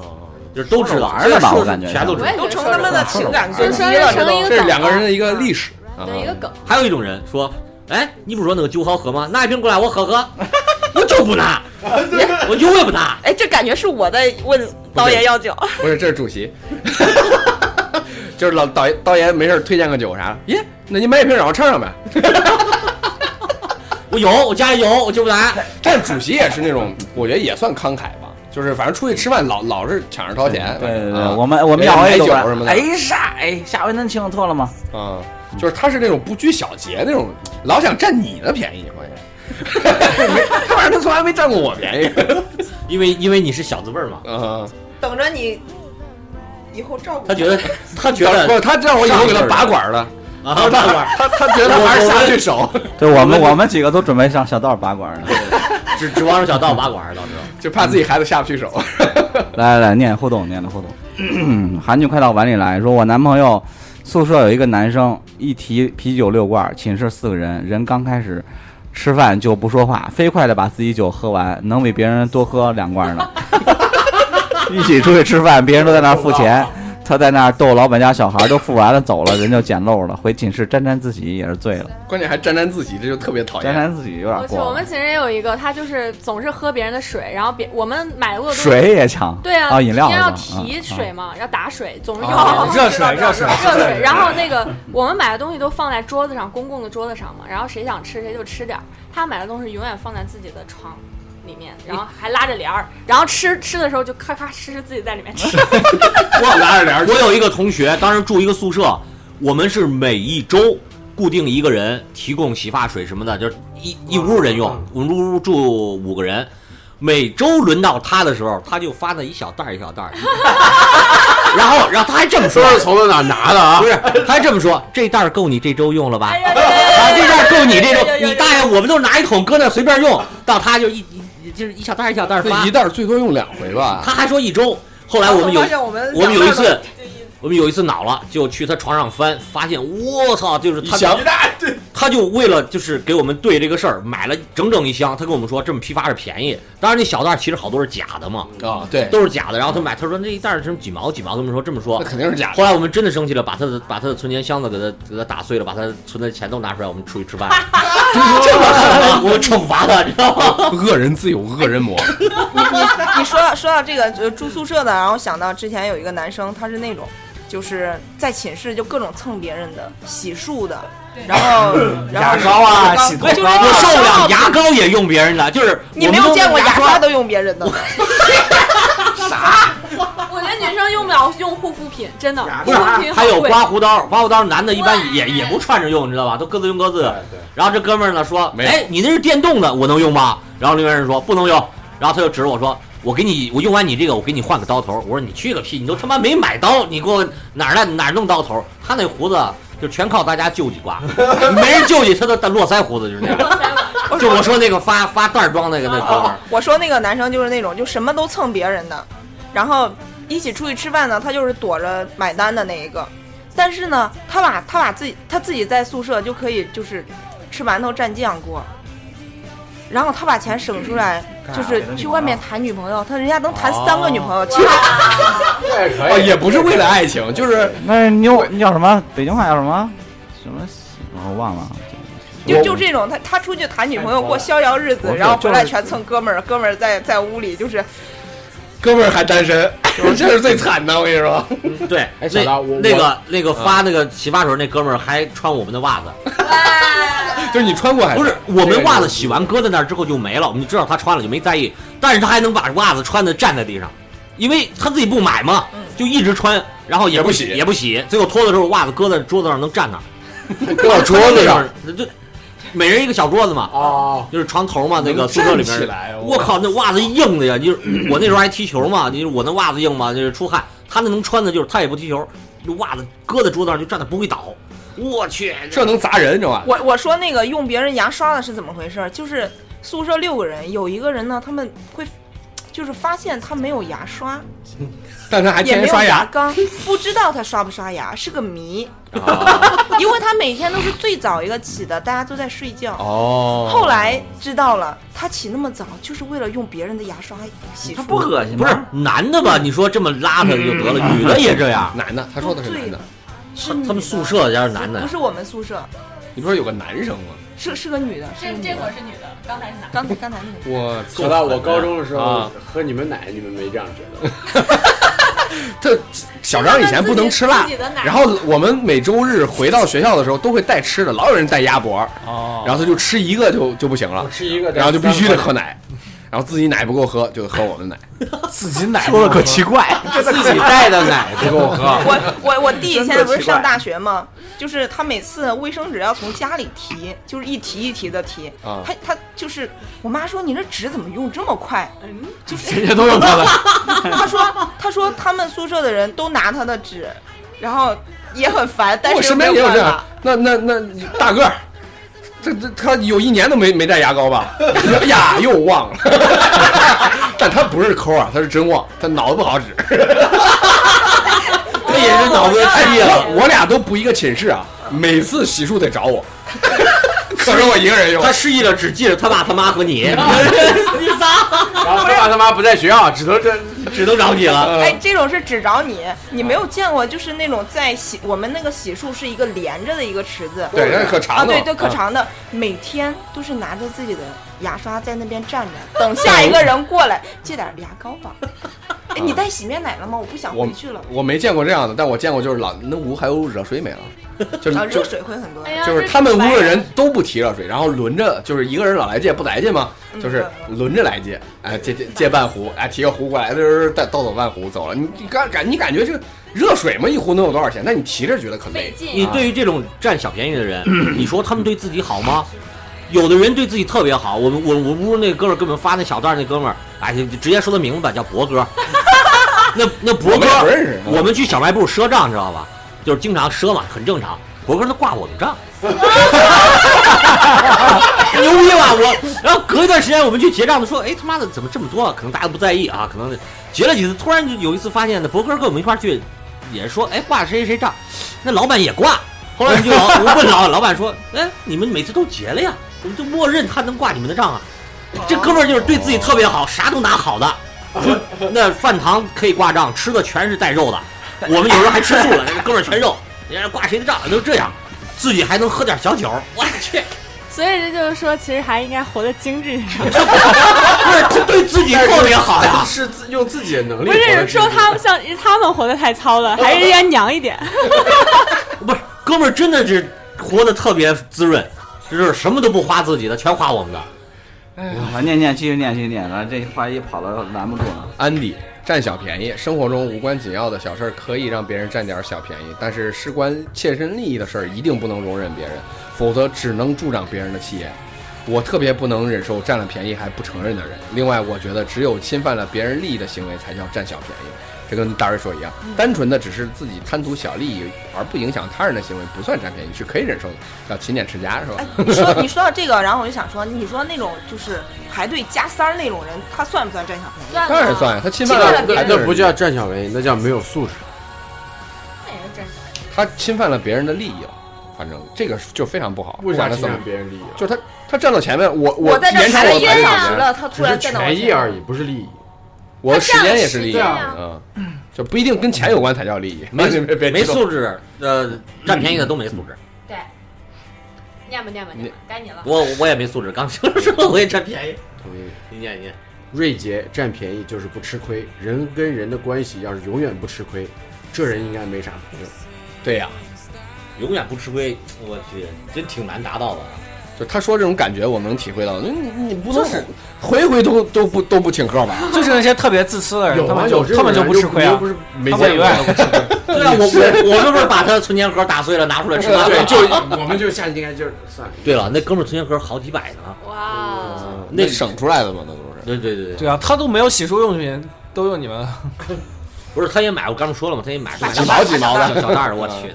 Speaker 2: 就是都知道，
Speaker 3: 哦玩儿的
Speaker 2: 虽然
Speaker 3: 吧
Speaker 2: 说
Speaker 3: 我感觉
Speaker 2: 全都知
Speaker 5: 我
Speaker 2: 道
Speaker 5: 也。觉
Speaker 7: 都
Speaker 5: 得
Speaker 7: 成他妈的情感
Speaker 5: 就
Speaker 7: 攻
Speaker 5: 是
Speaker 7: 击
Speaker 5: 说是
Speaker 7: 了，
Speaker 5: 成一个
Speaker 1: 这是
Speaker 5: 梗
Speaker 1: 两个人
Speaker 5: 了
Speaker 1: 的一个历史。啊
Speaker 5: 对一个梗。
Speaker 2: 还有一种人说，哎，你不是说那个酒好喝吗？拿一瓶过来我喝喝， 我就不 拿，我永远不拿。
Speaker 7: 哎，这感觉是我在问导演要酒，
Speaker 1: 不是，这是主席， 就是老导演导演没事儿推荐个酒啥的，耶，那你买一瓶然后唱上呗。
Speaker 2: 我有，我家里有，我就不拿。
Speaker 1: 但主席也是那种，我觉得也算慷慨吧，就是反正出去吃饭老老是抢着掏钱。
Speaker 3: 对对对，
Speaker 1: 啊
Speaker 3: 我们我们
Speaker 1: 人家
Speaker 3: 要
Speaker 1: 买
Speaker 3: 一
Speaker 1: 酒
Speaker 3: 酒
Speaker 1: 什么的，
Speaker 3: 哎啥哎，下回能请我错了吗？
Speaker 1: 啊，就是他是那种不拘小节那种，老想占你的便宜，关键。 他反正他从来没占过我便宜。
Speaker 2: 因为因为你是小字辈儿嘛，
Speaker 1: 啊，
Speaker 7: 等着你以后照顾
Speaker 2: 他觉得他觉
Speaker 1: 不
Speaker 2: 得
Speaker 1: 是，他让我以后给他拔管了，
Speaker 2: 啊，
Speaker 1: 他他他觉得他还是下去手，
Speaker 3: 对我们我们几个都准备上小道拔管呢。
Speaker 2: 指指望着小道拔管儿，到时候
Speaker 1: 就怕自己孩子下不去手。
Speaker 3: 来来来，念互动，念的互动。 韩剧快到碗里来说，我男朋友宿舍有一个男生，一提啤酒六罐，寝室四个人，人刚开始吃饭就不说话，飞快的把自己酒喝完，能比别人多喝两罐呢。一起出去吃饭，别人都在那儿付钱，他在那儿逗老板家小孩，都付完了走了，人就捡漏了，回寝室沾沾自喜也是醉了，
Speaker 1: 关键还沾沾自喜，这就特别讨
Speaker 3: 沾
Speaker 1: 厌。
Speaker 3: 沾自喜有点
Speaker 5: 我去，
Speaker 3: 过
Speaker 5: 我
Speaker 3: 了
Speaker 5: 们。寝室也有一个，他就是总是喝别人的水，然后别我们买的过的东西
Speaker 3: 水也抢，
Speaker 5: 对啊，
Speaker 3: 哦，饮料
Speaker 5: 因为要
Speaker 3: 是吧
Speaker 5: 提
Speaker 3: 嗯
Speaker 5: 水嘛，要打水，总是用
Speaker 6: 啊
Speaker 5: 别
Speaker 6: 热
Speaker 5: 人
Speaker 6: 水 热水
Speaker 5: 热水。然后那个我们买的东西都放在桌子上，公共的桌子上嘛，然后谁想吃谁就吃点儿。他买的东西永远放在自己的床里面，然后还拉着帘儿，然后吃吃的时候就咔咔吃吃自己在里面吃。
Speaker 2: 我拿着帘。我有一个同学，当时住一个宿舍，我们是每一周固定一个人提供洗发水什么的，就是一一屋人用，我们屋住五个人。每周轮到他的时候，他就发那一小袋儿一小袋儿， 然后，然后他还这么说
Speaker 4: 说，是从哪拿的啊
Speaker 2: 不？是，他还这么说，这袋儿够你这周用了吧？
Speaker 5: 哎呀
Speaker 2: 啊，这袋够你这种
Speaker 7: 有有，有
Speaker 2: 你大爷，我们都拿一桶搁那随便用，到他就一一就是一小袋儿一小袋儿发
Speaker 1: 那一，袋儿最多用两回吧。
Speaker 2: 他还说一周。后来我们有
Speaker 7: 发现啊我们
Speaker 2: 我们有一
Speaker 7: 两袋
Speaker 2: 次，我们有一次恼了，就去他床上翻，发现我操，就是他
Speaker 1: 想
Speaker 2: 他就为了就是给我们对这个事儿买了整整一箱，他跟我们说这么批发是便宜，当然那小袋儿其实好多是假的嘛，
Speaker 1: 啊，对，
Speaker 2: 都是假的。然后他买，他说那一袋儿什么几毛几毛，跟我们说这么说
Speaker 1: 那，肯定是假的。
Speaker 2: 后来我们真的生气了，把他的把他的存钱箱子给他给他打碎了，把他存的钱都拿出来，我们出去吃 饭。这么狠吗？我惩罚他，你知道吗？
Speaker 1: 恶人自有恶人磨，
Speaker 7: 你说到说到这个呃住宿舍的，然后想到之前有一个男生，他是那种就是在寝室就各种蹭别人的洗漱的，然后然后
Speaker 6: 牙膏啊
Speaker 7: 然后
Speaker 6: 洗头膏啊
Speaker 2: 我
Speaker 7: 就是
Speaker 2: 受不
Speaker 7: 那
Speaker 2: 了，
Speaker 7: 种
Speaker 2: 牙膏也用别人的，就是
Speaker 7: 你
Speaker 2: 我
Speaker 7: 没
Speaker 2: 们都
Speaker 7: 有见过牙刷
Speaker 2: 刷
Speaker 7: 都用别人的吗，
Speaker 5: 我觉得女生用不了用护肤品，真的护
Speaker 2: 不是
Speaker 5: 肤品，
Speaker 2: 还
Speaker 5: 好
Speaker 2: 有
Speaker 5: 贵。
Speaker 2: 刮胡刀，刮胡刀男的一般也
Speaker 5: 对
Speaker 2: 也不串着用，你知道吧？都各自用各自
Speaker 1: 哎
Speaker 2: 的。
Speaker 4: 对
Speaker 2: 然后这哥们儿呢说：“
Speaker 1: 没有
Speaker 2: 哎，你那是电动的，我能用吗？”然后另外人说：“不能用。”然后他就指着我说：“我给你，我用完你这个，我给你换个刀头。”我说：“你去个屁！你都他妈没买刀，你给我哪儿来哪儿弄刀头？”他那胡子就全靠大家救济 刮，没人救济他的络腮胡子就是那样。就我说那个发发袋儿装那个那哥们儿，
Speaker 4: 啊
Speaker 7: 我说那个男生就是那种就什么都蹭别人的，然后一起出去吃饭呢，他就是躲着买单的那一个，但是呢，他把他把自己他自己在宿舍就可以就是吃馒头蘸酱锅，然后他把钱省出来，
Speaker 3: 嗯
Speaker 7: 就是去外面谈女朋友，他人家能谈三个女朋友，
Speaker 3: 哦
Speaker 7: 其实
Speaker 4: 这也
Speaker 1: 哦，
Speaker 4: 可以。
Speaker 1: 也不是为了爱情，就是
Speaker 3: 那你有你叫什么？北京话叫什么？什么？我忘了。
Speaker 7: 就就这种，他他出去谈女朋友过逍遥日子
Speaker 3: 我，
Speaker 7: 然后
Speaker 3: 就
Speaker 7: 回来
Speaker 3: 是
Speaker 7: 全蹭哥们儿，哥们儿在在屋里就是
Speaker 1: 哥们儿还单身， 这是最惨的。我跟你说，
Speaker 2: 对，
Speaker 4: 哎小刀我嗯
Speaker 2: 那那个那个发那个洗发水那哥们儿还穿我们的袜子，
Speaker 1: 就是你穿过还
Speaker 2: 不是，我们袜子洗完搁在那儿之后就没了，我们就知道他穿了就没在意，但是他还能把袜子穿的站在地上，因为他自己不买嘛，就一直穿，然后也
Speaker 1: 也
Speaker 2: 不
Speaker 1: 不洗
Speaker 2: 也不洗，最后脱的时候袜子搁在桌子上能站那儿，
Speaker 1: 搁到桌子上，
Speaker 2: 就每人一个小桌子嘛，
Speaker 4: 哦，
Speaker 2: 就是床头嘛，那个
Speaker 1: 能
Speaker 2: 宿舍里
Speaker 1: 站起
Speaker 2: 边
Speaker 1: 来
Speaker 2: 儿，
Speaker 1: 哦
Speaker 2: 我靠，那袜子硬的呀！ 就是我那时候还踢球嘛，就是我那袜子硬嘛，就是出汗。他那能穿的，就是他也不踢球，那袜子搁在桌子上就站着不会倒。我去，
Speaker 1: 这能砸人，这玩意儿
Speaker 7: 我我说那个用别人牙刷的是怎么回事儿？就是宿舍六个人，有一个人呢，他们会。就是发现他没有牙刷，
Speaker 1: 但是还
Speaker 7: 也
Speaker 1: 天
Speaker 7: 没
Speaker 1: 天
Speaker 7: 有
Speaker 1: 刷
Speaker 7: 牙
Speaker 1: 牙，
Speaker 7: 膏，不知道他刷不刷牙，是个谜。 因为他每天都是最早一个起的，大家都在睡觉。
Speaker 1: 哦
Speaker 7: 后来知道了，他起那么早就是为了用别人的牙刷洗漱。
Speaker 2: 恶心不是男的吧？你说这么邋遢就得了，女的也这样。
Speaker 1: 男的，他说的
Speaker 4: 哦
Speaker 1: 是男的，
Speaker 7: 嗯是
Speaker 2: 他
Speaker 7: 女的
Speaker 2: 他们宿舍家是男
Speaker 7: 不
Speaker 2: 的
Speaker 7: 不，是我们宿舍，
Speaker 1: 你不是有个男生吗？
Speaker 7: 是是个女的，是个女的。
Speaker 5: 是女的，刚才是男的。
Speaker 7: 刚才刚才那个
Speaker 1: 我
Speaker 4: 扯到我高中的时候
Speaker 1: 啊
Speaker 4: 喝你们奶，你们没这样觉得？
Speaker 1: 这小张以前不能吃辣
Speaker 5: 自己的奶，
Speaker 1: 然后我们每周日回到学校的时候都会带吃的，老有人带鸭脖，
Speaker 6: 哦，
Speaker 1: 然后他就吃一个就就不行了
Speaker 4: 我，吃一个，
Speaker 1: 然后就必须得喝奶，然后自己奶不够喝就喝我 们奶，
Speaker 6: 自己奶说的可奇怪，
Speaker 2: 自己带的奶
Speaker 1: 哎
Speaker 2: 不够喝。
Speaker 7: 我我我弟现在不是
Speaker 6: 真的奇怪
Speaker 7: 上大学吗？就是他每次卫生纸要从家里提，就是一提一提的提。
Speaker 1: 啊
Speaker 7: 他他就是我妈说你这纸怎么用这么快？
Speaker 6: 人家都用它的，
Speaker 7: 他说他说他们宿舍的人都拿他的纸，然后也很烦，但
Speaker 1: 我
Speaker 7: 是又
Speaker 1: 身
Speaker 7: 没
Speaker 1: 边也有
Speaker 7: 办
Speaker 1: 这样
Speaker 7: 法。，哎
Speaker 1: 那那那大个儿，这这他有一年都没没带牙膏吧？呀，又忘了， 但他不是抠啊，他是真忘，他脑子不好使。
Speaker 2: 他也是脑子气了。
Speaker 1: 哎我我俩都不一个寝室啊，每次洗漱得找我，可是我一个人用
Speaker 2: 他。失忆了，只记得他爸、他妈和你，
Speaker 7: 嗯
Speaker 2: 你仨
Speaker 4: 然后他爸他妈不在学校，只能这
Speaker 2: 只能找你了。
Speaker 1: 嗯
Speaker 7: 哎，这种是只找你，你没有见过，就是那种在洗，我们那个洗漱是一个连着的一个池子，
Speaker 1: 对，人家可
Speaker 7: 啊，
Speaker 1: 长的嘛，
Speaker 7: 对对，可长的，每天都是拿着自己的牙刷在那边 站着，等下一个人过来借点牙膏吧。哎，你带洗面奶了吗？我不想
Speaker 1: 我
Speaker 7: 回去了。
Speaker 1: 我没见过这样的，但我见过就是老那屋还有热水 没了，就
Speaker 7: 啊，
Speaker 1: 是就
Speaker 7: 热水会很多
Speaker 5: 哎。呀，
Speaker 1: 就是他们屋的人都不提热水，然后轮着就是一个人老来借不来借嘛，
Speaker 7: 嗯
Speaker 1: 就是轮着来借，哎借借借半壶，哎提个壶过来，就是带倒走半壶走了。你你感感你感觉这热水嘛一壶能有多少钱？但你提着觉得可
Speaker 5: 费
Speaker 1: 累。
Speaker 5: 劲。啊
Speaker 2: 你对于这种占小便宜的人，你说他们对自己好吗？有的人对自己特别好，我们我我屋那哥们儿给我们发那小段儿那哥们儿，哎，就直接说他名字吧，叫博哥。 那那博
Speaker 1: 我
Speaker 2: 哥
Speaker 1: 们也不认识啊
Speaker 2: 我们去小卖部赊账，知道吧？就是经常赊嘛，很正常。博哥他挂我们账， 牛逼吧我？然后隔一段时间我们去结账，他说：“哎他妈的怎么这么多啊？”可能大家不在意啊，可能结了几次，突然就有一次发现呢，博哥跟我们一块儿去，也说：“哎挂谁谁谁账。”那老板也挂。后来我们就老我问老老板说：“哎，你们每次都结了呀？我们就默认他能挂你们的账啊？”这哥们儿就是对自己特别好，啥都拿好的。那饭堂可以挂账，吃的全是带肉的，我们有时候还吃 素了，那哥们儿全肉，人家挂谁的账都这样，自己还能喝点小酒，我去，
Speaker 5: 所以这就是说，其实还应该活得精致一点。
Speaker 2: 不是他对自己特别好
Speaker 1: 啊
Speaker 2: 呀。
Speaker 4: 是自用自己的能力
Speaker 5: 不
Speaker 4: 活得
Speaker 5: 是
Speaker 4: 进去。
Speaker 5: 说他们像他们活得太
Speaker 1: 哦
Speaker 5: 糙了，还是应该娘一点。
Speaker 2: 不是，哥们儿真的是活得特别滋润，就是什么都不花自己的，全花我们的。
Speaker 3: 啊，念念继续念继续念，然后这话一跑了拦不住了。
Speaker 1: 安迪占小便宜，生活中无关紧要的小事儿可以让别人占点小便宜，但是事关切身利益的事儿一定不能容忍别人，否则只能助长别人的气焰。我特别不能忍受占了便宜还不承认的人。另外，我觉得只有侵犯了别人利益的行为才叫占小便宜。这跟大瑞说一样，单纯的只是自己贪图小利益而不影响他人的行为，不算占便宜，是可以忍受的，叫勤俭持家是吧
Speaker 7: 哎？，你 说你说到这个，然后我就想说，你说那种就是排队加塞儿那种人，他算不算占小便宜？
Speaker 5: 算
Speaker 1: 当然算呀，他侵犯
Speaker 7: 侵犯
Speaker 1: 了
Speaker 7: 了别
Speaker 1: 还
Speaker 7: 人
Speaker 1: 是
Speaker 4: 那不叫占小便宜，那叫没有素质。
Speaker 1: 他侵犯了别人的利益了，反正这个就非常不好。不管他怎么
Speaker 4: 别人利益
Speaker 1: 就他他站到前面，我
Speaker 7: 我在这
Speaker 1: 延
Speaker 7: 儿
Speaker 1: 长
Speaker 7: 排
Speaker 1: 我
Speaker 7: 了
Speaker 1: 的排啊队
Speaker 7: 一个小
Speaker 1: 时
Speaker 7: 时
Speaker 1: 间，
Speaker 7: 了，他突然站到我
Speaker 4: 权益
Speaker 7: 前
Speaker 4: 而
Speaker 7: 面。
Speaker 4: 已，不是利益。
Speaker 1: 我的时间也是利益，
Speaker 5: 他占了时间
Speaker 1: 嗯，就不一定跟钱有关才叫利益，
Speaker 2: 没
Speaker 1: 别别
Speaker 2: 没
Speaker 1: 激动
Speaker 2: 素质，呃，占便宜的都没素 质。
Speaker 5: 对，念吧念吧念吧，该你了。
Speaker 2: 我我也没素质，刚说说我也占便宜。
Speaker 4: 同
Speaker 1: 嗯
Speaker 4: 意。
Speaker 2: 你念你念，
Speaker 4: 瑞杰占便宜就是不吃亏，人跟人的关系要是永远不吃亏，这人应该没啥朋友。
Speaker 1: 对呀、
Speaker 2: 永远不吃亏，我去，真挺难达到的啊。
Speaker 1: 就他说这种感觉，我能体会到。你你你不能回回都都不都不请客吧？
Speaker 6: 就是那些特别自私的人，
Speaker 4: 有
Speaker 6: 他
Speaker 4: 吗？
Speaker 6: 们
Speaker 4: 有
Speaker 6: 就
Speaker 4: 这
Speaker 6: 啊他
Speaker 4: 种人
Speaker 6: 们就不吃亏
Speaker 4: 又
Speaker 6: 啊
Speaker 4: 不。是没
Speaker 6: 他们
Speaker 4: 见
Speaker 6: 以
Speaker 4: 过
Speaker 6: 外。
Speaker 2: 对啊，我我我们不是把他的存钱盒打碎了拿出来吃 饭
Speaker 4: 对，
Speaker 2: 吗？
Speaker 4: 就我们就下去应该就是算了。
Speaker 2: 对了，那哥们儿存钱盒好几百呢。
Speaker 5: 哇，
Speaker 6: 嗯
Speaker 1: 那省出来的嘛，那都是。
Speaker 2: 对对对对，
Speaker 6: 对啊，他都没有洗漱用品，都用你们。
Speaker 2: 不是他也买，我刚才说了嘛，他也买
Speaker 1: 几毛几毛的
Speaker 2: 小袋嗯儿，我去。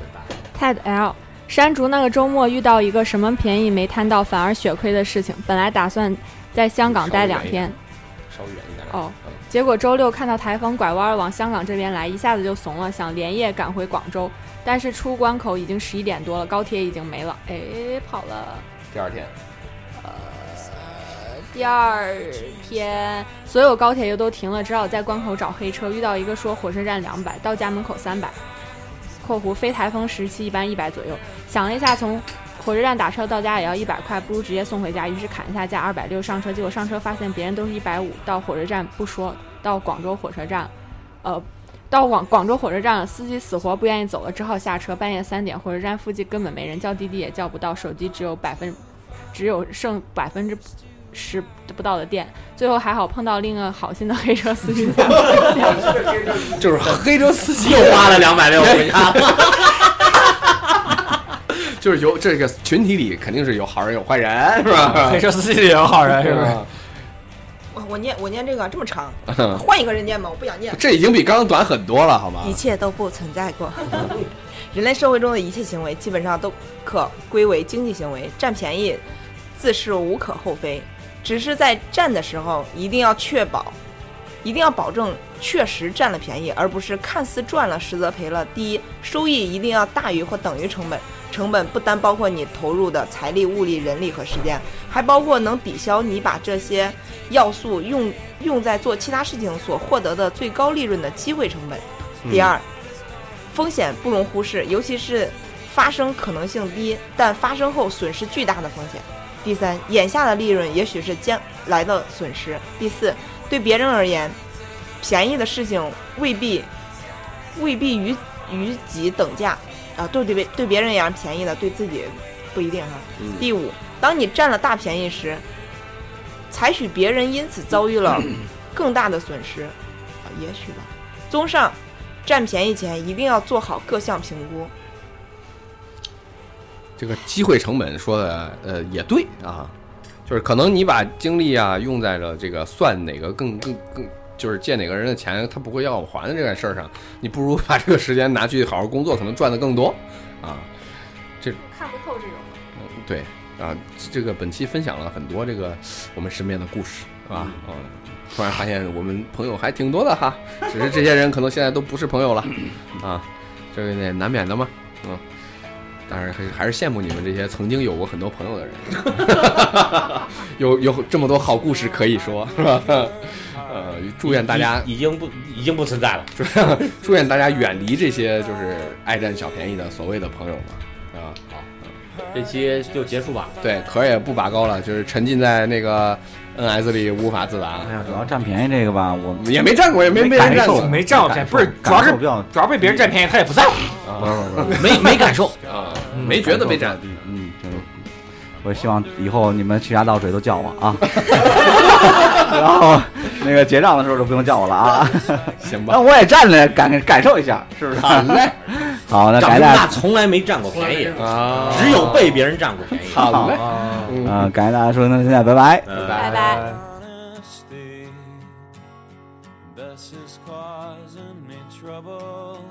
Speaker 5: Ted L，山竹那个周末遇到一个什么便宜没贪到，反而血亏的事情。本来打算在香港待两天，
Speaker 1: 稍微远一点。啊
Speaker 5: 哦，结果周六看到台风拐弯往香港这边来，一下子就怂了，想连夜赶回广州。但是出关口已经十一点多了，高铁已经没了，哎，跑了。
Speaker 1: 第二天，
Speaker 5: 第二天，所有高铁又都停了，只好在关口找黑车。遇到一个说火车站两百，到家门口三百（括弧非台风时期一般一百左右）。想了一下，从火车站打车到家也要一百块，不如直接送回家。于是砍一下价二百六上车，结果上车发现别人都是一百五。到火车站不说，到广州火车站，呃。到广广州火车站了，司机死活不愿意走了，只好下车。半夜三点，火车站附近根本没人，叫滴滴也叫不到，手机只有百分，只有剩百分之十不到的电，最后还好碰到另一个好心的黑车司机。
Speaker 1: 就是黑车司机
Speaker 2: 又花了两百六回 家，
Speaker 1: 就是有这个群体里肯定是有好人有坏人，是吧
Speaker 4: 啊
Speaker 6: 黑？车司机也有好人，是
Speaker 1: 是
Speaker 6: 不是？
Speaker 1: 吧？
Speaker 7: 我我念我念这个这么长，换一个人念吧，我不想念。
Speaker 1: 这已经比刚刚短很多了，好吗
Speaker 7: 一？切都不存在过。 人类社会中的一切行为基本上都可归为经济行为，占便宜自是无可厚非。只是在占的时候，一定要确保，一定要保证确实占了便宜，而不是看似赚了实则赔了。第一，收益一定要大于或等于成本，成本不单包括你投入的财力、物力、人力和时间，还包括能抵消你把这些要素用用在做其他事情所获得的最高利润的机会成本。第二，风险不容忽视，尤其是发生可能性低，但发生后损失巨大的风险。第三，眼下的利润也许是将来的损失。第四，对别人而言，便宜的事情未必未必与与己等价啊，对对别对别人而言便宜的，对自己不一定哈、啊
Speaker 1: 嗯
Speaker 7: 第五，当你占了大便宜时，采取别人因此遭遇了更大的损失，啊，也许吧。综上，占便宜前一定要做好各项评估。
Speaker 1: 这个机会成本说的呃也对啊，就是可能你把精力啊用在了这个算哪个更更更，就是借哪个人的钱他不会要我还的这件事儿上，你不如把这个时间拿去好好工作，可能赚的更多啊。
Speaker 5: 看不透这种。
Speaker 1: 嗯对啊，这个本期分享了很多这个我们身边的故事啊，嗯，突然发现我们朋友还挺多的哈，只是这些人可能现在都不是朋友了啊，这个也难免的嘛，嗯，当然还是还是羡慕你们这些曾经有过很多朋友的人， 有有这么多好故事可以说，是吧？呃，祝愿大家
Speaker 2: 已已经不已经不存在了。
Speaker 1: 祝愿大家远离这些就是爱占小便宜的所谓的朋友嘛，啊。
Speaker 2: 这期就结束吧。
Speaker 1: 对，壳也不拔高了，就是沉浸在那个 NS 里无法自拔
Speaker 3: 哎，呀，主要占便宜这个吧，我
Speaker 1: 也没占过，也没被人
Speaker 3: 感
Speaker 1: 占
Speaker 3: 受
Speaker 1: 过，
Speaker 6: 没占过便宜，不是，主
Speaker 3: 感
Speaker 6: 要
Speaker 3: 受
Speaker 6: 是
Speaker 3: 比较
Speaker 6: 主要被别人占便宜，他也不在乎，
Speaker 2: 没没感 受，
Speaker 1: 啊，没觉得被占。
Speaker 3: 嗯，就是我希望以后你们去啥倒水都叫我 啊，然后那个结账的时候就不用叫我了 啊，
Speaker 1: 行吧
Speaker 3: 那，我也站着感感受一下，是不是？
Speaker 1: 好嘞，
Speaker 3: 好，那
Speaker 2: 长
Speaker 3: 感谢
Speaker 2: 这么
Speaker 3: 大
Speaker 2: 大
Speaker 3: 家，
Speaker 2: 从来没占过便宜，
Speaker 1: 啊
Speaker 2: 只有被别人占过便宜。嗯
Speaker 1: 好嘞，
Speaker 4: 啊
Speaker 3: 嗯，感谢大家收听，现在拜拜。
Speaker 2: 拜
Speaker 1: 拜
Speaker 5: 拜拜。
Speaker 8: Honesty, this is causing me trouble.